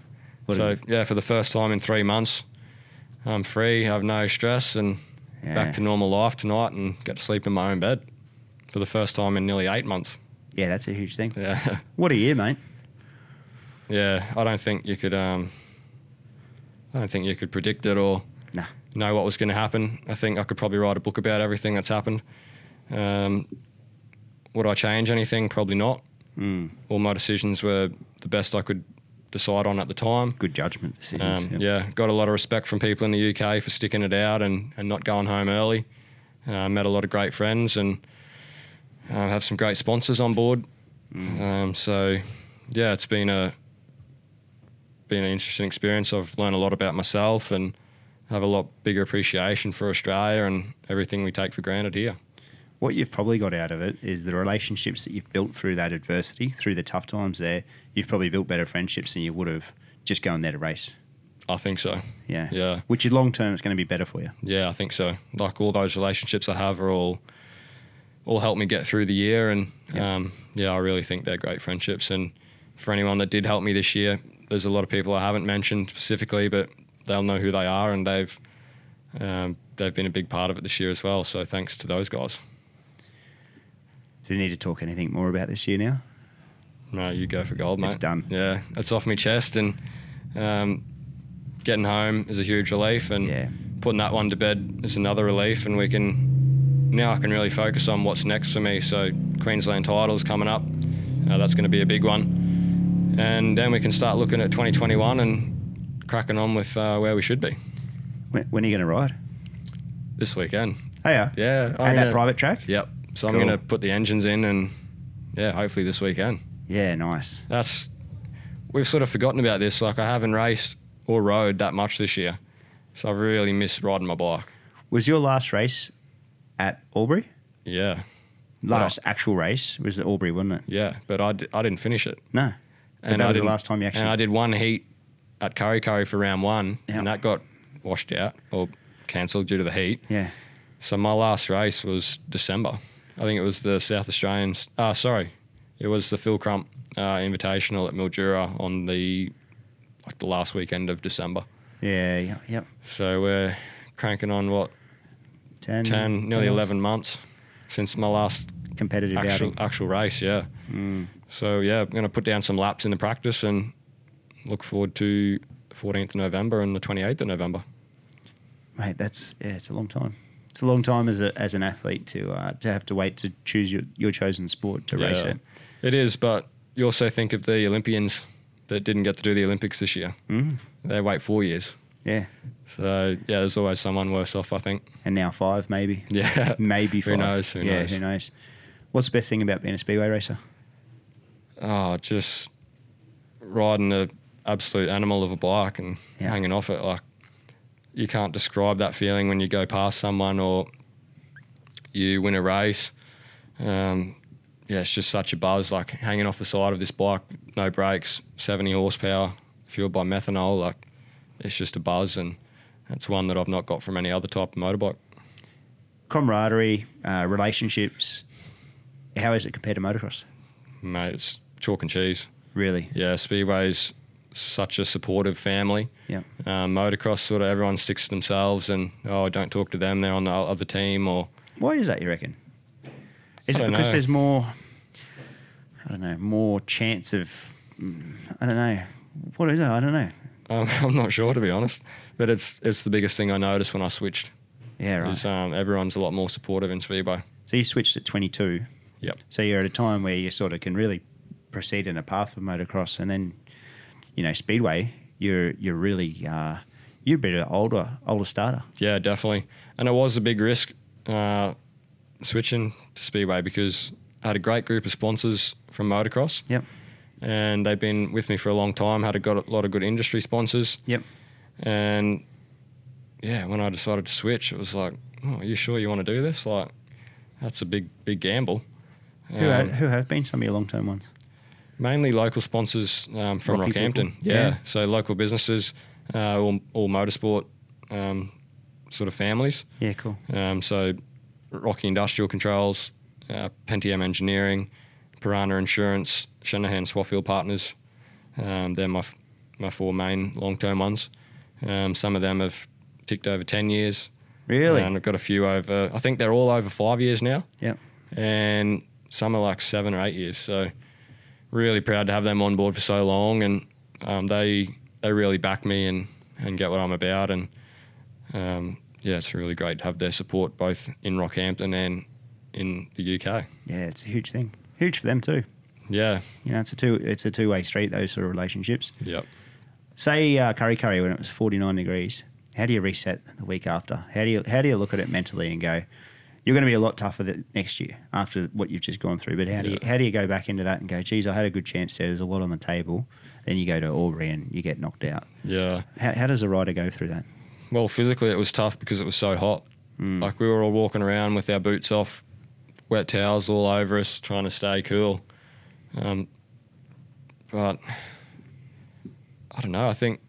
What
So
a-
yeah, for the first time in three months, I'm free. I have no stress and
yeah.
back to normal life tonight and get to sleep in my own bed for the first time in nearly eight months.
yeah, that's a huge thing.
Yeah.
What a year, mate.
yeah. I don't think you could. Um, I don't think you could predict it or
Nah.
know what was going to happen. I think I could probably write a book about everything that's happened. Um, would I change anything? Probably not.
Mm.
All my decisions were the best I could decide on at the time.
Good judgment decisions.
Um,
yeah.
Yeah, got a lot of respect from people in the UK for sticking it out and, and not going home early. Uh, met a lot of great friends and uh, have some great sponsors on board. Um, so, yeah, it's been a been an interesting experience. I've learned a lot about myself and have a lot bigger appreciation for Australia and everything we take for granted here.
What you've probably got out of it is the relationships that you've built through that adversity, through the tough times there. You've probably built better friendships than you would have just going there to race.
I think so.
Yeah.
Yeah.
Which is long term, it's going to be better for you.
Yeah, I think so. Like all those relationships I have are all all help me get through the year, and
Yeah.
um, yeah, I really think they're great friendships. And for anyone that did help me this year, there's a lot of people I haven't mentioned specifically, but they'll know who they are, and they've um, they've been a big part of it this year as well. So thanks to those guys.
Do you need to talk anything more about this year now?
No, you go for gold, mate.
It's done.
Yeah, it's off my chest, and um, getting home is a huge relief, and
Yeah.
putting that one to bed is another relief, and we can now I can really focus on what's next for me. So Queensland titles coming up, uh, that's going to be a big one, and then we can start looking at 2021 and cracking on with uh, where we should be
When, when are you going to ride?
this weekend.
Oh, yeah.
Yeah,
At
I'm
that
gonna-
private track?
Yep. So
Cool.
I'm going to put the engines in, and yeah, hopefully this weekend.
Yeah, nice.
That's we've sort of forgotten about this. Like I haven't raced or rode that much this year, so I've really missed riding my bike.
Was your last race at Albury?
Yeah,
Last actual race was at Albury, wasn't it?
yeah, but I, d- I didn't finish it.
No. But that
I
was the
didn't-
last time you actually.
And I did one heat at Curry Curry for round one,
Yeah.
and that got washed out or cancelled due to the heat.
Yeah.
So my last race was December. I think it was the South Australians. Ah, sorry, it was the Phil Crump uh, Invitational at Mildura on the like the last weekend of December.
Yeah. Yep. yep.
So we're cranking on what
10,
10, nearly
else?
11 months since my last
Competitive
actual,
outing.
actual race, yeah. Mm. So, yeah, I'm going to put down some laps in the practice and look forward to 14th of November and the 28th of November.
Mate, that's yeah, it's a long time. It's a long time as a, as an athlete to uh, to have to wait to choose your, your chosen sport to race
Yeah.
it.
It is, but you also think of the Olympians that didn't get to do the Olympics this year.
Mm.
They wait four years.
Yeah,
So, yeah, there's always someone worse off, I think.
and now five maybe.
Yeah.
maybe five.
Who knows? Who
yeah,
knows?
who knows? What's the best thing about being a speedway racer?
Oh, just riding a absolute animal of a bike and
Yeah.
hanging off it. Like you can't describe that feeling when you go past someone or you win a race. Um, yeah, it's just such a buzz. Like hanging off the side of this bike, no brakes, seventy horsepower, fueled by methanol. Like it's just a buzz, and it's one that I've not got from any other type of motorbike.
Camaraderie, uh, relationships. How is it compared to motocross?
Mate, it's chalk and cheese.
Really?
Yeah, Speedway's such a supportive family.
Yeah.
um, motocross sort of everyone sticks to themselves and oh don't talk to them they're on the o- other team or
Why is that? You reckon? Is
I
it
don't
because
know.
there's more? I don't know. More chance of. mm, I don't know. What is it? I don't know.
um, I'm not sure to be honest but it's it's the biggest thing I noticed when I switched
Yeah, right.
is um, everyone's a lot more supportive in Speedway
So you switched at 22.
Yep.
So you're at a time where you sort of can really proceed in a path of motocross, and then, you know, speedway. You're you're really uh, you're a bit of an older older starter.
yeah definitely and it was a big risk uh, switching to Speedway because I had a great group of sponsors from motocross
Yep.
and they've been with me for a long time had a, got a lot of good industry sponsors
Yep.
And yeah, when I decided to switch, it was like, oh, are you sure you want to do this? Like, that's a big, big gamble.
who are,
Um,
who have been some of your long term ones?
mainly local sponsors um, from
Rocky
Rockhampton.
people?
Yeah.
Yeah.
So local businesses, uh, all, all motorsport um, sort of families.
Yeah, cool.
Um, so Rocky Industrial Controls, uh, Pentium Engineering, Piranha Insurance, Shanahan Swaffield Partners. Um, they're my, f- my four main long-term ones. Um, some of them have ticked over 10 years.
Really?
And I've got a few over, I think they're all over five years now.
Yep.
And some are like seven or eight years. So really proud to have them on board for so long. And um, they they really back me and, and get what I'm about. And um, yeah, it's really great to have their support both in Rockhampton and in the UK.
Yeah, it's a huge thing. Huge for them too.
Yeah.
You know, it's a two it's a two way street. Those sort of relationships.
Yep.
Say uh, curry curry when it was forty nine degrees. How do you reset the week after? How do you how do you look at it mentally and go? You're going to be a lot tougher th- next year after what you've just gone through. But how do you
Yeah.
how do you go back into that and go? Geez, I had a good chance there. There's a lot on the table. Then you go to Aubrey and you get knocked out.
Yeah.
How, how does a rider go through that?
Well, physically it was tough because it was so hot. Like we were all walking around with our boots off, wet towels all over us, trying to stay cool. Um, but I don't know. I think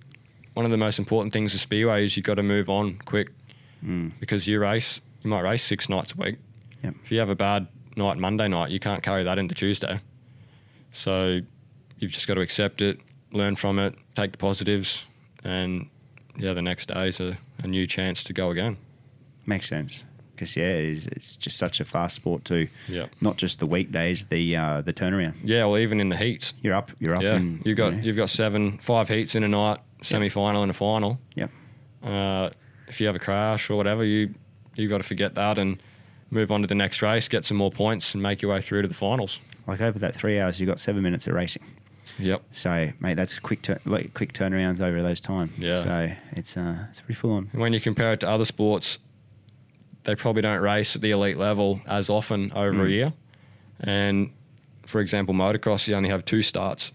one of the most important things with speedway is you got to move on quick because you race. You might race six nights a week.
Yep.
If you have a bad night Monday night, you can't carry that into Tuesday. So you've just got to accept it, learn from it, take the positives, and yeah, the next day is a, a new chance to go again.
Makes sense. Because yeah, it is, it's just such a fast sport too.
Yeah.
Not just the weekdays, the uh, the turnaround.
Yeah, well, even in the heats.
You're up. You're up.
Yeah,
and-
you've got
yeah.
you've got seven, five heats in a night, semi final and a final.
Yep.
Uh, if you have a crash or whatever, you you got to forget that and move on to the next race, get some more points, and make your way through to the finals.
Like over that three hours, you've got seven minutes of racing.
Yep.
So, mate, that's quick tur- like quick turnarounds over those time.
Yeah.
So it's uh, it's pretty full on.
And when you compare it to other sports, they probably don't race at the elite level as often over
Hmm.
a year. And for example, motocross, you only have two starts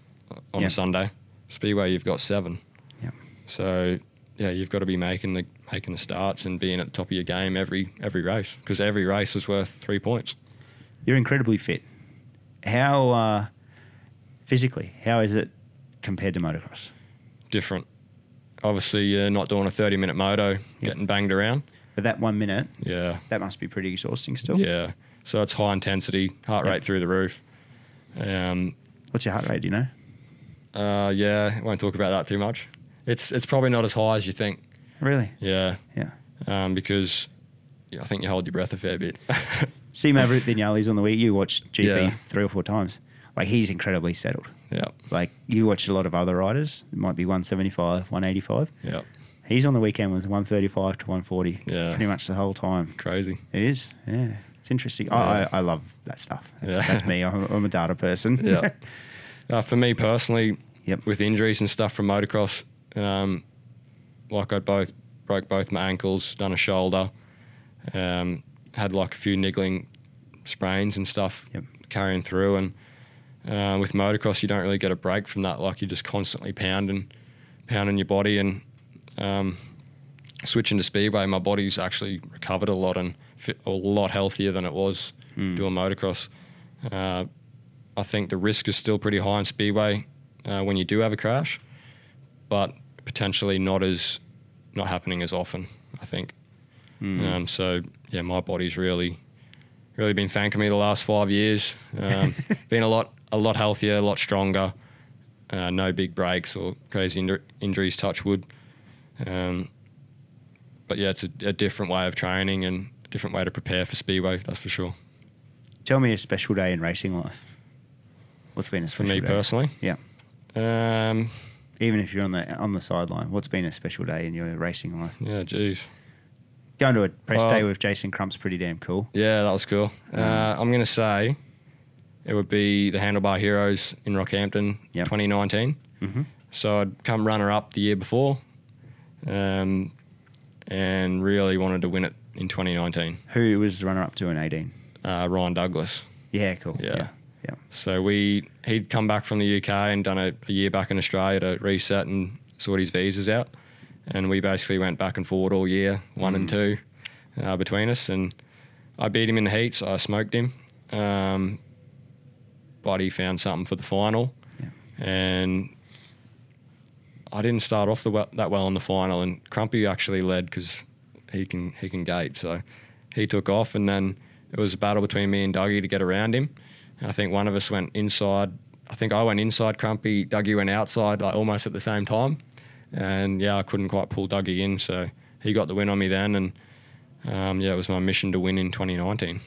on
Yeah.
a Sunday. Speedway, you've got seven.
Yeah.
So yeah, you've got to be making the making the starts and being at the top of your game every every race because every race is worth three points.
You're incredibly fit. How uh, physically? How is it compared to motocross?
Different. Obviously, you're not doing a 30 minute moto, getting banged around.
But that one minute,
Yeah.
that must be pretty exhausting still.
Yeah. So it's high intensity, heart
Yeah.
rate through the roof. Um,
What's your heart rate? Do you know?
Uh, yeah, won't talk about that too much. It's it's probably not as high as you think.
Really?
Yeah,
Yeah.
um, because yeah, I think you hold your breath a fair bit.
See Maverick Vinales on the week. You watched GP
Yeah.
three or four times. Like he's incredibly settled.
yeah,
Like you watch a lot of other riders. It might be 175, 185.
yeah,
He's on the weekend was 135 to 140.
Yeah.
Pretty much the whole time.
crazy.
It is. Yeah. It's interesting.
Yeah.
I, I, I love that stuff. That's,
Yeah.
that's me. I'm, I'm a data person.
Yeah. Uh, for me personally,
Yep.
with injuries and stuff from motocross, um, like I both broke both my ankles, done a shoulder, um, had like a few niggling sprains and stuff
Yep.
carrying through. And uh, with motocross, you don't really get a break from that. Like you're just constantly pounding, pounding your body. And um, switching to speedway, my body's actually recovered a lot and fit a lot healthier than it was
Hmm.
doing motocross. Uh, I think the risk is still pretty high in speedway uh, when you do have a crash, but potentially not as not happening as often. I think. Um, so yeah, my body's really, really been thanking me the last five years. Um, been a lot, a lot healthier, a lot stronger. Uh, no big breaks or crazy inju- injuries. Touch wood. Um, but yeah, it's a, a different way of training and a different way to prepare for speedway. That's for sure.
Tell me a special day in racing life. What's been a
For
special
me
day?
personally,
Yeah.
um,
Even if you're on the on the sideline, what's been a special day in your racing life?
yeah, geez.
Going to a press
Well-
day with Jason Crump's pretty damn cool.
Yeah, that was cool. Uh, I'm going to say it would be the Handlebar Heroes in Rockhampton
Yep.
2019.
Mhm.
So I'd come runner up the year before um, and really wanted to win it in 2019.
Who was the runner up to in 18?
Uh, Ryan Douglas.
Yeah, cool.
Yeah.
Yeah. yeah.
So we he'd come back from the UK and done a, a year back in Australia to reset and sort his visas out, and we basically went back and forward all year, one and two, uh, between us. And I beat him in the heats. I smoked him, um, but he found something for the final,
Yeah.
and I didn't start off the well, that well in the final. And Crumpy actually led because he can he can gate, so he took off, and then it was a battle between me and Dougie to get around him. And I think one of us went inside. I think I went inside Crumpy, Dougie went outside, like almost at the same time. And yeah, I couldn't quite pull Dougie in, so he got the win on me then. And um, yeah, it was my mission to win in 2019.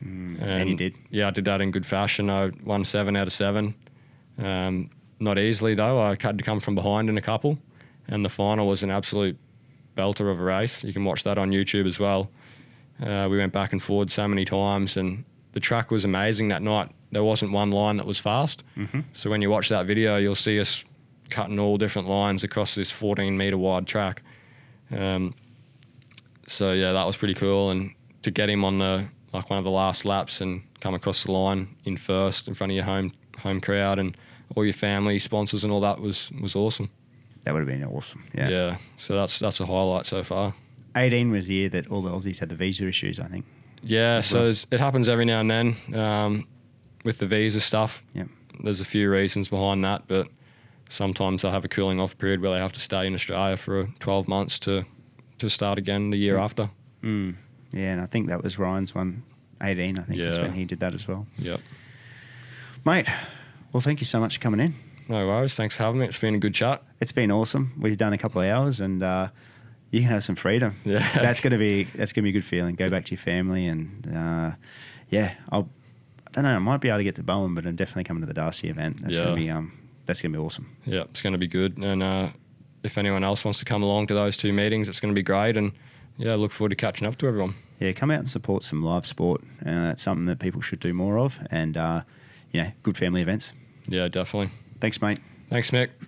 and you did.
Yeah, I did that in good fashion. I won seven out of seven. Um, not easily though. I had to come from behind in a couple, and the final was an absolute belter of a race. You can watch that on YouTube as well. Uh, we went back and forward so many times, and the track was amazing that night. there wasn't one line that was fast.
Mm-hmm.
So when you watch that video, you'll see us cutting all different lines across this 14 meter wide track. Um, so yeah, that was pretty cool. And to get him on the like one of the last laps and come across the line in first in front of your home home crowd and all your family sponsors and all that was was awesome.
That would have been awesome. Yeah.
Yeah. So that's that's a highlight so far.
18 was the year that all the Aussies had the visa issues, I think.
Yeah. So it's- it happens every now and then um, with the visa stuff.
Yeah.
There's a few reasons behind that, but sometimes they have a cooling off period where they have to stay in Australia for 12 months to to start again the year after.
Mm. Yeah, and I think that was Ryan's one. 18, I think, is
Yeah.
when he did that as well.
Yep.
Mate, well, thank you so much for coming in.
No worries. Thanks for having me. It's been a good chat.
It's been awesome. We've done a couple of hours and uh, you can have some freedom.
Yeah.
That's gonna be that's gonna be a good feeling. Go back to your family and uh, yeah, I'll I don't know, I might be able to get to Bowen, but I'm definitely coming to the Darcy event. That's
Yeah.
gonna be um that's gonna be awesome.
Yeah, it's going to be good. And uh, if anyone else wants to come along to those two meetings, it's going to be great. And yeah, look forward to catching up to everyone.
Yeah, come out and support some live sport. Uh, it's something that people should do more of and uh, you know, good family events.
Yeah, definitely.
Thanks, mate.
Thanks, Mick.